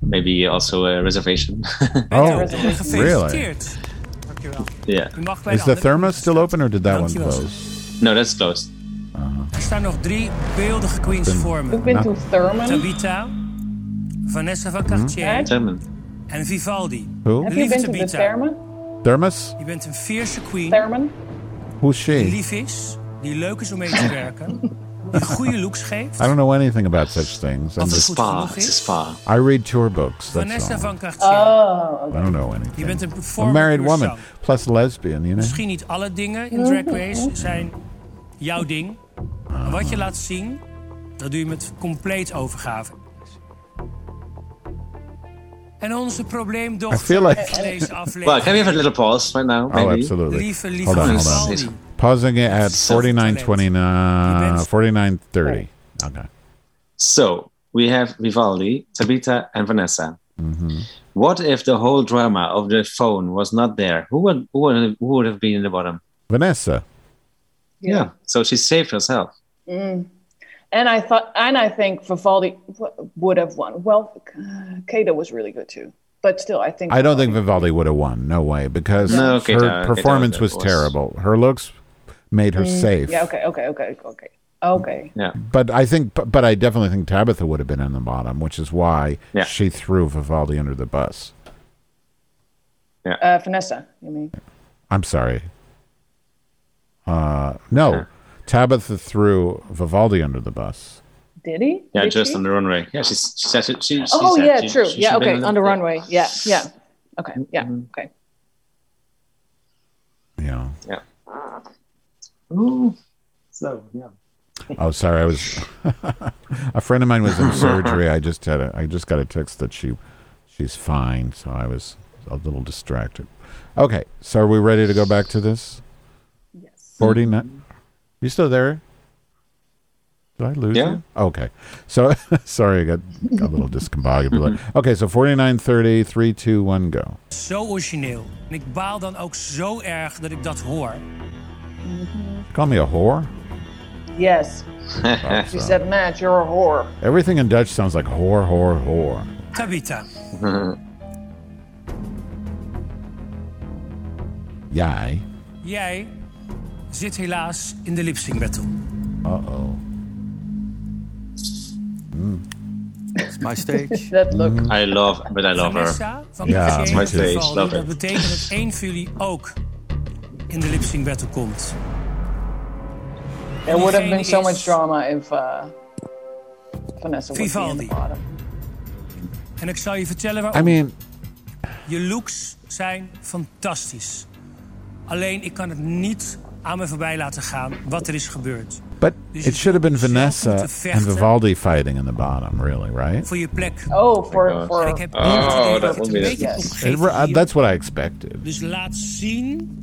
Speaker 4: maybe also a reservation.
Speaker 1: Oh, really?
Speaker 5: Gefeliciteerd. Dankjewel.
Speaker 4: Yeah.
Speaker 5: U mag bij
Speaker 1: Is
Speaker 5: de
Speaker 1: the
Speaker 5: andere-
Speaker 1: thermos still open, or did that one
Speaker 5: Dankjewel.
Speaker 1: close?
Speaker 4: No, that's closed.
Speaker 5: Er staan nog drie beeldige queens
Speaker 1: Ik ben-
Speaker 5: voor me.
Speaker 1: Ik ben toen
Speaker 3: Thurman.
Speaker 5: Tabita, Vanessa
Speaker 1: Mhm.
Speaker 5: van Cartier
Speaker 4: Thurman.
Speaker 5: en Vivaldi.
Speaker 1: Who? Heb je
Speaker 5: Lieve
Speaker 3: bent in de
Speaker 5: Tabitha,
Speaker 3: Thermen?
Speaker 1: Thermos?
Speaker 5: Je bent een fierce queen
Speaker 1: Who's
Speaker 5: die
Speaker 1: she?
Speaker 5: lief is, die leuk is om mee te werken, die goede looks geeft.
Speaker 1: I don't know anything about such things. I'm
Speaker 5: Of
Speaker 1: just,
Speaker 5: spa. It's a
Speaker 4: spa.
Speaker 1: I read tour books. That's
Speaker 5: Vanessa
Speaker 1: all.
Speaker 5: van Cartier. Oh,
Speaker 1: I don't know anything.
Speaker 5: Je bent een performer.
Speaker 1: A married
Speaker 5: puur
Speaker 1: woman,
Speaker 5: zang.
Speaker 1: plus lesbian, you know?
Speaker 5: Misschien niet alle dingen in Drag Race zijn jouw ding. Maar wat je laat zien, dat doe je met compleet overgave. En onze probleemdochter
Speaker 1: I feel like-
Speaker 5: van deze aflevering.
Speaker 4: Well, can we have a little pause right now?
Speaker 1: Oh,
Speaker 4: maybe?
Speaker 1: absolutely.
Speaker 5: Lieve, lieve
Speaker 1: Hold on, hold
Speaker 5: Vivaldi.
Speaker 1: on. Pausing it at 49.29, 49.30. Okay.
Speaker 4: So we have Vivaldi, Tabita, and Vanessa.
Speaker 1: Mm-hmm.
Speaker 4: What if the whole drama of the phone was not there? Who would who would, who would have been in the bottom?
Speaker 1: Vanessa.
Speaker 4: Yeah. So she saved herself.
Speaker 3: Mm. And I thought, and I think Vivaldi w- would have won. Well, uh, Kato was really good too, but still, I think
Speaker 1: I don't think Vivaldi would have won. No way, because
Speaker 4: No,
Speaker 1: her
Speaker 4: Keita- Keita
Speaker 1: performance was,
Speaker 4: was-
Speaker 1: terrible. Her looks made her
Speaker 3: Mm,
Speaker 1: safe.
Speaker 3: Yeah. Okay. Okay. Okay. Okay. Okay.
Speaker 4: Yeah.
Speaker 1: But I think, but, but I definitely think Tabitha would have been in the bottom, which is why
Speaker 4: Yeah.
Speaker 1: she threw Vivaldi under the bus.
Speaker 3: Uh, Vanessa, you mean?
Speaker 1: I'm sorry. Uh, no, Tabitha threw Vivaldi under the bus.
Speaker 3: Did he?
Speaker 4: Yeah,
Speaker 3: Did
Speaker 4: just
Speaker 3: she?
Speaker 4: on the runway. Yeah, she's, she said it. She, she
Speaker 3: Oh
Speaker 4: said
Speaker 3: yeah,
Speaker 4: she-
Speaker 3: true.
Speaker 4: she
Speaker 3: yeah.
Speaker 4: should be
Speaker 3: Okay.
Speaker 4: in
Speaker 3: On the runway. Yeah. Yeah. Okay. Yeah. Okay.
Speaker 1: Yeah.
Speaker 4: Yeah. Ooh. So yeah.
Speaker 1: Oh, sorry. I was a friend of mine was in surgery. I just had a, I just got a text that she she's fine, so I was a little distracted. Okay, so are we ready to go back to this? Yes. Forty nine. You still there? Did I lose
Speaker 4: Yeah.
Speaker 1: you? Okay. So sorry, I got a little discombobulated. okay, so 49, 30, 3, 2, 1, go.
Speaker 5: Zo origineel. En ik baal dan ook zo erg dat ik dat hoor.
Speaker 1: Call me a whore.
Speaker 3: Yes. She said, "Matt, you're a whore."
Speaker 1: Everything in Dutch sounds like whore, whore, whore.
Speaker 5: Tabita.
Speaker 1: Jij.
Speaker 5: Jij zit helaas in de lipsing battle.
Speaker 1: Uh oh.
Speaker 17: My stage.
Speaker 3: That look.
Speaker 1: Mm-hmm.
Speaker 4: I love, but I love
Speaker 5: Vanessa
Speaker 4: her.
Speaker 5: van
Speaker 4: yeah,
Speaker 5: Cartier
Speaker 4: it's my
Speaker 5: en
Speaker 4: stage.
Speaker 5: Vivaldi.
Speaker 4: Love
Speaker 5: Dat
Speaker 4: it.
Speaker 5: betekent dat één van jullie ook in de lipsing battle komt.
Speaker 3: There would have been so
Speaker 5: Diegene
Speaker 3: much drama if uh, Vanessa was in the
Speaker 5: Vivaldi.
Speaker 3: bottom.
Speaker 5: En ik zal je vertellen
Speaker 1: I
Speaker 5: waarom.
Speaker 1: mean,
Speaker 5: Je looks zijn fantastisch. Alleen ik kan het niet aan me voorbij laten gaan wat er is gebeurd.
Speaker 1: But it should have been Vanessa and Vivaldi fighting in the bottom, really, right?
Speaker 5: Voor je plek.
Speaker 3: Oh, voor.
Speaker 1: God.
Speaker 3: voor
Speaker 5: Ik heb
Speaker 1: Oh,
Speaker 5: niet het idee
Speaker 1: dat
Speaker 5: dat het
Speaker 1: moet
Speaker 5: een
Speaker 1: weer.
Speaker 5: beetje
Speaker 1: Yes.
Speaker 5: opgegeven
Speaker 1: It- uh,
Speaker 5: hier
Speaker 1: that's what I expected.
Speaker 5: Dus laat Dus zien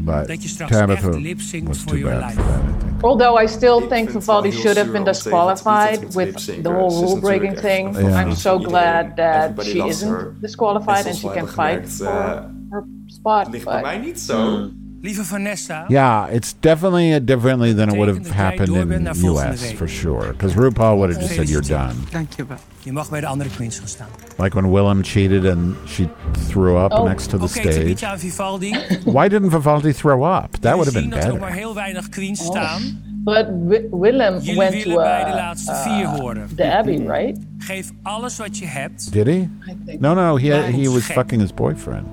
Speaker 1: But
Speaker 5: dat je straks echt
Speaker 1: Tabitha
Speaker 5: lip synct
Speaker 1: was
Speaker 5: voor
Speaker 1: too
Speaker 5: your
Speaker 1: bad
Speaker 5: life.
Speaker 1: for that.
Speaker 3: Although I still think Vivaldi
Speaker 11: heel
Speaker 3: should have been
Speaker 11: zuur om tegen te
Speaker 3: disqualified
Speaker 11: kiezen
Speaker 3: with
Speaker 11: tussen
Speaker 3: the
Speaker 11: lip-syncers.
Speaker 3: whole
Speaker 11: Het is
Speaker 3: rule breaking
Speaker 11: natuurlijk echt
Speaker 3: thing.
Speaker 11: een
Speaker 3: I'm
Speaker 11: verhaal.
Speaker 3: so glad that
Speaker 11: everybody
Speaker 3: she
Speaker 11: loves
Speaker 3: isn't
Speaker 11: her.
Speaker 3: disqualified
Speaker 11: En
Speaker 3: and
Speaker 11: zoals
Speaker 3: she
Speaker 11: we
Speaker 3: can
Speaker 11: hebben
Speaker 3: fight
Speaker 11: gemerkt,
Speaker 3: for
Speaker 11: eh,
Speaker 3: her spot.
Speaker 11: Ligt bij
Speaker 3: but-
Speaker 11: mij niet zo.
Speaker 4: Hmm.
Speaker 5: Lieve Vanessa,
Speaker 1: Yeah, it's definitely uh, differently than it would have happened in
Speaker 5: doorbent naar volgende
Speaker 1: U.S.
Speaker 5: week.
Speaker 1: for sure. Because RuPaul would have just said, "You're done."
Speaker 5: Dankjewel. Je mag bij de andere queens gaan staan.
Speaker 1: Like when Willem cheated and she threw up next to the
Speaker 5: Oké,
Speaker 1: stage.
Speaker 5: Tabitha en Vivaldi.
Speaker 1: Why didn't Vivaldi throw up? That would have been
Speaker 5: zien dat er ook
Speaker 1: better.
Speaker 5: maar heel weinig queens staan.
Speaker 3: But Wi- Willem
Speaker 5: Jullie
Speaker 3: Oh. went
Speaker 5: willen
Speaker 3: to
Speaker 5: bij de
Speaker 3: uh,
Speaker 5: laatste vier
Speaker 3: uh,
Speaker 5: horen.
Speaker 3: the Abbey, right?
Speaker 5: Geef alles wat je hebt.
Speaker 1: Did he?
Speaker 5: think-
Speaker 1: No, no, he
Speaker 5: Waarom
Speaker 1: he was
Speaker 5: gek?
Speaker 1: fucking his boyfriend.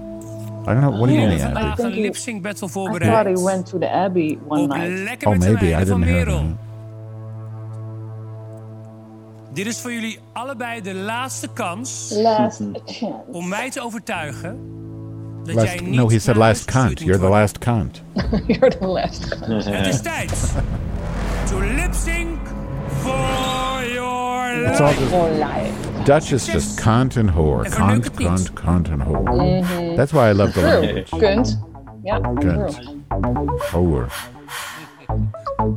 Speaker 1: I don't know. What do you mean?
Speaker 5: Jullie hebben vandaag
Speaker 1: Andy?
Speaker 5: een lip sync battle
Speaker 3: I thought he
Speaker 5: voorbereid.
Speaker 3: went to the Abbey one night.
Speaker 5: Lekker
Speaker 1: Oh,
Speaker 5: met de
Speaker 1: maybe I
Speaker 5: wijnen van
Speaker 1: didn't hear
Speaker 5: Merel.
Speaker 1: that.
Speaker 5: Dit is voor jullie allebei de laatste kans
Speaker 3: Last
Speaker 5: om mij te overtuigen dat jij
Speaker 1: Last,
Speaker 5: niet
Speaker 1: no, he said
Speaker 5: naar
Speaker 1: last
Speaker 5: huis gestuurd
Speaker 1: cunt. You're the last cunt.
Speaker 3: You're the last guy.
Speaker 5: moet worden. Het is tijd. To lip sync for your
Speaker 1: It's
Speaker 5: life.
Speaker 1: all just- Dutch is just cunt and whore.
Speaker 5: En vernuk
Speaker 1: Cunt,
Speaker 5: het niet.
Speaker 1: cunt, cunt and whore.
Speaker 3: Mhm.
Speaker 1: That's why I love the
Speaker 3: True.
Speaker 1: language.
Speaker 3: Kunt. Ja,
Speaker 1: Kunt.
Speaker 3: true.
Speaker 1: Whore.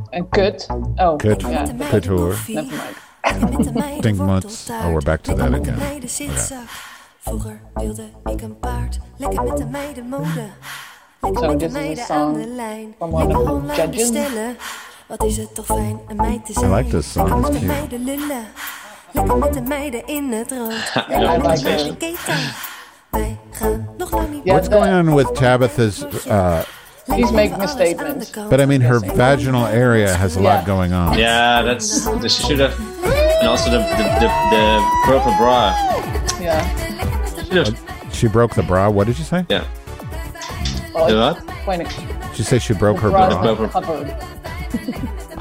Speaker 3: En kut. Oh,
Speaker 1: Kut.
Speaker 3: ja.
Speaker 1: Kut hoor.
Speaker 3: Never mind.
Speaker 1: Stinkmuts. Oh, we're back to that
Speaker 20: Lekker
Speaker 1: again.
Speaker 20: bij de zitzak. Vroeger wilde ik een paard. Lekker met de mode. Lekker
Speaker 3: So
Speaker 20: met de
Speaker 3: this is a
Speaker 20: meiden aan
Speaker 3: song
Speaker 20: de lijn.
Speaker 3: from one of
Speaker 20: Lekker
Speaker 3: the
Speaker 20: online
Speaker 3: judges.
Speaker 20: bestellen. Wat is het toch fijn een meid te
Speaker 1: I
Speaker 20: zijn.
Speaker 1: like this song,
Speaker 20: Lekker met
Speaker 1: it's
Speaker 20: de
Speaker 1: cute.
Speaker 20: meiden lullen. Lekker met de meiden in het rood.
Speaker 1: Ja,
Speaker 20: Lekker met de
Speaker 1: like
Speaker 20: meiden keten. Wij gaan nog lang niet
Speaker 1: What's going on with Tabitha's? Uh,
Speaker 3: He's making a statement.
Speaker 1: but I mean, her vaginal area has a lot going on.
Speaker 4: Yeah, that's this should have, and also the the, the, the purple bra.
Speaker 3: Yeah.
Speaker 1: She broke the bra. What did you say?
Speaker 4: Yeah.
Speaker 3: Oh,
Speaker 1: The what?
Speaker 3: When it,
Speaker 1: She said she broke her
Speaker 3: bras
Speaker 1: bra.
Speaker 3: not covered.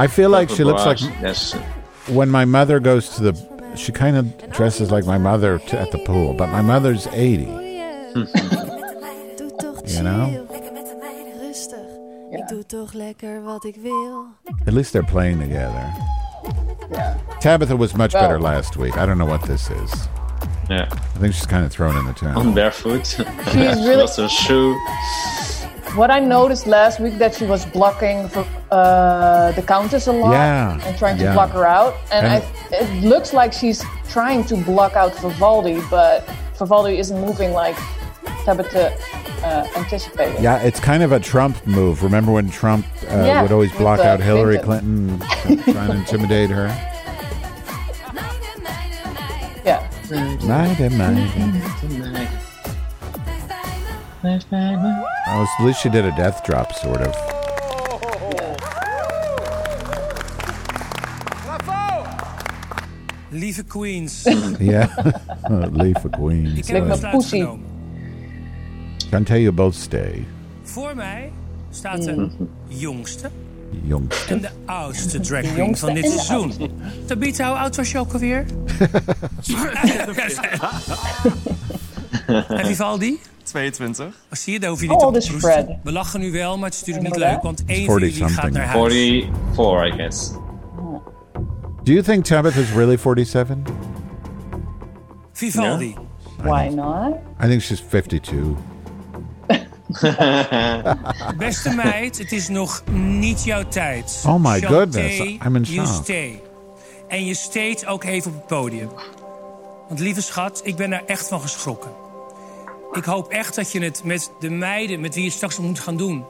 Speaker 1: I feel like she looks like
Speaker 4: Yes.
Speaker 1: when my mother goes to the. She kind of dresses like my mother to, at the pool, but my mother's 80. you know?
Speaker 20: Lekker met de meiden rustig. Ik doe toch lekker wat ik wil.
Speaker 1: At least they're playing together. Tabitha was much better last week. I don't know what this is.
Speaker 4: Yeah.
Speaker 1: I think she's kind of thrown in the
Speaker 4: On
Speaker 1: towel.
Speaker 4: barefoot.
Speaker 3: really-
Speaker 4: Lost her shoe.
Speaker 3: What I noticed last week that she was blocking for, uh, the countess a lot
Speaker 1: Yeah,
Speaker 3: and trying to
Speaker 1: yeah.
Speaker 3: block her out, and,
Speaker 1: And-
Speaker 3: I, it looks like she's trying to block out Vivaldi, but Vivaldi isn't moving like Tabitha uh, anticipated.
Speaker 1: Yeah, it's kind of a Trump move. Remember when Trump uh,
Speaker 3: Yeah,
Speaker 1: would always
Speaker 3: with
Speaker 1: block
Speaker 3: the
Speaker 1: out Hillary Clinton,
Speaker 3: Clinton.
Speaker 1: trying to intimidate her?
Speaker 3: Yeah.
Speaker 1: Night and night. Oh, at least she did a death drop, sort of.
Speaker 5: Lieve queens.
Speaker 1: Yeah. Leave for Queen.
Speaker 5: Ik heb een besluit genomen.
Speaker 1: Can tell you both stay.
Speaker 5: Voor mij staat de jongste en
Speaker 1: Youngster.
Speaker 5: de oudste drag queen
Speaker 3: jongste
Speaker 5: van dit
Speaker 3: en de
Speaker 5: seizoen. Tabitha, hoe oud was je ook alweer? en Vivaldi?
Speaker 11: 22.
Speaker 5: Oh, Zie je, daar hoef je niet
Speaker 3: How
Speaker 5: op
Speaker 3: old
Speaker 5: te
Speaker 3: is
Speaker 5: proesten.
Speaker 3: Fred?
Speaker 5: We lachen nu wel, maar het is natuurlijk niet
Speaker 3: Inderdaad.
Speaker 5: leuk, want één van
Speaker 1: 40
Speaker 5: jullie gaat
Speaker 1: something.
Speaker 5: naar huis.
Speaker 4: 44, I guess.
Speaker 1: Do you think Tabitha's really 47?
Speaker 5: Vivaldi.
Speaker 3: Why not?
Speaker 1: I think she's 52.
Speaker 5: Beste meid, het is nog niet jouw tijd.
Speaker 1: Oh my
Speaker 5: Chanté,
Speaker 1: goodness, I'm in
Speaker 5: you
Speaker 1: shock.
Speaker 5: stay. En je steekt ook even op het podium. Want lieve schat, ik ben daar echt van geschrokken. Ik hoop echt dat je het met de meiden met wie je straks moet gaan doen...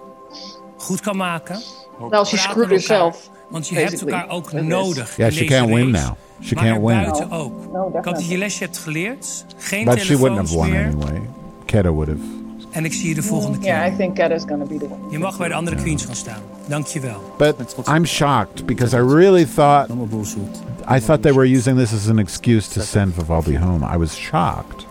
Speaker 5: goed kan maken.
Speaker 3: Nou, she
Speaker 5: Praat
Speaker 3: screwed
Speaker 5: met elkaar,
Speaker 3: herself.
Speaker 5: Want je hebt
Speaker 3: basically,
Speaker 5: elkaar ook
Speaker 3: with this.
Speaker 5: nodig.
Speaker 1: Yeah,
Speaker 5: in
Speaker 1: she
Speaker 5: deze
Speaker 1: can't win
Speaker 5: race.
Speaker 1: now. She
Speaker 5: maar
Speaker 1: can't win.
Speaker 5: buiten ook. ik hoop dat je je lesje hebt geleerd. Geen
Speaker 1: But she wouldn't have
Speaker 5: telefoons
Speaker 1: won
Speaker 5: meer.
Speaker 1: anyway. Keta would have.
Speaker 5: En ik zie je de volgende keer.
Speaker 3: Yeah, I think Cat is gonna be the one.
Speaker 5: Je mag bij de andere queens gaan staan. Dankjewel.
Speaker 1: But I'm shocked because I really thought I thought they were using this as an excuse to send Vivaldi home. I was shocked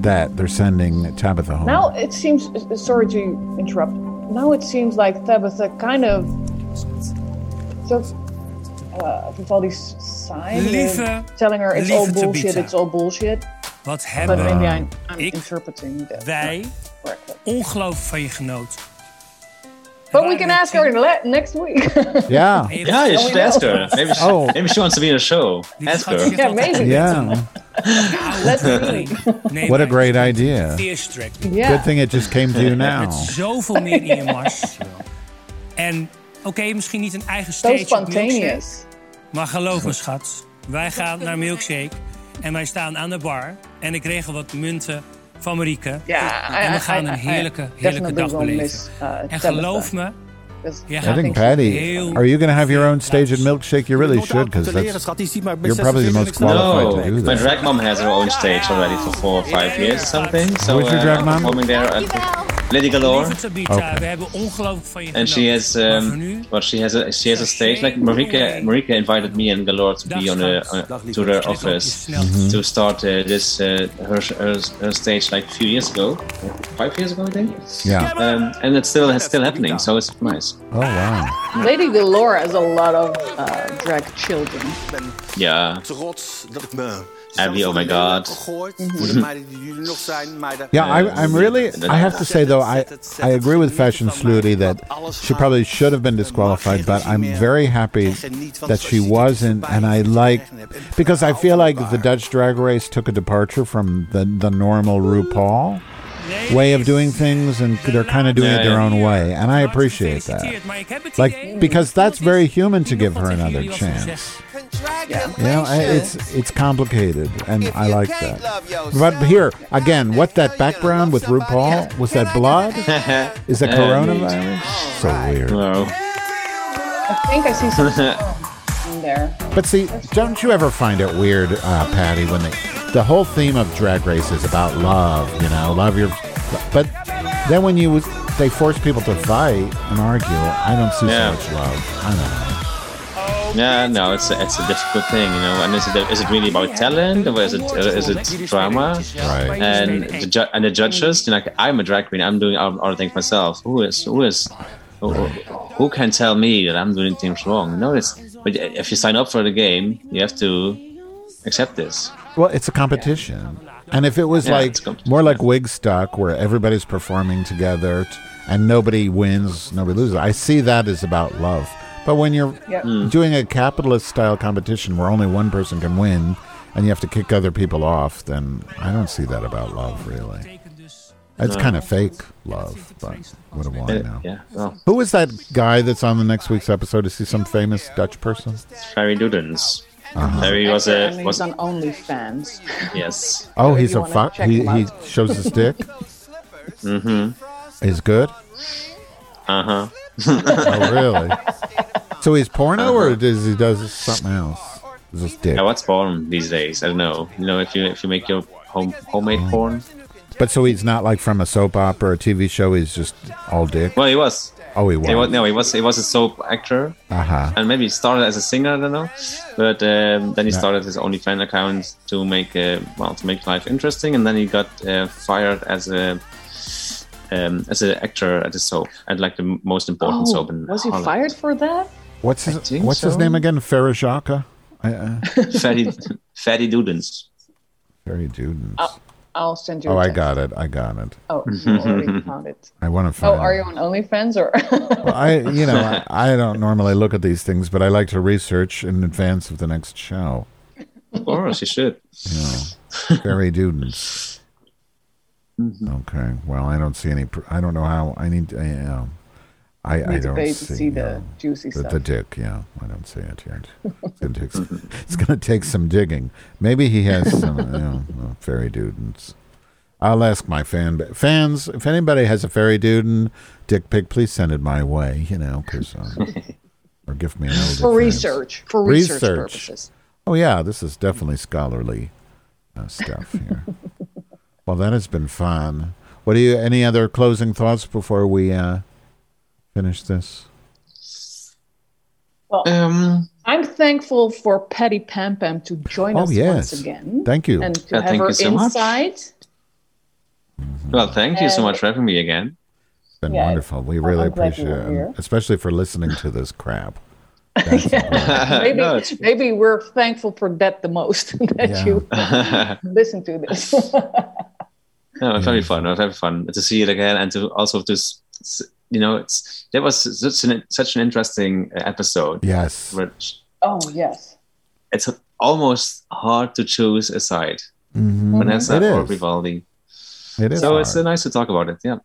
Speaker 1: that they're sending Tabitha home.
Speaker 3: Now it seems. uh, Sorry to interrupt. Now it seems like Tabitha kind of took uh, Vivaldi's side, and
Speaker 5: Lieve-
Speaker 3: telling her it's
Speaker 5: lieve
Speaker 3: all bullshit.
Speaker 5: Tabitha.
Speaker 3: It's all bullshit.
Speaker 5: Wat
Speaker 3: But
Speaker 5: hebben
Speaker 3: maybe I'm, I'm
Speaker 5: ik,
Speaker 3: interpreting Um, that.
Speaker 5: wij, ongelooflijk van je genoten.
Speaker 3: But we can ask her in le- next week.
Speaker 1: Yeah.
Speaker 3: Oh,
Speaker 4: Yeah, you should ask her. Maybe she,
Speaker 1: Oh.
Speaker 4: maybe she wants to be in a show. Ask her.
Speaker 3: yeah, maybe.
Speaker 1: Yeah.
Speaker 3: Let's see.
Speaker 5: Nee,
Speaker 1: What a
Speaker 5: maar
Speaker 1: great idea.
Speaker 5: Thirst trap.
Speaker 3: Ja.
Speaker 1: Good thing it just came to you now.
Speaker 5: Met zoveel meer in je mars. En oké, misschien niet een eigen
Speaker 3: So
Speaker 5: stage op
Speaker 3: spontaneous.
Speaker 5: Milkshake. Maar geloof me, schat. Wij gaan naar Milkshake. En wij staan aan de bar. En ik regel wat munten van Marieke.
Speaker 3: Yeah,
Speaker 5: en
Speaker 3: I-
Speaker 5: we
Speaker 3: I-
Speaker 5: gaan
Speaker 3: I-
Speaker 5: een
Speaker 3: I
Speaker 5: heerlijke, heerlijke
Speaker 3: definitely
Speaker 5: dag
Speaker 3: won't
Speaker 5: beleven.
Speaker 3: miss, uh,
Speaker 5: en
Speaker 3: Tabitha.
Speaker 5: geloof me... jij
Speaker 1: I
Speaker 5: gaat
Speaker 1: think,
Speaker 5: heel
Speaker 1: Patty, are you going to have your own stage at Milkshake? You really should, because that's oh, you're probably the most qualified
Speaker 4: No,
Speaker 1: to do
Speaker 4: my
Speaker 1: that.
Speaker 4: drag mom has her own stage already for four or five years or something. So
Speaker 1: Who's your
Speaker 4: uh,
Speaker 1: drag
Speaker 4: I'm
Speaker 1: mom?
Speaker 4: performing there at Lady Galore.
Speaker 5: Lieve Tabitha, we hebben ongelooflijk van je
Speaker 4: And she has, um, well, she has a she has a stage. Like Marika, Marika invited me and Galore to be on a on, to her office
Speaker 1: Mm-hmm.
Speaker 4: to start uh, this uh, her, her her stage like a few years ago, five years ago, I think.
Speaker 1: Yeah.
Speaker 4: Um, and it's still it's still happening, so it's nice.
Speaker 1: Oh wow!
Speaker 3: Lady Galore has a lot of uh, drag children.
Speaker 4: Yeah.
Speaker 15: Trots dat ik me.
Speaker 4: Abby, oh my god.
Speaker 15: Gegooid voor de meiden die jullie nog zijn, maar dat-
Speaker 1: Yeah, I, I'm really. I have to say though, I I agree with Fashion Sluty that she probably should have been disqualified, but I'm very happy that she wasn't, and I like because I feel like the Dutch Drag Race took a departure from the the normal RuPaul way of doing things, and they're kind of doing it their own way, and I appreciate that. Like because that's very human to give her another chance. You know, I- it's it's complicated, and I like that. But here again, what that background with RuPaul was that blood? Is that
Speaker 4: Yeah.
Speaker 1: coronavirus? So weird.
Speaker 3: I think I see some in there.
Speaker 1: But see, don't you ever find it weird, uh, Patty, when they, the whole theme of Drag Race is about love? You know, love your. But then when you they force people to fight and argue, I don't see
Speaker 4: Yeah.
Speaker 1: so much love. I don't know.
Speaker 4: Yeah, no, it's a, it's a difficult thing, you know. And is it is it really about talent or is it uh, is it drama?
Speaker 1: Right.
Speaker 4: And the ju- and the judges, you know, like I'm a drag queen. I'm doing all, all the things myself. Who is who is who, who can tell me that I'm doing things wrong? No, it's but if you sign up for the game, you have to accept this.
Speaker 1: Well, it's a competition. And if it was
Speaker 4: Yeah,
Speaker 1: like
Speaker 4: it's a competition,
Speaker 1: more like Wigstock, where everybody's performing together t- and nobody wins, nobody loses, I see that as about love. But when you're
Speaker 2: Yep.
Speaker 4: Hmm.
Speaker 2: Mm.
Speaker 1: doing a capitalist style competition where only one person can win and you have to kick other people off, then I don't see that about love, really. It's
Speaker 4: No.
Speaker 1: kind of fake love, but what do I
Speaker 4: Uh,
Speaker 1: know?
Speaker 4: yeah, well.
Speaker 1: Who is that guy that's on the next week's episode? Is he some famous Dutch person?
Speaker 4: Harry Dudens. Harry was a
Speaker 3: and
Speaker 4: was
Speaker 3: he's on OnlyFans.
Speaker 4: yes.
Speaker 1: Oh,
Speaker 3: So if
Speaker 1: he's
Speaker 3: you
Speaker 1: a
Speaker 3: wanna
Speaker 1: fuck.
Speaker 3: check
Speaker 1: He,
Speaker 3: him
Speaker 1: he
Speaker 3: out.
Speaker 1: shows his dick.
Speaker 4: Mm-hmm.
Speaker 1: Is good.
Speaker 4: Uh huh.
Speaker 1: oh, really? So he's porno, or does he does something else? Is this dick?
Speaker 4: Yeah, what's porn these days? I don't know. You know, if you if you make your home homemade porn.
Speaker 1: But so he's not like from a soap opera or a TV show. He's just all dick.
Speaker 4: Well, he was.
Speaker 1: Oh, he was.
Speaker 4: He was no, he was he was a soap actor,
Speaker 1: Uh-huh.
Speaker 4: and maybe he started as a singer. I don't know, but um, then he
Speaker 1: Yeah.
Speaker 4: started his OnlyFans account to make uh, well to make life interesting, and then he got uh, fired as a um, as an actor at the soap at like the m- most important
Speaker 3: Oh,
Speaker 4: soap. In
Speaker 3: was he
Speaker 4: Holland.
Speaker 3: fired for that?
Speaker 1: What's his
Speaker 4: think
Speaker 1: What's his
Speaker 4: so.
Speaker 1: name again? Farishaka. I- Uh,
Speaker 4: Fatty Fatty Dudens.
Speaker 1: Barry Duden.
Speaker 4: Uh,
Speaker 3: I'll, I'll send you. a
Speaker 1: Oh, I
Speaker 3: text.
Speaker 1: got it. I got it.
Speaker 3: Oh, you already found it.
Speaker 1: I want to find.
Speaker 3: Oh, are you on OnlyFans or?
Speaker 1: Well, I, you know, I, I don't normally look at these things, but I like to research in advance of the next show.
Speaker 4: Of course, he should.
Speaker 1: Yeah. Barry Dudens.
Speaker 3: Mm-hmm.
Speaker 1: Okay. Well, I don't see any. pr- I don't know how. I need. I, um, I, I
Speaker 3: Need to
Speaker 1: don't
Speaker 3: pay to
Speaker 1: see,
Speaker 3: see the
Speaker 1: yeah.
Speaker 3: juicy
Speaker 1: the,
Speaker 3: stuff.
Speaker 1: The dick. Yeah, I don't see it yet. It's gonna take some, it's gonna take some digging. Maybe he has some. you know, uh, fairy Dudens. I'll ask my fan ba- fans if anybody has a fairy Duden dick pic. Please send it my way. You know, because or give me an older
Speaker 3: for
Speaker 1: fan.
Speaker 3: research, for research, purposes.
Speaker 1: Oh yeah, this is definitely scholarly uh, stuff here. well, that has been fun. What do you? Any other closing thoughts before we uh, finish this?
Speaker 3: Well,
Speaker 4: Um,
Speaker 3: I'm thankful for Patty Pam Pam to join
Speaker 1: Oh,
Speaker 3: us
Speaker 1: yes.
Speaker 3: once again.
Speaker 1: Thank you.
Speaker 3: And to
Speaker 4: Yeah,
Speaker 3: have
Speaker 4: thank
Speaker 3: her
Speaker 4: you so much.
Speaker 3: insight.
Speaker 4: Well, thank you so
Speaker 3: Uh,
Speaker 4: much for having me again.
Speaker 1: It's been
Speaker 3: Yeah,
Speaker 1: wonderful. We really
Speaker 3: I'm glad you
Speaker 1: appreciate
Speaker 3: were
Speaker 1: it,
Speaker 3: here.
Speaker 1: and especially for listening to this crap.
Speaker 3: Maybe,
Speaker 4: No, it's-
Speaker 3: maybe we're thankful for that the most that
Speaker 1: Yeah.
Speaker 3: you listen to this.
Speaker 4: No, it was
Speaker 1: Mm.
Speaker 4: very fun. It was very fun to see it again and to also to, s- s- you know, it's that was such an such an interesting uh, episode.
Speaker 1: Yes.
Speaker 4: Which
Speaker 3: oh yes.
Speaker 4: it's almost hard to choose a side.
Speaker 1: Mhm.
Speaker 4: Vanessa
Speaker 1: It
Speaker 4: or
Speaker 1: is.
Speaker 4: Vivaldi.
Speaker 1: It is
Speaker 4: so
Speaker 1: hard.
Speaker 4: it's uh, nice to talk about it. Yeah.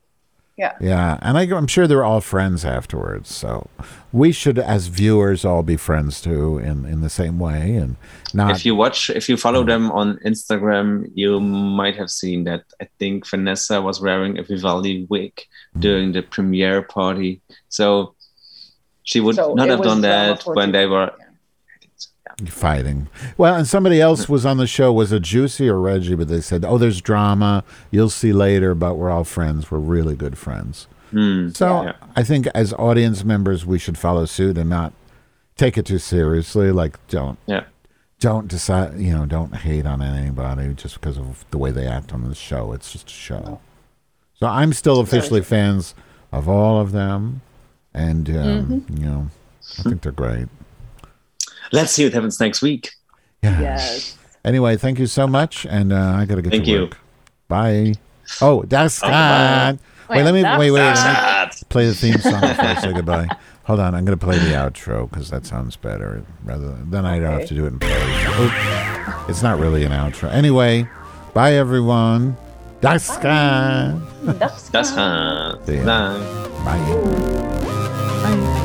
Speaker 3: Yeah.
Speaker 1: Yeah, and I, I'm sure they're all friends afterwards. So we should, as viewers, all be friends too, in in the same way, and not.
Speaker 4: if you watch, if you
Speaker 1: Mm.
Speaker 4: follow them on Instagram, you might have seen that. I think Vanessa was wearing a Vivaldi wig
Speaker 1: Mm.
Speaker 4: during the premiere party. So she would
Speaker 3: So
Speaker 4: not
Speaker 3: it
Speaker 4: have
Speaker 3: was
Speaker 4: done
Speaker 3: drama
Speaker 4: that
Speaker 3: for
Speaker 4: when they were.
Speaker 1: fighting. Well, and somebody else was on the show, was it Juicy or Reggie? But they said, "Oh, there's drama. You'll see later, but we're all friends. We're really good friends."
Speaker 4: Hmm.
Speaker 1: So I think as audience members, we should follow suit and not take it too seriously. Like, don't
Speaker 4: Yeah.
Speaker 1: don't decide. You know, don't hate on anybody just because of the way they act on the show. It's just a show. So I'm still officially fans of all of them, and um, you know, I think they're great.
Speaker 4: Let's see what happens next week.
Speaker 1: Yes. Anyway, thank you so much, and uh, I gotta get
Speaker 4: Thank
Speaker 1: to
Speaker 4: you.
Speaker 1: work. Bye. Oh, that's
Speaker 4: Oh,
Speaker 1: God.
Speaker 4: bye.
Speaker 1: Wait, let me
Speaker 4: Wait,
Speaker 1: wait, wait.
Speaker 4: that's
Speaker 1: Let me
Speaker 4: God.
Speaker 1: play the theme song before I say goodbye. Hold on, I'm gonna play the outro because that sounds better. Rather then I don't have to do it in play. Oop. It's not really an outro. Anyway, bye everyone. Das God.
Speaker 4: That's uh,
Speaker 1: See ya.
Speaker 4: bye.
Speaker 1: Bye.